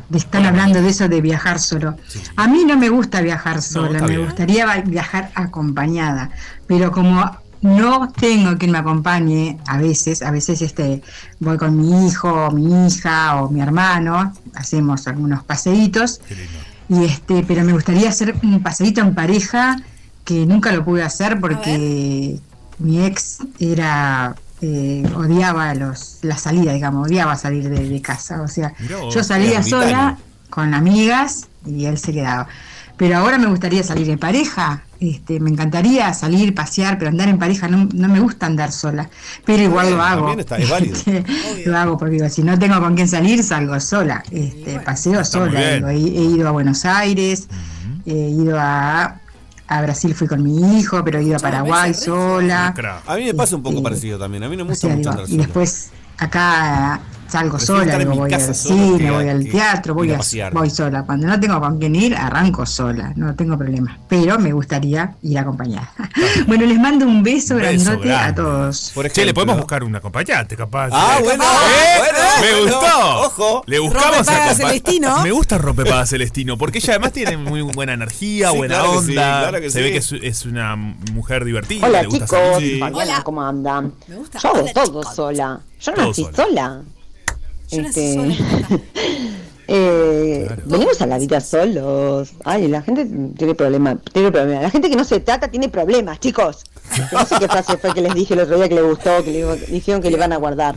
N: de- están hablando de eso de viajar solo. A mí no me gusta viajar sola,
K: está
N: me
K: bien.
N: gustaría va- viajar acompañada, pero como no tengo quien me acompañe a veces, a veces este voy con mi hijo, mi hija o mi hermano, hacemos algunos paseitos. Y este, pero me gustaría hacer un paseíto en pareja que nunca lo pude hacer porque mi ex era eh, odiaba los la salida, digamos, odiaba salir de, de casa, o sea,
K: Mirá vos,
N: yo salía
K: era
N: sola con amigas y él se quedaba. Pero ahora me gustaría salir en pareja, este, me encantaría salir, pasear, pero andar en pareja no, no me gusta andar sola, pero igual
G: Bien,
N: lo hago.
G: también está- es válido.
N: Este, lo hago porque digo, si no tengo con quién salir, salgo sola, este, paseo
G: está muy
N: sola,
G: bien.
N: digo, he, he ido a Buenos Aires, he ido a, a Brasil, fui con mi hijo, pero he ido a Paraguay sola.
G: A mí me pasa un poco parecido también. A mí no me
N: O
G: gusta
N: sea,
G: mucho
N: digo,
G: andar
N: y
G: solo.
N: después acá salgo
G: Prefiero
N: sola,
G: estar en
N: digo,
G: mi
N: voy
G: casa
N: al
G: solo que
N: cine,
G: a-
N: voy al
G: que
N: teatro, voy,
G: ir a
N: a-
G: pasear.
N: voy sola. Cuando no tengo con quién ir, arranco sola, no tengo problema. Pero me gustaría ir acompañada. bueno, les mando un beso,
F: Beso
N: grandote a
F: grande.
N: todos.
F: che, le podemos buscar un acompañante, capaz.
G: Ah,
F: Eh,
G: bueno,
F: ¿eh?
G: bueno,
F: me
G: bueno,
F: gustó.
G: ojo.
F: Le buscamos
G: Rompepaga
F: acompa-
G: Celestino.
F: Me gusta Rompepaga Celestino, porque ella además tiene muy buena energía,
G: Sí,
F: buena
G: claro que
F: onda.
G: sí, claro que
F: Se
G: sí.
F: ve que es, es una mujer divertida.
O: Hola
F: le gusta
O: chicos,
F: salir.
O: Mariana, ¿cómo andan? Yo hago todo sola. Yo
F: Todo
O: no nací sola. Este, eh, venimos a la vida solos. Ay, la gente tiene problemas, tiene problemas. La gente que no se trata tiene problemas, chicos. No sé qué frase fue que les dije el otro día que le gustó, que le dijeron que le van a guardar.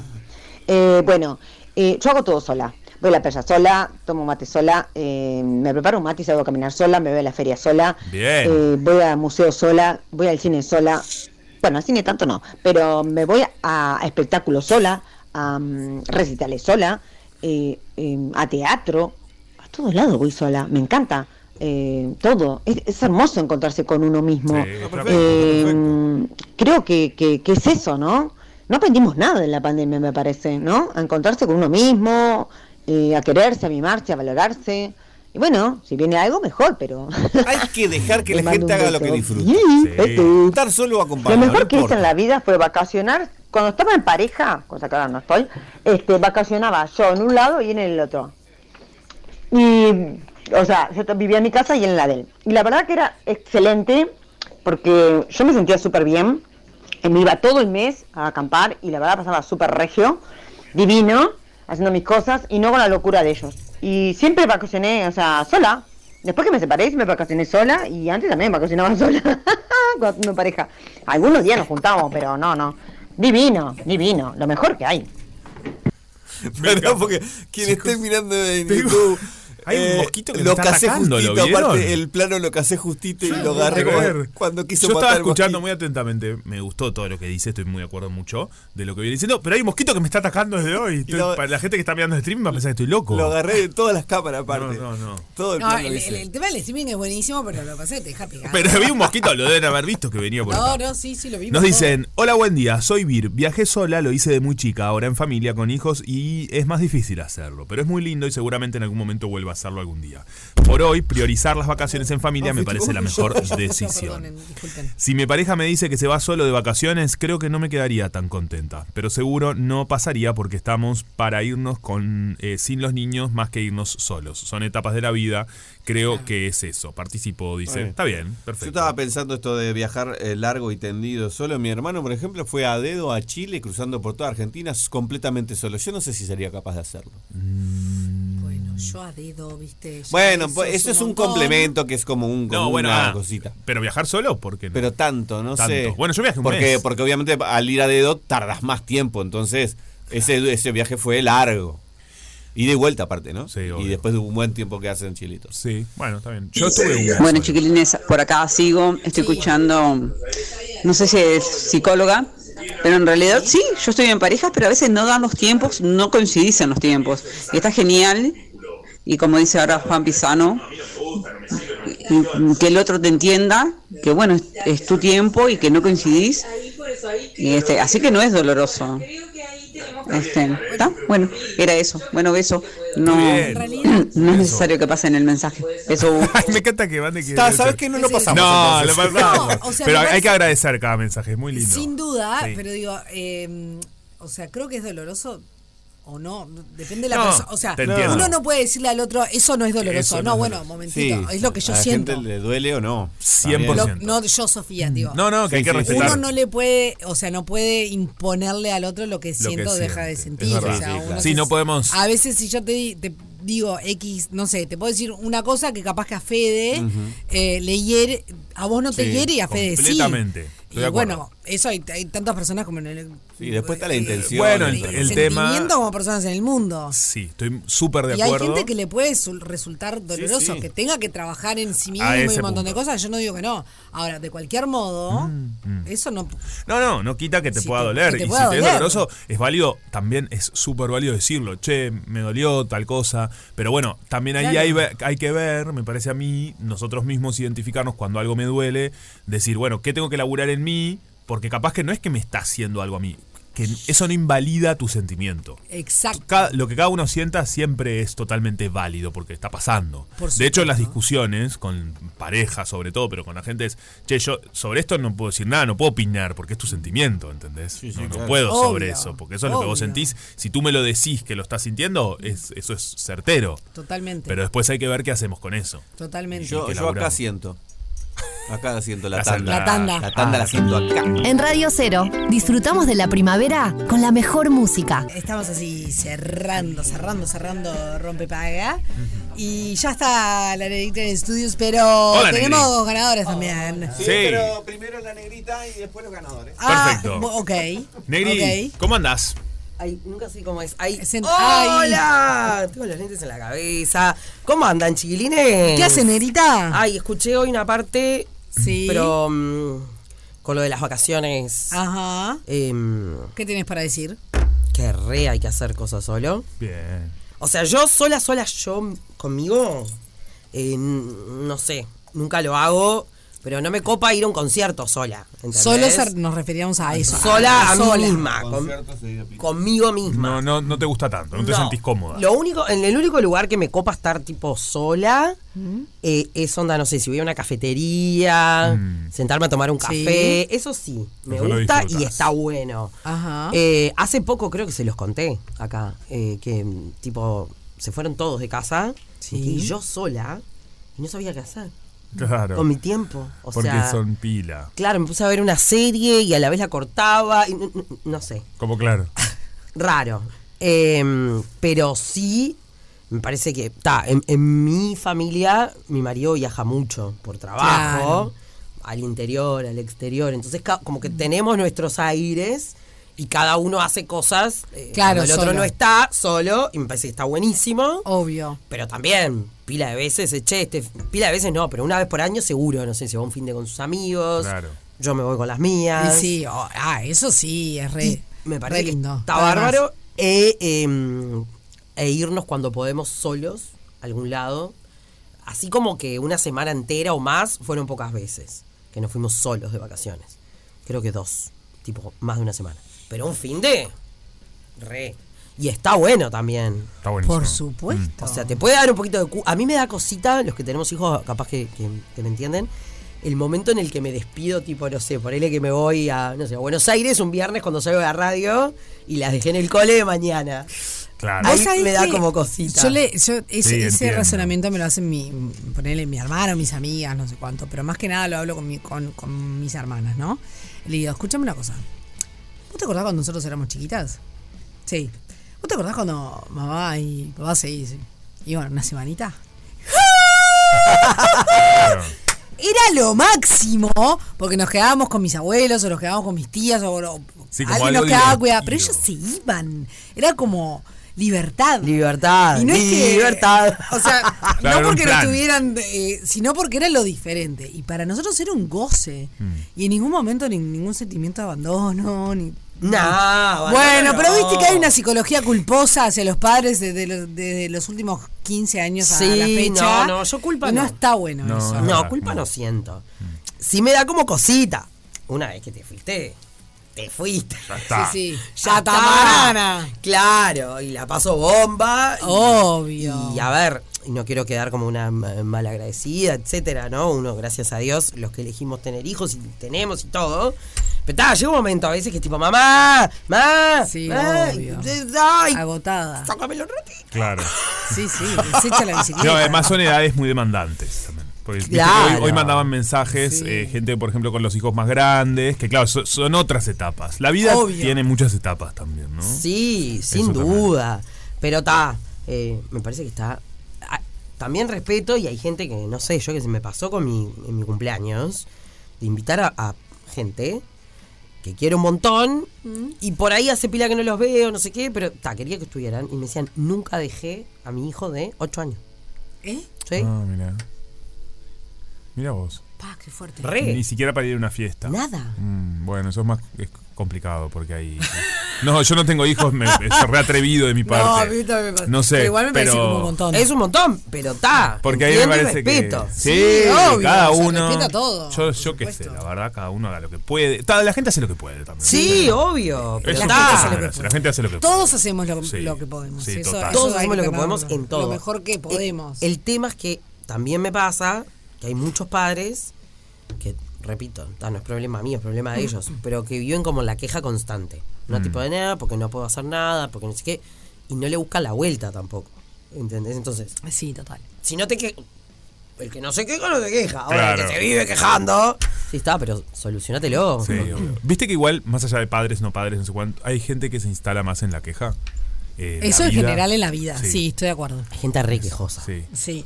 O: Eh, bueno, eh, yo hago todo sola. Voy a la playa sola, tomo mate sola, eh, me preparo un mate y salgo a caminar sola, me voy a la feria sola,
P: Bien.
O: eh, voy al museo sola, voy al cine sola. Bueno, al cine tanto no, pero me voy a, a espectáculos sola, a mm, recitales sola, eh, eh, a teatro, a todos lados voy sola, me encanta. eh, todo, es, es hermoso encontrarse con uno mismo.
Q: Ah, perfecto,
O: Eh, creo que, que- que es eso, ¿no? No aprendimos nada en la pandemia, me parece, ¿no? A encontrarse con uno mismo, eh, a quererse, a mimarse, a valorarse. Y bueno, si viene algo, mejor, pero
G: Hay que dejar que
O: Te
G: la
O: mando
G: gente
O: un
G: haga lo que
O: beso.
G: disfruta.
O: Sí, beso.
G: Estar solo o
O: Lo
G: acompañado.
O: mejor
G: no
O: que hice
G: importa.
O: en la vida fue vacacionar. Cuando estaba en pareja, cosa que ahora no estoy, este, vacacionaba yo en un lado y en el otro. Y, o sea, yo to- vivía en mi casa y en la de él. Y la verdad que era excelente porque yo me sentía súper bien. Y Me iba todo el mes a acampar y la verdad pasaba súper regio, divino, haciendo mis cosas y no con la locura de ellos. Y siempre vacacioné, o sea, sola. Después que me separé, me vacacioné sola y antes también vacacionaba sola cuando tuve pareja. Algunos días nos juntamos, pero no, no. Divino, divino, lo mejor que hay.
G: ¿Verdad? Porque quien esté mirando en YouTube.
F: hay un
G: eh,
F: mosquito que me
G: lo
F: está
G: casé
F: atacando, ¿lo
G: justito, aparte
F: vieron?
G: el plano lo casé justito y
F: Yo no
G: lo
F: puedo
G: agarré
F: creer.
G: cuando- cuando quiso
F: Yo estaba
G: matar al
F: escuchando muy atentamente, me gustó todo lo que dice, estoy muy de acuerdo mucho de lo que viene diciendo, pero hay un mosquito que me está atacando desde hoy. Estoy-
G: lo-
F: para la gente que está mirando el stream va a pensar que estoy loco.
G: Lo agarré de todas las cámaras aparte.
F: No, no, no.
G: Todo el
E: No,
G: plano
E: el,
G: lo
E: el-
G: hice.
E: el tema del streaming es buenísimo, pero lo pasé, te deja pegado.
F: Pero había un mosquito, lo deben haber visto que venía por acá.
E: No, no, sí, sí, lo vimos.
F: Nos dicen, hola, buen día, soy Vir, viajé sola, lo hice de muy chica, ahora en familia, con hijos, y es más difícil hacerlo, pero es muy lindo y seguramente en algún momento vuelva a hacerlo algún día. Por hoy, priorizar las vacaciones en familia
G: Ah,
F: me parece la mejor decisión. Si mi pareja me dice que se va solo de vacaciones, creo que no me quedaría tan contenta. Pero seguro no pasaría porque estamos para irnos con, eh, sin los niños más que irnos solos. Son etapas de la vida. Creo que es eso. Participó, dice.
G: Bueno.
F: Está bien,
G: Yo
F: perfecto.
G: estaba pensando esto de viajar eh, largo y tendido solo. Mi hermano, por ejemplo, fue a dedo a Chile cruzando por toda Argentina s- completamente solo. Yo no sé si sería capaz de hacerlo.
E: Bueno, yo a dedo, viste. ya
G: Bueno,
E: eso
G: pues, eso es un
E: montón.
G: complemento que es como un como
F: No, bueno,
G: una
F: ah,
G: cosita.
F: Pero viajar solo, ¿por qué no?
G: Pero tanto, no
F: Tanto.
G: sé.
F: Bueno, yo viajé un
G: porque,
F: mes.
G: Porque obviamente al ir a dedo tardas más tiempo, entonces ese, ese viaje fue largo. Y de vuelta aparte, ¿no? y después de un buen tiempo que hacen chilitos.
F: Sí, bueno, está bien.
I: Bueno, chiquilines, por acá sigo, estoy escuchando, no sé si es psicóloga, pero en realidad sí, yo estoy en parejas, pero a veces no dan los tiempos, no coincidís en los tiempos. Y está genial, y como dice ahora Juan Pisano, y- y que el otro te entienda, que bueno, es, es tu tiempo y que no coincidís. Y este, así que no es doloroso. Este, ¿está? Bueno, era eso. Bueno, beso. No,
F: Muy bien.
I: no es necesario que pasen el mensaje. Beso.
F: Me encanta que mande que.
I: Está, ¿sabes qué? No lo pasamos,
F: No, lo
I: entonces.
F: pasamos.
E: No, o sea,
F: pero
E: me
F: hay
E: parece-
F: que agradecer cada mensaje, es muy lindo.
E: Sin duda,
F: Sí.
E: pero digo, eh, o sea, creo que es doloroso o no, depende de la
F: No,
E: persona. O sea,
G: te entiendo.
E: uno no puede decirle al otro, eso no es doloroso.
G: Eso
E: no,
G: no es
E: bueno,
G: doloroso.
E: momentito,
G: Sí,
E: es lo que yo
G: a la
E: siento.
G: gente le duele o no.
F: 100%.
E: No yo, Sofía, digo.
F: No, no, que hay que respetar.
E: Uno no le puede, o sea, no puede imponerle al otro lo que
F: lo que
E: siento o deja
F: siente.
E: de
F: Es
E: sentir.
F: verdad.
E: o sea,
F: Sí,
E: uno
F: sí,
E: se-
F: no podemos.
E: A veces si yo te, di- te digo X, no sé, te puedo decir una cosa que capaz que a Fede
F: Ujú.
E: eh, le hiere, a vos no te
G: Sí,
E: hiere y a Fede sí.
F: completamente. Estoy
E: Y
F: de acuerdo.
E: bueno, eso hay, hay tantas personas como en el,
G: Sí, después está la intención.
F: Bueno, el, el tema.
E: sentimiento como personas en el mundo.
F: Sí, estoy súper de
E: Y hay
F: acuerdo.
E: gente que le puede su- resultar doloroso,
F: sí.
E: que tenga que trabajar en sí mismo
F: A
E: y
F: ese
E: un montón de
F: punto.
E: cosas. Yo no digo que no. Ahora, de cualquier modo,
F: Mm.
E: eso no.
F: No, no, no quita que te pueda doler.
E: que te
F: y
E: pueda
F: si te es
E: doler.
F: doloroso, es válido, también es súper válido decirlo. Che, me dolió tal cosa. Pero bueno, también ahí
G: Claro.
F: hay, ve- hay que ver, me parece a mí, nosotros mismos identificarnos cuando algo me duele. Decir, bueno, ¿qué tengo que laburar en mí? Porque capaz que no es que me está haciendo algo a mí. Que eso no invalida tu sentimiento.
E: Exacto.
F: Ca- lo que cada uno sienta siempre es totalmente válido porque está pasando.
E: Por
F: de hecho, en las discusiones, con parejas sobre todo, pero con la gente es, che, yo sobre esto no puedo decir nada, no puedo opinar porque es tu sentimiento, ¿entendés? no, no
G: claro.
F: puedo sobre
G: Obvio,
F: eso, porque eso es lo que vos
G: obvio.
F: sentís. Si tú me lo decís que lo estás sintiendo, es, eso es certero.
E: Totalmente.
F: Pero después hay que ver qué hacemos con eso.
E: Totalmente.
G: Yo,
F: que
G: yo
F: laburamos.
G: acá siento. Acá la siento, la,
F: La
G: tanda.
F: tanda.
G: La tanda la siento acá.
A: En Radio Cero, disfrutamos de la primavera con la mejor música.
E: Estamos así cerrando, cerrando, cerrando Rompe Paga. Y ya está la negrita en estudios, pero
G: Hola,
E: tenemos
G: Negri.
E: dos ganadoras también.
G: Sí, pero primero la negrita y después los ganadores.
E: Ah,
F: Perfecto.
E: bu- ok.
F: Negri,
E: Ok.
F: ¿cómo andás?
M: Ay, nunca sé cómo es. Ay,
E: en-
M: ¡Hola! Tengo los lentes en la cabeza. ¿Cómo andan, chiquilines?
E: ¿Qué hacen, Nerita?
M: Ay, escuché hoy una parte.
E: Sí.
M: Pero mm, con lo de las vacaciones.
E: Ah. Ajá.
M: em,
E: ¿Qué tenés para decir?
M: que re hay que hacer cosas solo.
F: Bien.
M: O sea, yo sola, sola, yo conmigo. eh, n- no sé. Nunca lo hago. Pero no me copa ir a un concierto sola. ¿entendés?
E: Solo ser- nos referíamos a eso. ah,
M: Sola a mí
E: sola.
M: misma. con- conmigo
F: No,
M: misma.
F: no, no te gusta tanto, no, te
M: No.
F: sentís cómoda.
M: Lo único, en el único lugar que me copa estar tipo sola eh, es onda, no sé, si voy a una cafetería,
F: Mm.
M: sentarme a tomar un
C: Eh,
M: café. Eso sí, me
L: Eso lo
M: gusta y
L: disfrutás.
M: está bueno.
C: Ah.
E: Ajá.
M: Eh, hace poco creo que se los conté acá, eh, que mm, tipo se fueron todos de casa y yo sola y no sabía qué hacer.
F: Claro.
M: Con mi tiempo. O
F: porque
M: sea,
F: son pila.
M: Claro, me puse a ver una serie y a la vez la cortaba y n- n- no sé
F: Como claro.
M: raro. Em, pero sí, me parece que. Ta, en, en mi familia, mi marido viaja mucho por trabajo, al interior, al exterior. Entonces, ca- como que tenemos nuestros aires y cada uno hace cosas. eh,
E: Claro,
M: cuando el otro
E: solo.
M: no está solo, y me parece que está buenísimo.
E: Obvio.
M: Pero también, pila de veces, eh, che, este, pila de veces no, pero una vez por año seguro, no sé, se va un fin de con sus amigos.
E: Claro.
M: Yo me voy con las mías.
E: Y sí, oh, ah, eso sí, es re.
M: Me
E: re
M: parece que
E: lindo.
M: está
E: Además.
M: bárbaro. E, em, e irnos cuando podemos solos a algún lado. Así como que una semana entera o más fueron pocas veces que nos fuimos solos de vacaciones. Creo que dos, tipo, más de una semana. Pero un fin de. Re. Y está bueno también.
F: Está buenísimo.
E: Por supuesto.
M: O sea, te puede dar un poquito de... cu- A mí me da cosita, los que tenemos hijos capaz que, que- que me entienden, el momento en el que me despido, tipo, no sé, ponele que me voy a, no sé, a Buenos Aires un viernes cuando salgo de la radio y las dejé en el cole de mañana.
F: Claro.
E: ¿Vos
M: Ahí
E: sabés
M: me da
E: que
M: como cosita.
E: Yo, le, yo ese,
M: Sí,
E: ese
M: entiendo.
E: razonamiento me lo hacen mi, ponerle mi hermano, mis amigas, no sé cuánto, pero más que nada lo hablo con, mi- con, con mis hermanas, ¿no? Le digo, escúchame una cosa. ¿Vos te acordás cuando nosotros éramos chiquitas? Sí. ¿Vos te acordás cuando mamá y papá se iban una semanita? Era lo máximo, porque nos quedábamos con mis abuelos o nos quedábamos con mis tías o, o-
F: Sí, como
E: alguien nos
F: algo
E: quedaba cuidado, pero ellos se iban. Era como libertad.
M: Libertad.
E: Y no es que-
M: libertad.
E: O sea,
M: Claro,
E: no
M: era un
E: porque no
M: plan.
E: estuvieran, eh, sino porque era lo diferente. Y para nosotros era un goce.
M: Mm.
E: Y en ningún momento ni ningún sentimiento de abandono, ni.
M: Nah,
E: bueno,
M: abandono
E: pero
M: no.
E: viste que hay una psicología culposa hacia los padres desde los, desde los últimos 15 años a la
M: Sí,
E: fecha.
M: no, no, yo culpa
E: Y no.
M: no.
E: está bueno
M: No,
E: eso.
M: no, culpa no Mm. siento. Sí me da como cosita. Una vez que te fuiste, te fuiste. Ya
E: está. Sí, sí.
M: Ya está.
E: Catamarana.
M: Claro, y la paso bomba. y-
E: Obvio.
M: Y a ver, y no quiero quedar como una ma- malagradecida, etcétera, ¿no? Uno, gracias a Dios, los que elegimos tener hijos y tenemos y todo. Pero está, llega un momento a veces que es tipo, mamá, mamá,
E: Sí,
M: mamá,
E: obvio.
M: y- ay,
E: Agotada.
M: Sácamelo
F: Claro.
E: Sí, sí, desecha la bicicleta.
F: No, además son edades muy demandantes también. Porque, viste,
E: Claro.
F: hoy, hoy mandaban mensajes, eh, gente, por ejemplo, con los hijos más grandes, que claro, so- son otras etapas. La vida
M: Obvio.
F: tiene muchas etapas también, ¿no?
M: Sí, sin
F: Eso también.
M: duda. Pero está, eh, me parece que está. ah, También respeto y hay gente que, no sé, yo que se me pasó con mi, en mi cumpleaños, de invitar a, a gente que quiero un montón y por ahí hace pila que no los veo, no sé qué, pero está, quería que estuvieran y me decían, nunca dejé a mi hijo de 8 años.
E: ¿Eh?
M: Sí.
F: Ah, mira. Mira vos.
E: Pa, qué fuerte.
F: Ni siquiera para ir a una fiesta.
M: Nada.
F: Mm, bueno, eso es más es complicado porque ahí. No, yo no tengo hijos, me, es re atrevido de mi parte.
M: también
F: No sé, Pero igual me parece pero- como un montón.
M: Es un montón, pero está.
F: Porque ahí me parece
M: respeto.
F: que. Sí, cada uno. Yo, yo qué sé, la verdad, cada uno haga lo que puede. Ta- La gente hace lo que puede también.
M: Sí, obvio.
F: Es
M: Pero
F: un
M: está.
F: poco eso, La gente hace lo que puede.
E: Todos hacemos lo,
F: Sí.
E: lo que podemos.
F: Sí,
E: eso,
F: total.
E: eso
M: Todos
E: hay
M: hacemos lo que
E: tomarlo.
M: podemos en todo. Eh,
E: Lo mejor que podemos.
M: El, el tema es que también me pasa que hay muchos padres que, repito, ta, no es problema mío, es problema de ellos, pero que viven como en la queja constante. No
K: Mm.
M: tipo de nada, porque no puedo hacer nada, porque no sé qué. Y no le busca la vuelta tampoco. ¿Entendés? Entonces.
E: Sí, total.
M: Si no te que El que no se queja, no se queja. Ahora el
F: Claro.
M: que se vive quejando. Sí, está, pero solucionatelo.
F: Sí, obvio. Viste que igual, más allá de padres, no padres, no sé cuánto, hay gente que se instala más en la queja. Eh, la
E: Eso en
F: vida.
E: general en la vida. Sí, estoy de acuerdo.
M: Hay gente re quejosa.
F: Sí.
E: Sí.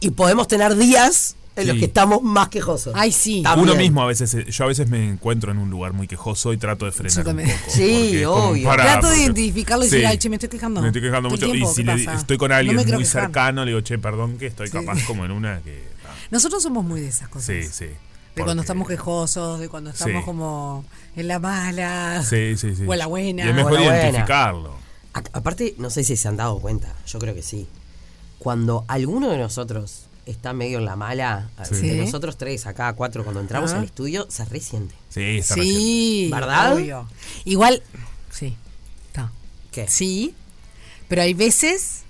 M: Y podemos tener días en los
F: Sí.
M: que estamos más quejosos.
E: Ay, sí.
F: Uno mismo a veces, eh, yo a veces me encuentro en un lugar muy quejoso y trato de frenar un
E: también.
F: poco.
E: Sí,
F: porque es como,
E: obvio.
F: "Pará",
E: Trato de
F: porque-
E: identificarlo y decir, "Ay, che, me estoy quejando".
F: Me estoy quejando
E: Todo el
F: mucho.
E: tiempo,
F: y si
E: ¿qué
F: le-
E: pasa?
F: estoy con
E: No
F: alguien
E: me quiero
F: muy
E: quejar.
F: cercano, le digo, che, perdón que estoy
E: Sí.
F: capaz como en una que...
E: Nosotros somos muy de esas cosas.
F: Sí, sí.
E: De cuando estamos quejosos, de cuando estamos
F: Sí.
E: como en la mala.
F: Sí, sí, sí.
E: O en la buena.
F: Y es mejor
E: O en la buena.
F: identificarlo.
M: A- aparte, no sé si se han dado cuenta, yo creo que sí. Cuando alguno de nosotros está medio en la mala, a-
F: Sí.
M: de
F: Sí.
M: nosotros tres acá, cuatro, cuando entramos
E: Ajá.
M: al estudio, se resiente.
F: Sí, se
E: Sí.
M: ¿Verdad?
E: obvio. Igual, sí. Está.
M: ¿Qué?
E: Sí. Pero hay veces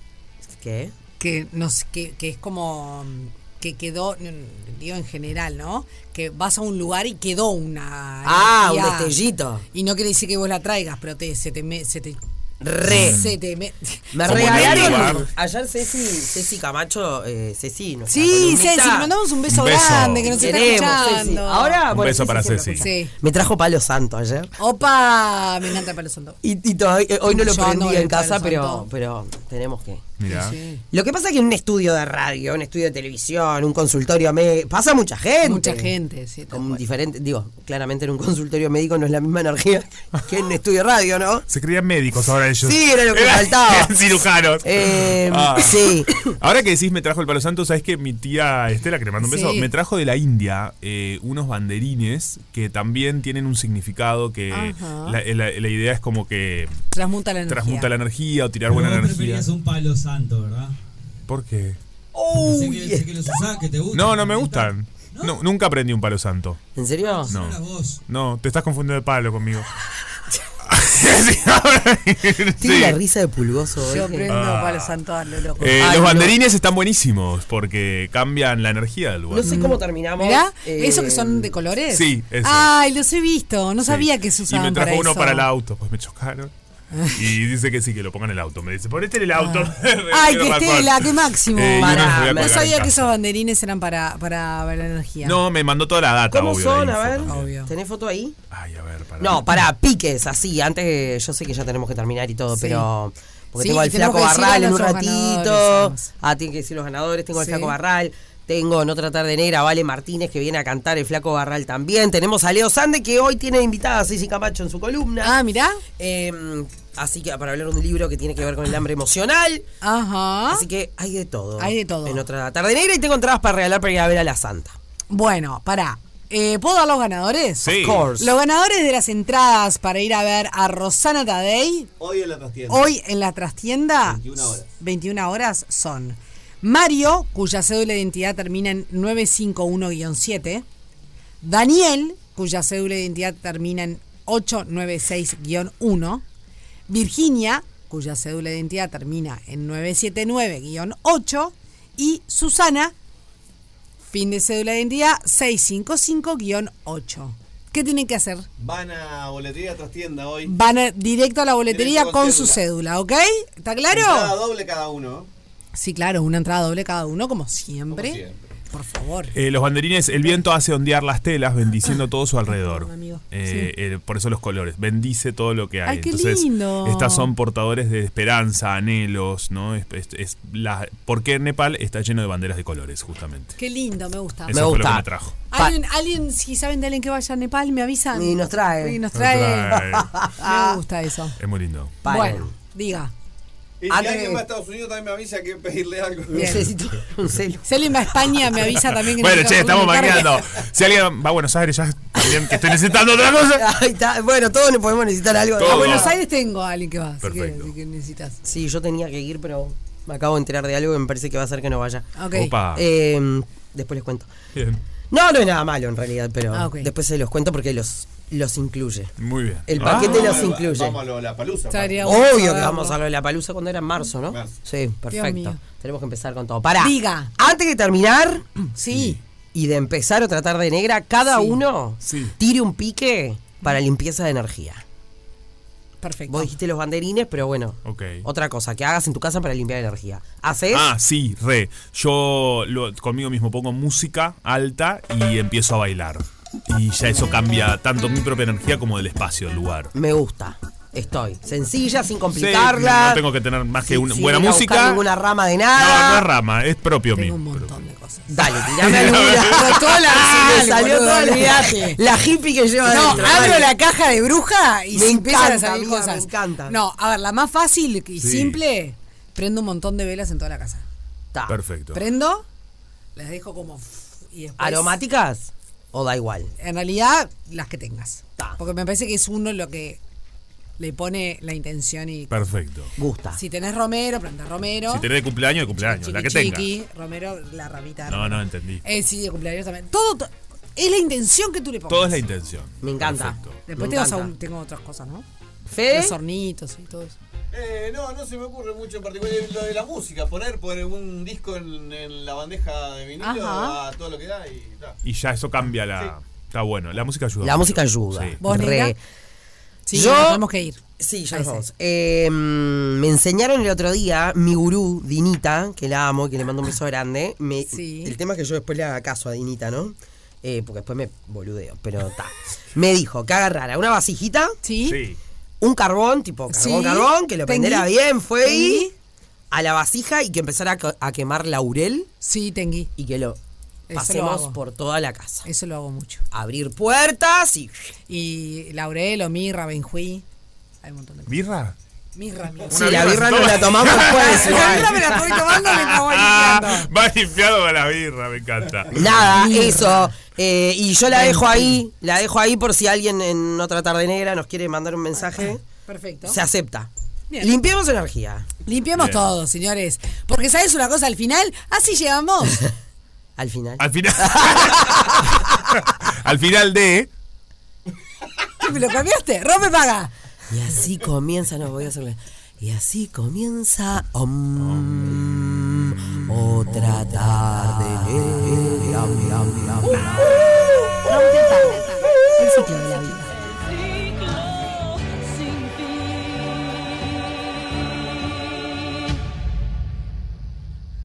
M: ¿Qué?
E: que nos que, que es como mm, que quedó mm, digo en general no que vas a un lugar y quedó una
M: Ah, un
E: energía.
M: destellito.
E: y no quiere decir que vos la traigas pero te se te me- se te
M: Re.
F: Mm.
E: se te me,
M: Me
E: Como en el
M: regalaron.
E: lugar.
M: Ayer Ceci, Ceci Camacho, eh, Ceci, nuestra
E: sí
M: columnista.
E: Ceci le mandamos un beso,
M: Un beso.
E: grande que nos está
M: Queremos, Ceci.
E: escuchando
M: Ahora,
F: Un
M: bueno,
F: beso para Ceci.
E: sí
M: Me trajo palo santo ayer.
E: opa me encanta Palo Santo
M: Y, y todavía- eh, hoy no lo
E: Yo ando
M: prendí
E: con
M: en
E: el palo
M: casa, pero,
E: santo.
M: pero tenemos que.
F: Mirá.
M: Lo que pasa es que en un estudio de radio, un estudio de televisión, un consultorio médico, pasa mucha gente.
E: mucha gente sí tal
M: Con
E: cual.
M: diferente, digo, claramente en un consultorio médico no es la misma energía que en un estudio de radio, ¿no?
F: Se creían médicos ahora ellos.
M: Sí, era lo que
F: Eran-
M: faltaba.
F: eran cirujanos.
M: Eh, sí.
F: Ah. Ahora que decís me trajo el palo santo, sabes que mi tía Estela, que le mando un beso,
M: Sí.
F: me trajo de la India eh, unos banderines que también tienen un significado que
E: Ajá.
F: la, la- la idea es como que
E: transmuta la energía
F: transmuta la energía o tirar buena
P: Vos
F: energía.
P: preferías un palo santo, ¿verdad?
F: ¿Por qué?
P: sé que, sé que los usás, que te gustan.
F: No, no me gustan. No, nunca aprendí un palo santo.
M: ¿En serio?
F: No.
P: Eras vos.
F: No, te estás confundiendo de palo conmigo.
M: Tiene la risa de pulgoso.
E: Yo
M: oye.
E: prendo
F: Ah.
E: para el santo a lo loco.
F: Eh,
M: Ay,
F: los
M: no.
F: banderines están buenísimos porque cambian la energía del lugar.
M: No sé cómo terminamos.
E: Mirá,
M: eh,
E: ¿esos que son de colores?
F: Sí, eso.
E: Ay, los he visto. No sabía que se
F: Y
E: usaban
F: me trajo
E: para
F: uno
E: eso.
F: para el auto, pues me chocaron. Y dice que sí, que lo pongan en el auto. Me dice, ponete en el auto.
E: Ah. Ay,
F: Quiero
E: que esté
F: raspar.
E: la, qué máximo.
F: Eh, yo no los voy a
E: Ah, no
F: colgar en
E: sabía
F: casa.
E: que esos banderines eran para, para la energía.
F: No, me mandó toda la data,
M: ¿Cómo
F: obvio,
M: son?
F: la
M: A
F: info
M: ver.
F: también.
M: ¿Tenés foto ahí? No, para piques, así. Antes, eh, yo sé que ya tenemos que terminar y todo,
E: Sí.
M: pero. Porque
E: Sí,
M: tengo
E: y
M: al
E: tenemos
M: Flaco
E: que decir a
M: Barral en un
E: nuestros ganadores,
M: ratito. Ah, tienen que decir los ganadores. Tengo al
E: Sí.
M: Flaco Barral. Tengo No Tratar de Negra, Vale Martínez, que viene a cantar el Flaco Barral también. Tenemos a Leo Sande, que hoy tiene invitada a Cici Camacho en su columna.
E: Ah, mirá.
M: Em, así que para hablar de un libro que tiene que ver con el hambre emocional.
E: Ajá.
M: Así que hay de todo.
E: Hay de todo.
M: En otra tarde negra y tengo entradas para regalar para ir a ver a la Santa.
E: Bueno, pará. Eh, ¿Puedo dar los ganadores?
M: Sí. Of course.
E: Los ganadores de las entradas para ir a ver a Rosana Tadei
K: Hoy en la trastienda.
E: hoy en la trastienda
K: 21 horas.
E: 21 horas son Mario, cuya cédula de identidad termina en 951-7, Daniel, cuya cédula de identidad termina en 896-1, Virginia, cuya cédula de identidad termina en 979-8, y Susana, fin de cédula de identidad 655-8. ¿Qué tienen que hacer?
K: Van a boletería trastienda hoy.
E: Van a- directo a la boletería
K: Directo
E: con,
K: con
E: su cédula, ¿ok? ¿Está claro?
K: Entrada doble cada uno.
E: Sí, claro, una entrada doble cada uno, como siempre. Por favor.
F: Eh, los banderines, el viento hace ondear las telas, bendiciendo todo su alrededor.
E: Ah, amigo.
F: Eh, eh, por eso los colores, bendice todo lo que hay.
E: Ay, qué
F: Entonces,
E: lindo.
F: estas son portadores de esperanza, anhelos, ¿no? Es, es- es la- porque Nepal está lleno de banderas de colores, justamente.
E: Qué lindo, me gusta.
F: Eso fue lo que me trajo.
E: ¿Alguien, alguien, si saben de alguien que vaya a Nepal, me avisan. Y
M: nos trae.
E: Y nos trae.
F: Nos
E: me gusta eso.
F: Es muy lindo.
E: Bueno, diga.
K: Y si
E: Antes-
K: alguien va a Estados Unidos también me avisa que pedirle algo.
E: Bien. Necesito
M: un celo.
E: Si alguien va a España, me avisa también que
F: Bueno,
E: necesito
F: che, estamos
E: cargar.
F: manqueando. Si alguien va a Buenos Aires, ya también que estoy necesitando otra cosa.
M: Ahí está. Bueno, todos nos podemos necesitar algo.
F: Todo.
E: A Buenos Aires tengo a alguien que va. Así que,
M: Perfecto.
E: así que necesitas.
M: Sí, yo tenía que ir, pero me acabo de enterar de algo que me parece que va a hacer que no vaya.
E: Ok. Opa.
M: Eh, después les cuento.
F: Bien.
M: No, no es nada malo en realidad, pero
E: Ah, ok.
M: después se los cuento porque los, los incluye.
F: Muy bien. Ah.
M: El paquete los incluye.
K: Vamos a lo- la palusa.
E: Estaría
M: Obvio que
E: saberlo.
M: vamos a hablar de la palusa cuando era en marzo, ¿no? Sí, perfecto.
E: mío.
M: Tenemos que empezar con todo. Pará.
E: Diga.
M: Antes de terminar.
E: Sí.
M: Y de empezar o tratar de negra, cada
E: Sí.
M: uno tire un pique para limpieza de energía.
E: Perfecto.
M: Vos dijiste los banderines, pero bueno.
F: Ok.
M: Otra cosa, que hagas en tu casa para limpiar energía. ¿Haces?
F: Ah, sí, re. Yo lo- conmigo mismo pongo música alta y empiezo a bailar. Y ya eso cambia tanto mi propia energía como el espacio, el lugar.
M: Me gusta. Estoy. Sencilla, sin
F: Sí,
M: complicarla.
F: no tengo que tener más que
M: sin-
F: una
M: sin
F: buena
M: ir a buscar
F: música.
M: ninguna rama de
F: No, no
M: nada.
F: es rama, es propio mío.
M: Dale, tirame alguna.
E: toda la-
M: Se me salió
E: boludo,
M: todo el
E: olvidate.
M: viaje. La hippie que lleva
E: No,
M: adentro,
E: abro
M: dale.
E: la caja de bruja y
M: Me
E: se empiezan a
M: encanta,
E: salir
M: amiga,
E: cosas.
M: me encanta.
E: No, a ver, la más fácil y
M: Sí.
E: simple, prendo un montón de velas en toda la casa.
F: Perfecto.
E: Prendo, las dejo como f- y después-
M: ¿Aromáticas? ¿O da igual?
E: pues, En realidad, las que tengas. Porque me parece que es uno lo que le pone la intención y
F: Perfecto.
M: Gusta.
E: si tenés romero, planta romero.
F: Si tenés de cumpleaños, de cumpleaños, la que tenga.
E: chiqui, romero, la ramita. de
F: No,
E: romero.
F: no, entendí.
E: Eh, sí, de cumpleaños también. Todo, to- es la intención que tú le pongas.
F: Todo es la intención.
M: Me encanta.
E: Después
M: Me
E: tengo,
M: encanta.
E: aún- tengo otras cosas, ¿no?
M: Fede.
E: Los hornitos y todo eso.
K: Eh, no, no se me ocurre mucho en particular Eh, lo de la música. Poner, poner un disco en, en la bandeja de vinilo ah,
E: Ajá.
K: a todo lo que da y ta.
F: Y ya eso cambia la. Está bueno. La música ayuda.
M: La
F: mucho.
M: música ayuda.
F: Sí.
E: ¿Vos,
M: Re.
E: negra? Sí,
M: Yo-
E: nos tenemos que ir.
M: Sí, ya
E: Ahí
M: nos
E: sí.
M: vamos. Eh, mm, me enseñaron el otro día mi gurú, Dinita, que la amo, que le mando un
E: Ah,
M: beso grande. Me- El tema es que yo después le haga caso a Dinita, ¿no? Eh, porque después me boludeo, pero está. me dijo que agarrara una vasijita.
F: Sí.
M: Un carbón, tipo carbón,
E: Sí.
M: carbón, que lo
E: Tengui.
M: prendiera bien, fue
E: Tengui.
M: ahí. A la vasija y que empezara a, co- a quemar laurel.
E: Sí, tengui.
M: Y que lo
E: Eso
M: pasemos
E: lo hago.
M: por toda la casa.
E: Eso lo hago mucho.
M: Abrir puertas y.
E: Y laurel o mirra, benjuí. Hay un montón de
F: ¿Birra?
E: Mirra, mirra.
M: Si la birra no la tomamos, pues.
E: La birra me la estoy tomando, me cago
F: Va limpiado con la birra, me encanta.
M: Nada, eso. Eh, y yo la dejo ahí, la dejo ahí por si alguien en otra tarde negra nos quiere mandar un mensaje.
E: Perfecto.
M: Se acepta.
E: Bien.
M: Limpiemos energía.
E: Limpiemos
M: Bien.
E: todo, señores. Porque sabes una cosa, al final, así llegamos.
M: Al final.
F: Al final. Al final de.
E: ¿Me lo cambiaste? Rompe paga.
M: Y así comienza, no voy a hacerle. Y así comienza om, otra tarde. negra, bla, bla, bla.
C: El ciclo de la vida.